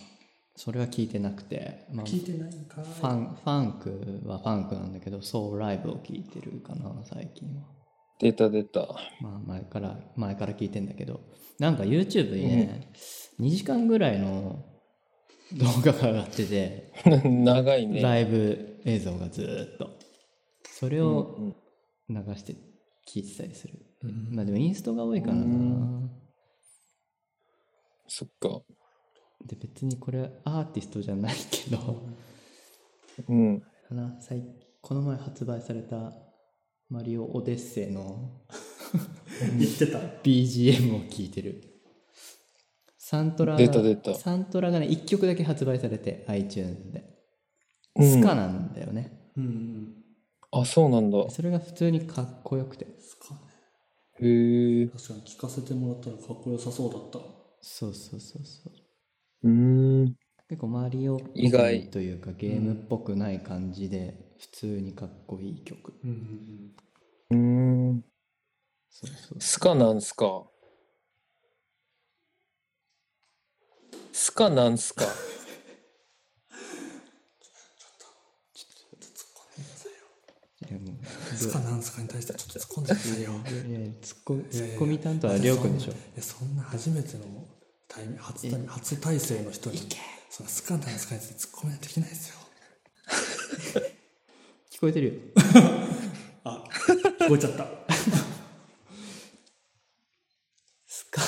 [SPEAKER 1] それは聞いてなくて、まあ、
[SPEAKER 4] 聞いてないんかい。
[SPEAKER 1] ファンファンクはファンクなんだけどソウルライブを聞いてるかな最近は
[SPEAKER 3] 出た出た。
[SPEAKER 1] まあ前から前から聞いてんだけどなんか YouTube にね、2時間ぐらいの 動画が上がってて、
[SPEAKER 3] 長いね。
[SPEAKER 1] ライブ映像がずーっとそれを流して聞いてたりする、
[SPEAKER 4] うん
[SPEAKER 1] まあでもインストが多いからな、
[SPEAKER 3] うんそっか。
[SPEAKER 1] で別にこれはアーティストじゃないけど
[SPEAKER 3] うん。
[SPEAKER 1] な最この前発売された「マリオオデッセイ」の
[SPEAKER 4] 言ってた
[SPEAKER 1] BGM を聴いてるサントラ
[SPEAKER 3] 出た出た
[SPEAKER 1] サントラがね1曲だけ発売されて iTunes で
[SPEAKER 3] うん
[SPEAKER 1] スカなんだよね、
[SPEAKER 4] うんうん
[SPEAKER 3] あ、そうなんだ。へ
[SPEAKER 1] それが普通にかっこよくて
[SPEAKER 4] ですかね
[SPEAKER 3] え。う
[SPEAKER 4] 確かに聞かせてもらったらかっこよさそうだった
[SPEAKER 1] そうそうそうそう
[SPEAKER 3] ーん。
[SPEAKER 1] 結構マリオっぽく
[SPEAKER 3] 意外
[SPEAKER 1] というかゲームっぽくない感じで普通にかっこいい曲
[SPEAKER 4] うんうん
[SPEAKER 3] うーん。
[SPEAKER 1] そうそう
[SPEAKER 3] スカなんすか。スカなんすか。
[SPEAKER 1] いやもう
[SPEAKER 4] スカなんすかに対してちょっと突っ込んでくださいよ
[SPEAKER 1] いやいやツ ッコミ
[SPEAKER 4] い
[SPEAKER 1] ツ
[SPEAKER 4] やいや
[SPEAKER 1] ッコミ担当はりょうくんでしょ
[SPEAKER 4] いやそんな初めての対面初対面初体制の人にそのスカなんすかについて突っ込みはできないですよ
[SPEAKER 1] 聞こえてる よ
[SPEAKER 4] あ聞こえちゃった
[SPEAKER 1] スカ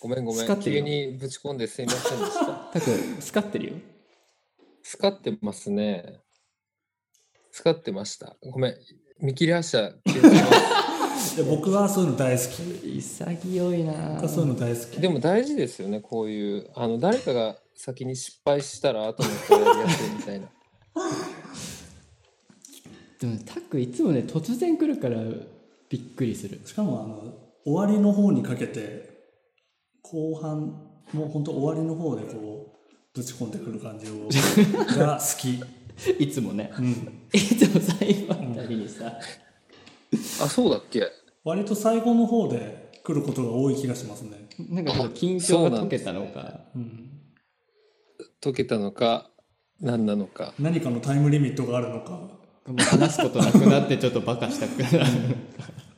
[SPEAKER 3] ごめんごめ
[SPEAKER 1] スカっ
[SPEAKER 3] ん。
[SPEAKER 1] てる
[SPEAKER 3] 急
[SPEAKER 1] よ
[SPEAKER 3] にぶち込んですいませんでした。
[SPEAKER 1] たくんスカってるよ
[SPEAKER 3] スカってますね。スカってました。ごめん。見切り発 車気をつけま
[SPEAKER 4] で僕はそういうの大好き
[SPEAKER 1] 潔いな
[SPEAKER 4] 僕はそういうの大好き
[SPEAKER 3] す。でも大事ですよね、こういう。あの、誰かが先に失敗したら後の人がやりやすいみたいな。
[SPEAKER 1] でもタックいつもね突然来るからびっくりする
[SPEAKER 4] しかもあの終わりの方にかけて後半もう本当終わりの方でこうぶち込んでくる感じをが好き、
[SPEAKER 1] いつもね
[SPEAKER 4] うん、
[SPEAKER 1] いつも最後あたりにさ、
[SPEAKER 3] あ、そうだっけ
[SPEAKER 4] 割と最後の方で来ることが多い気がしますね、
[SPEAKER 1] なんかちょっと緊張が解けたのか
[SPEAKER 4] うん、
[SPEAKER 3] 解けたのか、何なのか。
[SPEAKER 4] 何かのタイムリミットがあるのか
[SPEAKER 1] もう話すことなくなってちょっとバカしたくなる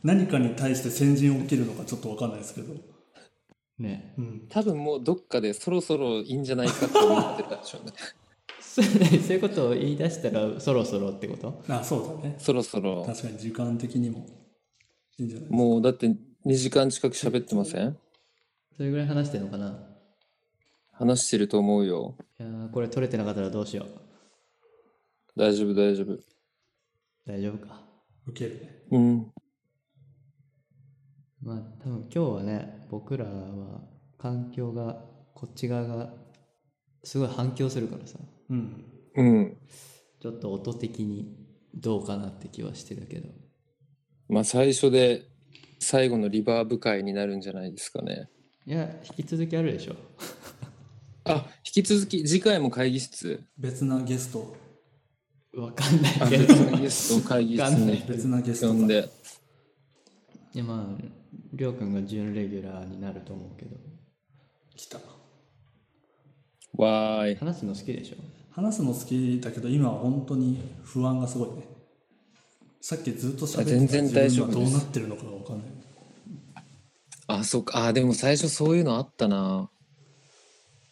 [SPEAKER 4] 何かに対して先陣を切るのかちょっと分かんないですけど、
[SPEAKER 1] ね
[SPEAKER 4] うん、
[SPEAKER 3] 多分もうどっかでそろそろいいんじゃないかと思ってたでしょう ね。
[SPEAKER 1] そうそういうことを言い出したらそろそろってこと
[SPEAKER 4] あそうだね
[SPEAKER 3] そろそろ。
[SPEAKER 4] 確かに時間的にもいいんじゃないですか
[SPEAKER 3] もうだって2時間近く喋ってません
[SPEAKER 1] それぐらい話してんのかない
[SPEAKER 3] 話してると思うよ。
[SPEAKER 1] やーこれ取れてなかったらどうしよう
[SPEAKER 3] 大丈夫、大丈夫。
[SPEAKER 1] 大丈夫か
[SPEAKER 4] 受けるね
[SPEAKER 3] うん。
[SPEAKER 1] まあ多分今日はね僕らは環境がこっち側がすごい反響するからさ
[SPEAKER 4] うん
[SPEAKER 3] うん。
[SPEAKER 1] ちょっと音的にどうかなって気はしてるけど
[SPEAKER 3] まあ最初で最後のリバーブ会になるんじゃないですかね。
[SPEAKER 1] いや引き続きあるでしょ
[SPEAKER 3] あ、引き続き次回も会議室。
[SPEAKER 4] 別なゲスト
[SPEAKER 1] わかんない
[SPEAKER 3] あ
[SPEAKER 1] け
[SPEAKER 3] 別
[SPEAKER 1] ど
[SPEAKER 3] のゲストを会議室に
[SPEAKER 4] 別なゲスト
[SPEAKER 3] 呼
[SPEAKER 4] が
[SPEAKER 3] んで。
[SPEAKER 1] いやまありょうくんが準レギュラーになると思うけど
[SPEAKER 4] 来た
[SPEAKER 3] わーい。
[SPEAKER 1] 話すの好きでしょ
[SPEAKER 4] 話すの好きだけど今は本当に不安がすごいねさっきずっと喋ってた
[SPEAKER 3] あ全然大丈夫
[SPEAKER 4] 自分がどうなってるのかが分かんない
[SPEAKER 3] あ、そっか。あ、でも最初そういうのあったな。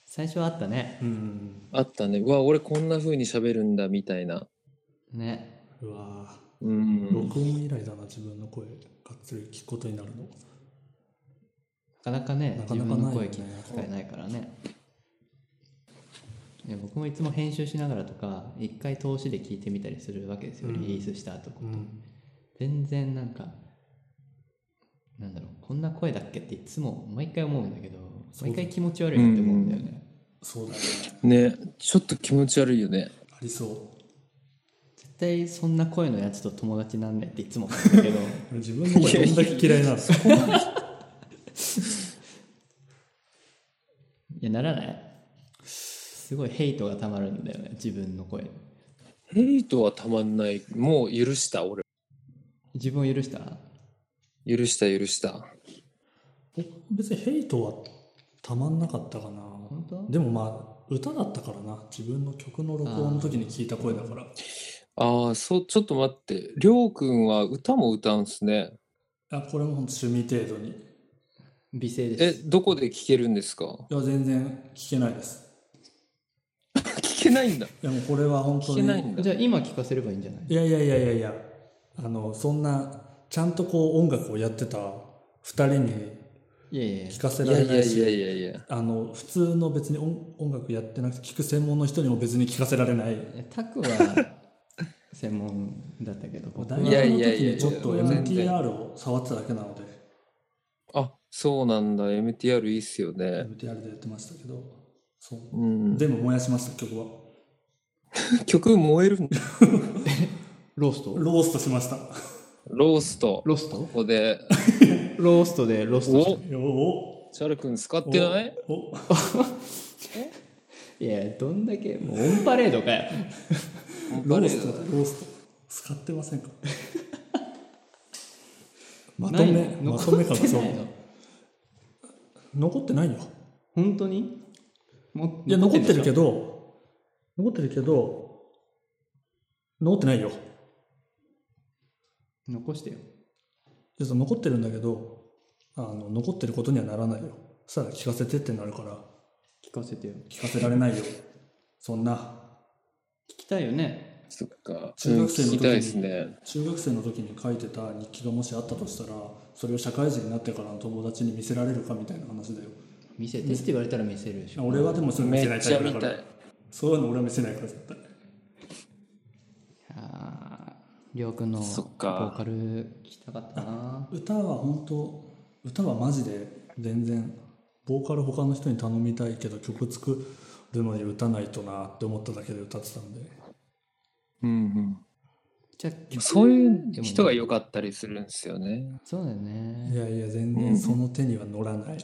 [SPEAKER 1] 最初はあったね
[SPEAKER 4] うん
[SPEAKER 3] あったね。うわ、俺こんな風に喋るんだみたいな。
[SPEAKER 1] ね
[SPEAKER 4] うわ
[SPEAKER 3] うん。
[SPEAKER 4] 録音以来だな自分の声がっつり聞くことになるの
[SPEAKER 1] なかなかね
[SPEAKER 4] なかなか
[SPEAKER 1] 自分の
[SPEAKER 4] ない
[SPEAKER 1] 声
[SPEAKER 4] よね
[SPEAKER 1] 聞く機会ないからねいや僕もいつも編集しながらとか一回通しで聞いてみたりするわけですよ、
[SPEAKER 4] うん
[SPEAKER 1] リリースした後
[SPEAKER 4] うん
[SPEAKER 1] 全然なんかなんだろうこんな声だっけっていつも毎回思うんだけど
[SPEAKER 4] う
[SPEAKER 1] 毎回気持ち悪いなって思うんだよね、
[SPEAKER 4] そうだね
[SPEAKER 3] ね、ちょっと気持ち悪いよね。
[SPEAKER 4] ありそう
[SPEAKER 1] 絶対そんな声のやつと友達なんねっていつも思うんだけど
[SPEAKER 4] 俺自分の声どんだけ嫌いなのそこまで
[SPEAKER 1] いやならないすごいヘイトがたまるんだよね自分の声
[SPEAKER 3] ヘイトはたまんない。もう許した、俺。
[SPEAKER 1] 自分を許した
[SPEAKER 3] 許した、許した。
[SPEAKER 4] 別にヘイトはたまんなかったかな
[SPEAKER 1] 本当
[SPEAKER 4] でもまあ歌だったからな自分の曲の録音の時に聞いた声だから
[SPEAKER 3] ああ、そう、ちょっと待って。りょうくんは歌も歌うんすね。
[SPEAKER 4] あこれも本当趣味程度に
[SPEAKER 1] 美声で
[SPEAKER 3] え、
[SPEAKER 1] す
[SPEAKER 3] どこで聴けるんですか
[SPEAKER 4] いや全然聞けないです
[SPEAKER 3] 聞けないんだ。
[SPEAKER 4] いやもうこれは本当
[SPEAKER 3] 聞
[SPEAKER 4] に
[SPEAKER 3] けないんだ
[SPEAKER 1] じ。ゃあ今聞かせればいいんじゃない
[SPEAKER 4] いやいやいやいやいやあのそんなちゃんとこう音楽をやってた二人に
[SPEAKER 1] いやいやいや
[SPEAKER 4] 聞かせ
[SPEAKER 3] い
[SPEAKER 4] ら
[SPEAKER 3] や
[SPEAKER 4] れ
[SPEAKER 3] い
[SPEAKER 4] な
[SPEAKER 3] やい
[SPEAKER 4] い
[SPEAKER 3] やい
[SPEAKER 4] し
[SPEAKER 3] やいや。
[SPEAKER 4] あの普通の別に音音楽やってなくて聞く専門の人にも別に聞かせられない
[SPEAKER 1] タクは専門だったけど僕
[SPEAKER 4] 大
[SPEAKER 1] は
[SPEAKER 4] 学
[SPEAKER 3] いや
[SPEAKER 4] の
[SPEAKER 3] いやいや
[SPEAKER 4] 時
[SPEAKER 3] い
[SPEAKER 4] に
[SPEAKER 3] や
[SPEAKER 4] ちょっと
[SPEAKER 3] 全然
[SPEAKER 4] MTR を触ってただけなので
[SPEAKER 3] あ、そうなんだ。MTR いいっすよ ね。
[SPEAKER 4] MTR でやってましたけどそう
[SPEAKER 3] うん。
[SPEAKER 4] 全部燃やしました曲は
[SPEAKER 3] 曲燃えるん
[SPEAKER 1] ロースト
[SPEAKER 4] ローストしました
[SPEAKER 3] ロースト。
[SPEAKER 1] ロスト
[SPEAKER 3] ここで、
[SPEAKER 1] ローストでロストし
[SPEAKER 3] お
[SPEAKER 1] た
[SPEAKER 4] おお
[SPEAKER 3] チャル君使ってない
[SPEAKER 4] おお
[SPEAKER 1] いやどんだけもうオンパレードかよ
[SPEAKER 4] ローストだロースト使ってま せんかまと
[SPEAKER 1] ない
[SPEAKER 4] め
[SPEAKER 1] の
[SPEAKER 4] まとめか
[SPEAKER 1] 残って
[SPEAKER 4] そ
[SPEAKER 1] な
[SPEAKER 4] う
[SPEAKER 1] いの
[SPEAKER 4] 残ってないよ
[SPEAKER 1] 本当にも
[SPEAKER 4] いや残ってるけ
[SPEAKER 1] ど
[SPEAKER 4] ど残ってるけど残ってないよ
[SPEAKER 1] 残してよ
[SPEAKER 4] いやそう残ってるんだけどあの残ってることにはならないよそしたら聞かせてってなるから
[SPEAKER 1] 聞かせてよ
[SPEAKER 4] 聞かせられないよそんな
[SPEAKER 1] 聞きたいよね
[SPEAKER 3] そっか。う
[SPEAKER 4] 中
[SPEAKER 3] ん
[SPEAKER 4] 学生の時に
[SPEAKER 3] 聞きたいですね。
[SPEAKER 4] 中学生の時に書いてた日記がもしあったとしたらそれを社会人になってからの友達に見せられるかみたいな話だよ
[SPEAKER 1] 見せてって言われたら見せるでしょ
[SPEAKER 4] 俺はでもそれ見
[SPEAKER 3] め
[SPEAKER 4] せな
[SPEAKER 3] っ
[SPEAKER 4] いタ
[SPEAKER 3] ち
[SPEAKER 4] イ
[SPEAKER 3] ゃ
[SPEAKER 4] プだ
[SPEAKER 3] 見
[SPEAKER 4] か
[SPEAKER 3] た
[SPEAKER 4] ら
[SPEAKER 3] い。
[SPEAKER 4] そういうの俺は見せないから絶対
[SPEAKER 1] あーりょうくんのボ
[SPEAKER 3] そっか
[SPEAKER 1] ーカル聞きたかったな
[SPEAKER 4] 歌は本当歌はマジで全然ボーカル他の人に頼みたいけど曲作るのに歌ないとなって思っただけで歌ってたんで
[SPEAKER 3] うん
[SPEAKER 1] じゃあ
[SPEAKER 3] うん。そういう人が良かったりするんですよね。
[SPEAKER 1] そうだよ
[SPEAKER 4] い
[SPEAKER 1] ね
[SPEAKER 4] やいや全
[SPEAKER 3] うん
[SPEAKER 4] 然その手には乗らない、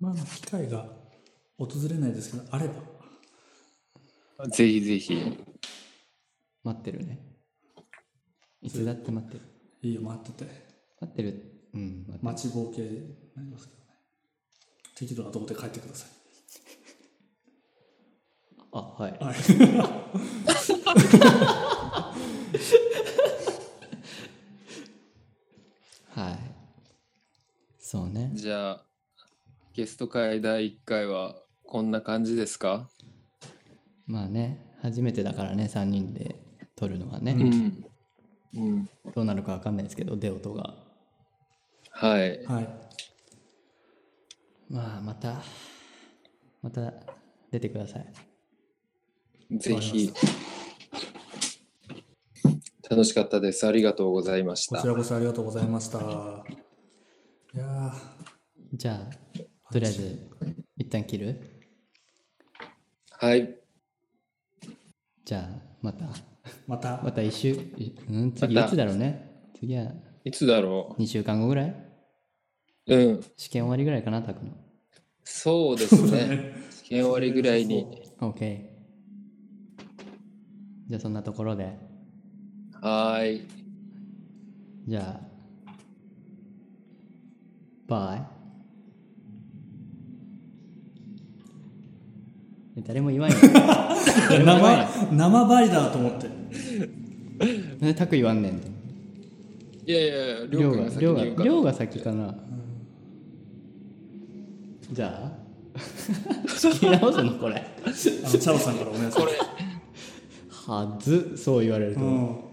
[SPEAKER 4] まあ機会が訪れないですけどあれば
[SPEAKER 3] ぜひぜひ。
[SPEAKER 1] 待ってるねいつだって待ってる
[SPEAKER 4] いいよ待ってて
[SPEAKER 1] 待ってるうん待ってる
[SPEAKER 4] 待ちぼうけになりますけどね適度なとこで帰ってくださ
[SPEAKER 1] あはい
[SPEAKER 4] いはい
[SPEAKER 1] はいそうね
[SPEAKER 3] じゃあ、ゲスト会第1回はこんな感じですか
[SPEAKER 1] まあね初めてだからね3人で撮るのはね、
[SPEAKER 3] ん。うん。
[SPEAKER 1] どうなるかわかんないですけど出音が
[SPEAKER 3] はい。
[SPEAKER 4] はい
[SPEAKER 1] まあまたまた出てください
[SPEAKER 3] ぜひ。楽しかったです。ありがとうございまし
[SPEAKER 4] こ
[SPEAKER 3] た
[SPEAKER 4] ち。らこそありがとうございましたいやー
[SPEAKER 1] じゃあとりあえず一旦切る
[SPEAKER 3] はい。
[SPEAKER 1] じゃあまた
[SPEAKER 4] また
[SPEAKER 1] また一週いうん次
[SPEAKER 3] ま
[SPEAKER 1] い
[SPEAKER 3] た
[SPEAKER 1] つだろうね次はい
[SPEAKER 3] つだろ。
[SPEAKER 1] 2週間後ぐらいう
[SPEAKER 3] うん。
[SPEAKER 1] 試験終わりぐらいかなタクの
[SPEAKER 3] そうです ね。試験終わりぐらいに。
[SPEAKER 1] OK じゃあそんなところで
[SPEAKER 3] はーい。
[SPEAKER 1] じゃあバイ誰も言 わんよ誰も言わんよ
[SPEAKER 4] 生生バイだと思って
[SPEAKER 1] なんでタク言わんねんと
[SPEAKER 3] いやいやいや、りょ
[SPEAKER 1] 量
[SPEAKER 3] うくん
[SPEAKER 1] が
[SPEAKER 3] が先
[SPEAKER 1] 量
[SPEAKER 3] に
[SPEAKER 1] が
[SPEAKER 3] 言うから
[SPEAKER 1] 量が先かな、じゃあ 聞き直すのこれ
[SPEAKER 4] あのチャロさんからお願いします
[SPEAKER 1] はずそう言われると、
[SPEAKER 4] うん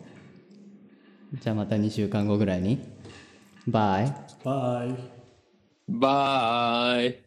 [SPEAKER 1] じゃあまた2週間後ぐらいにバイ
[SPEAKER 4] バイ
[SPEAKER 3] バーイ。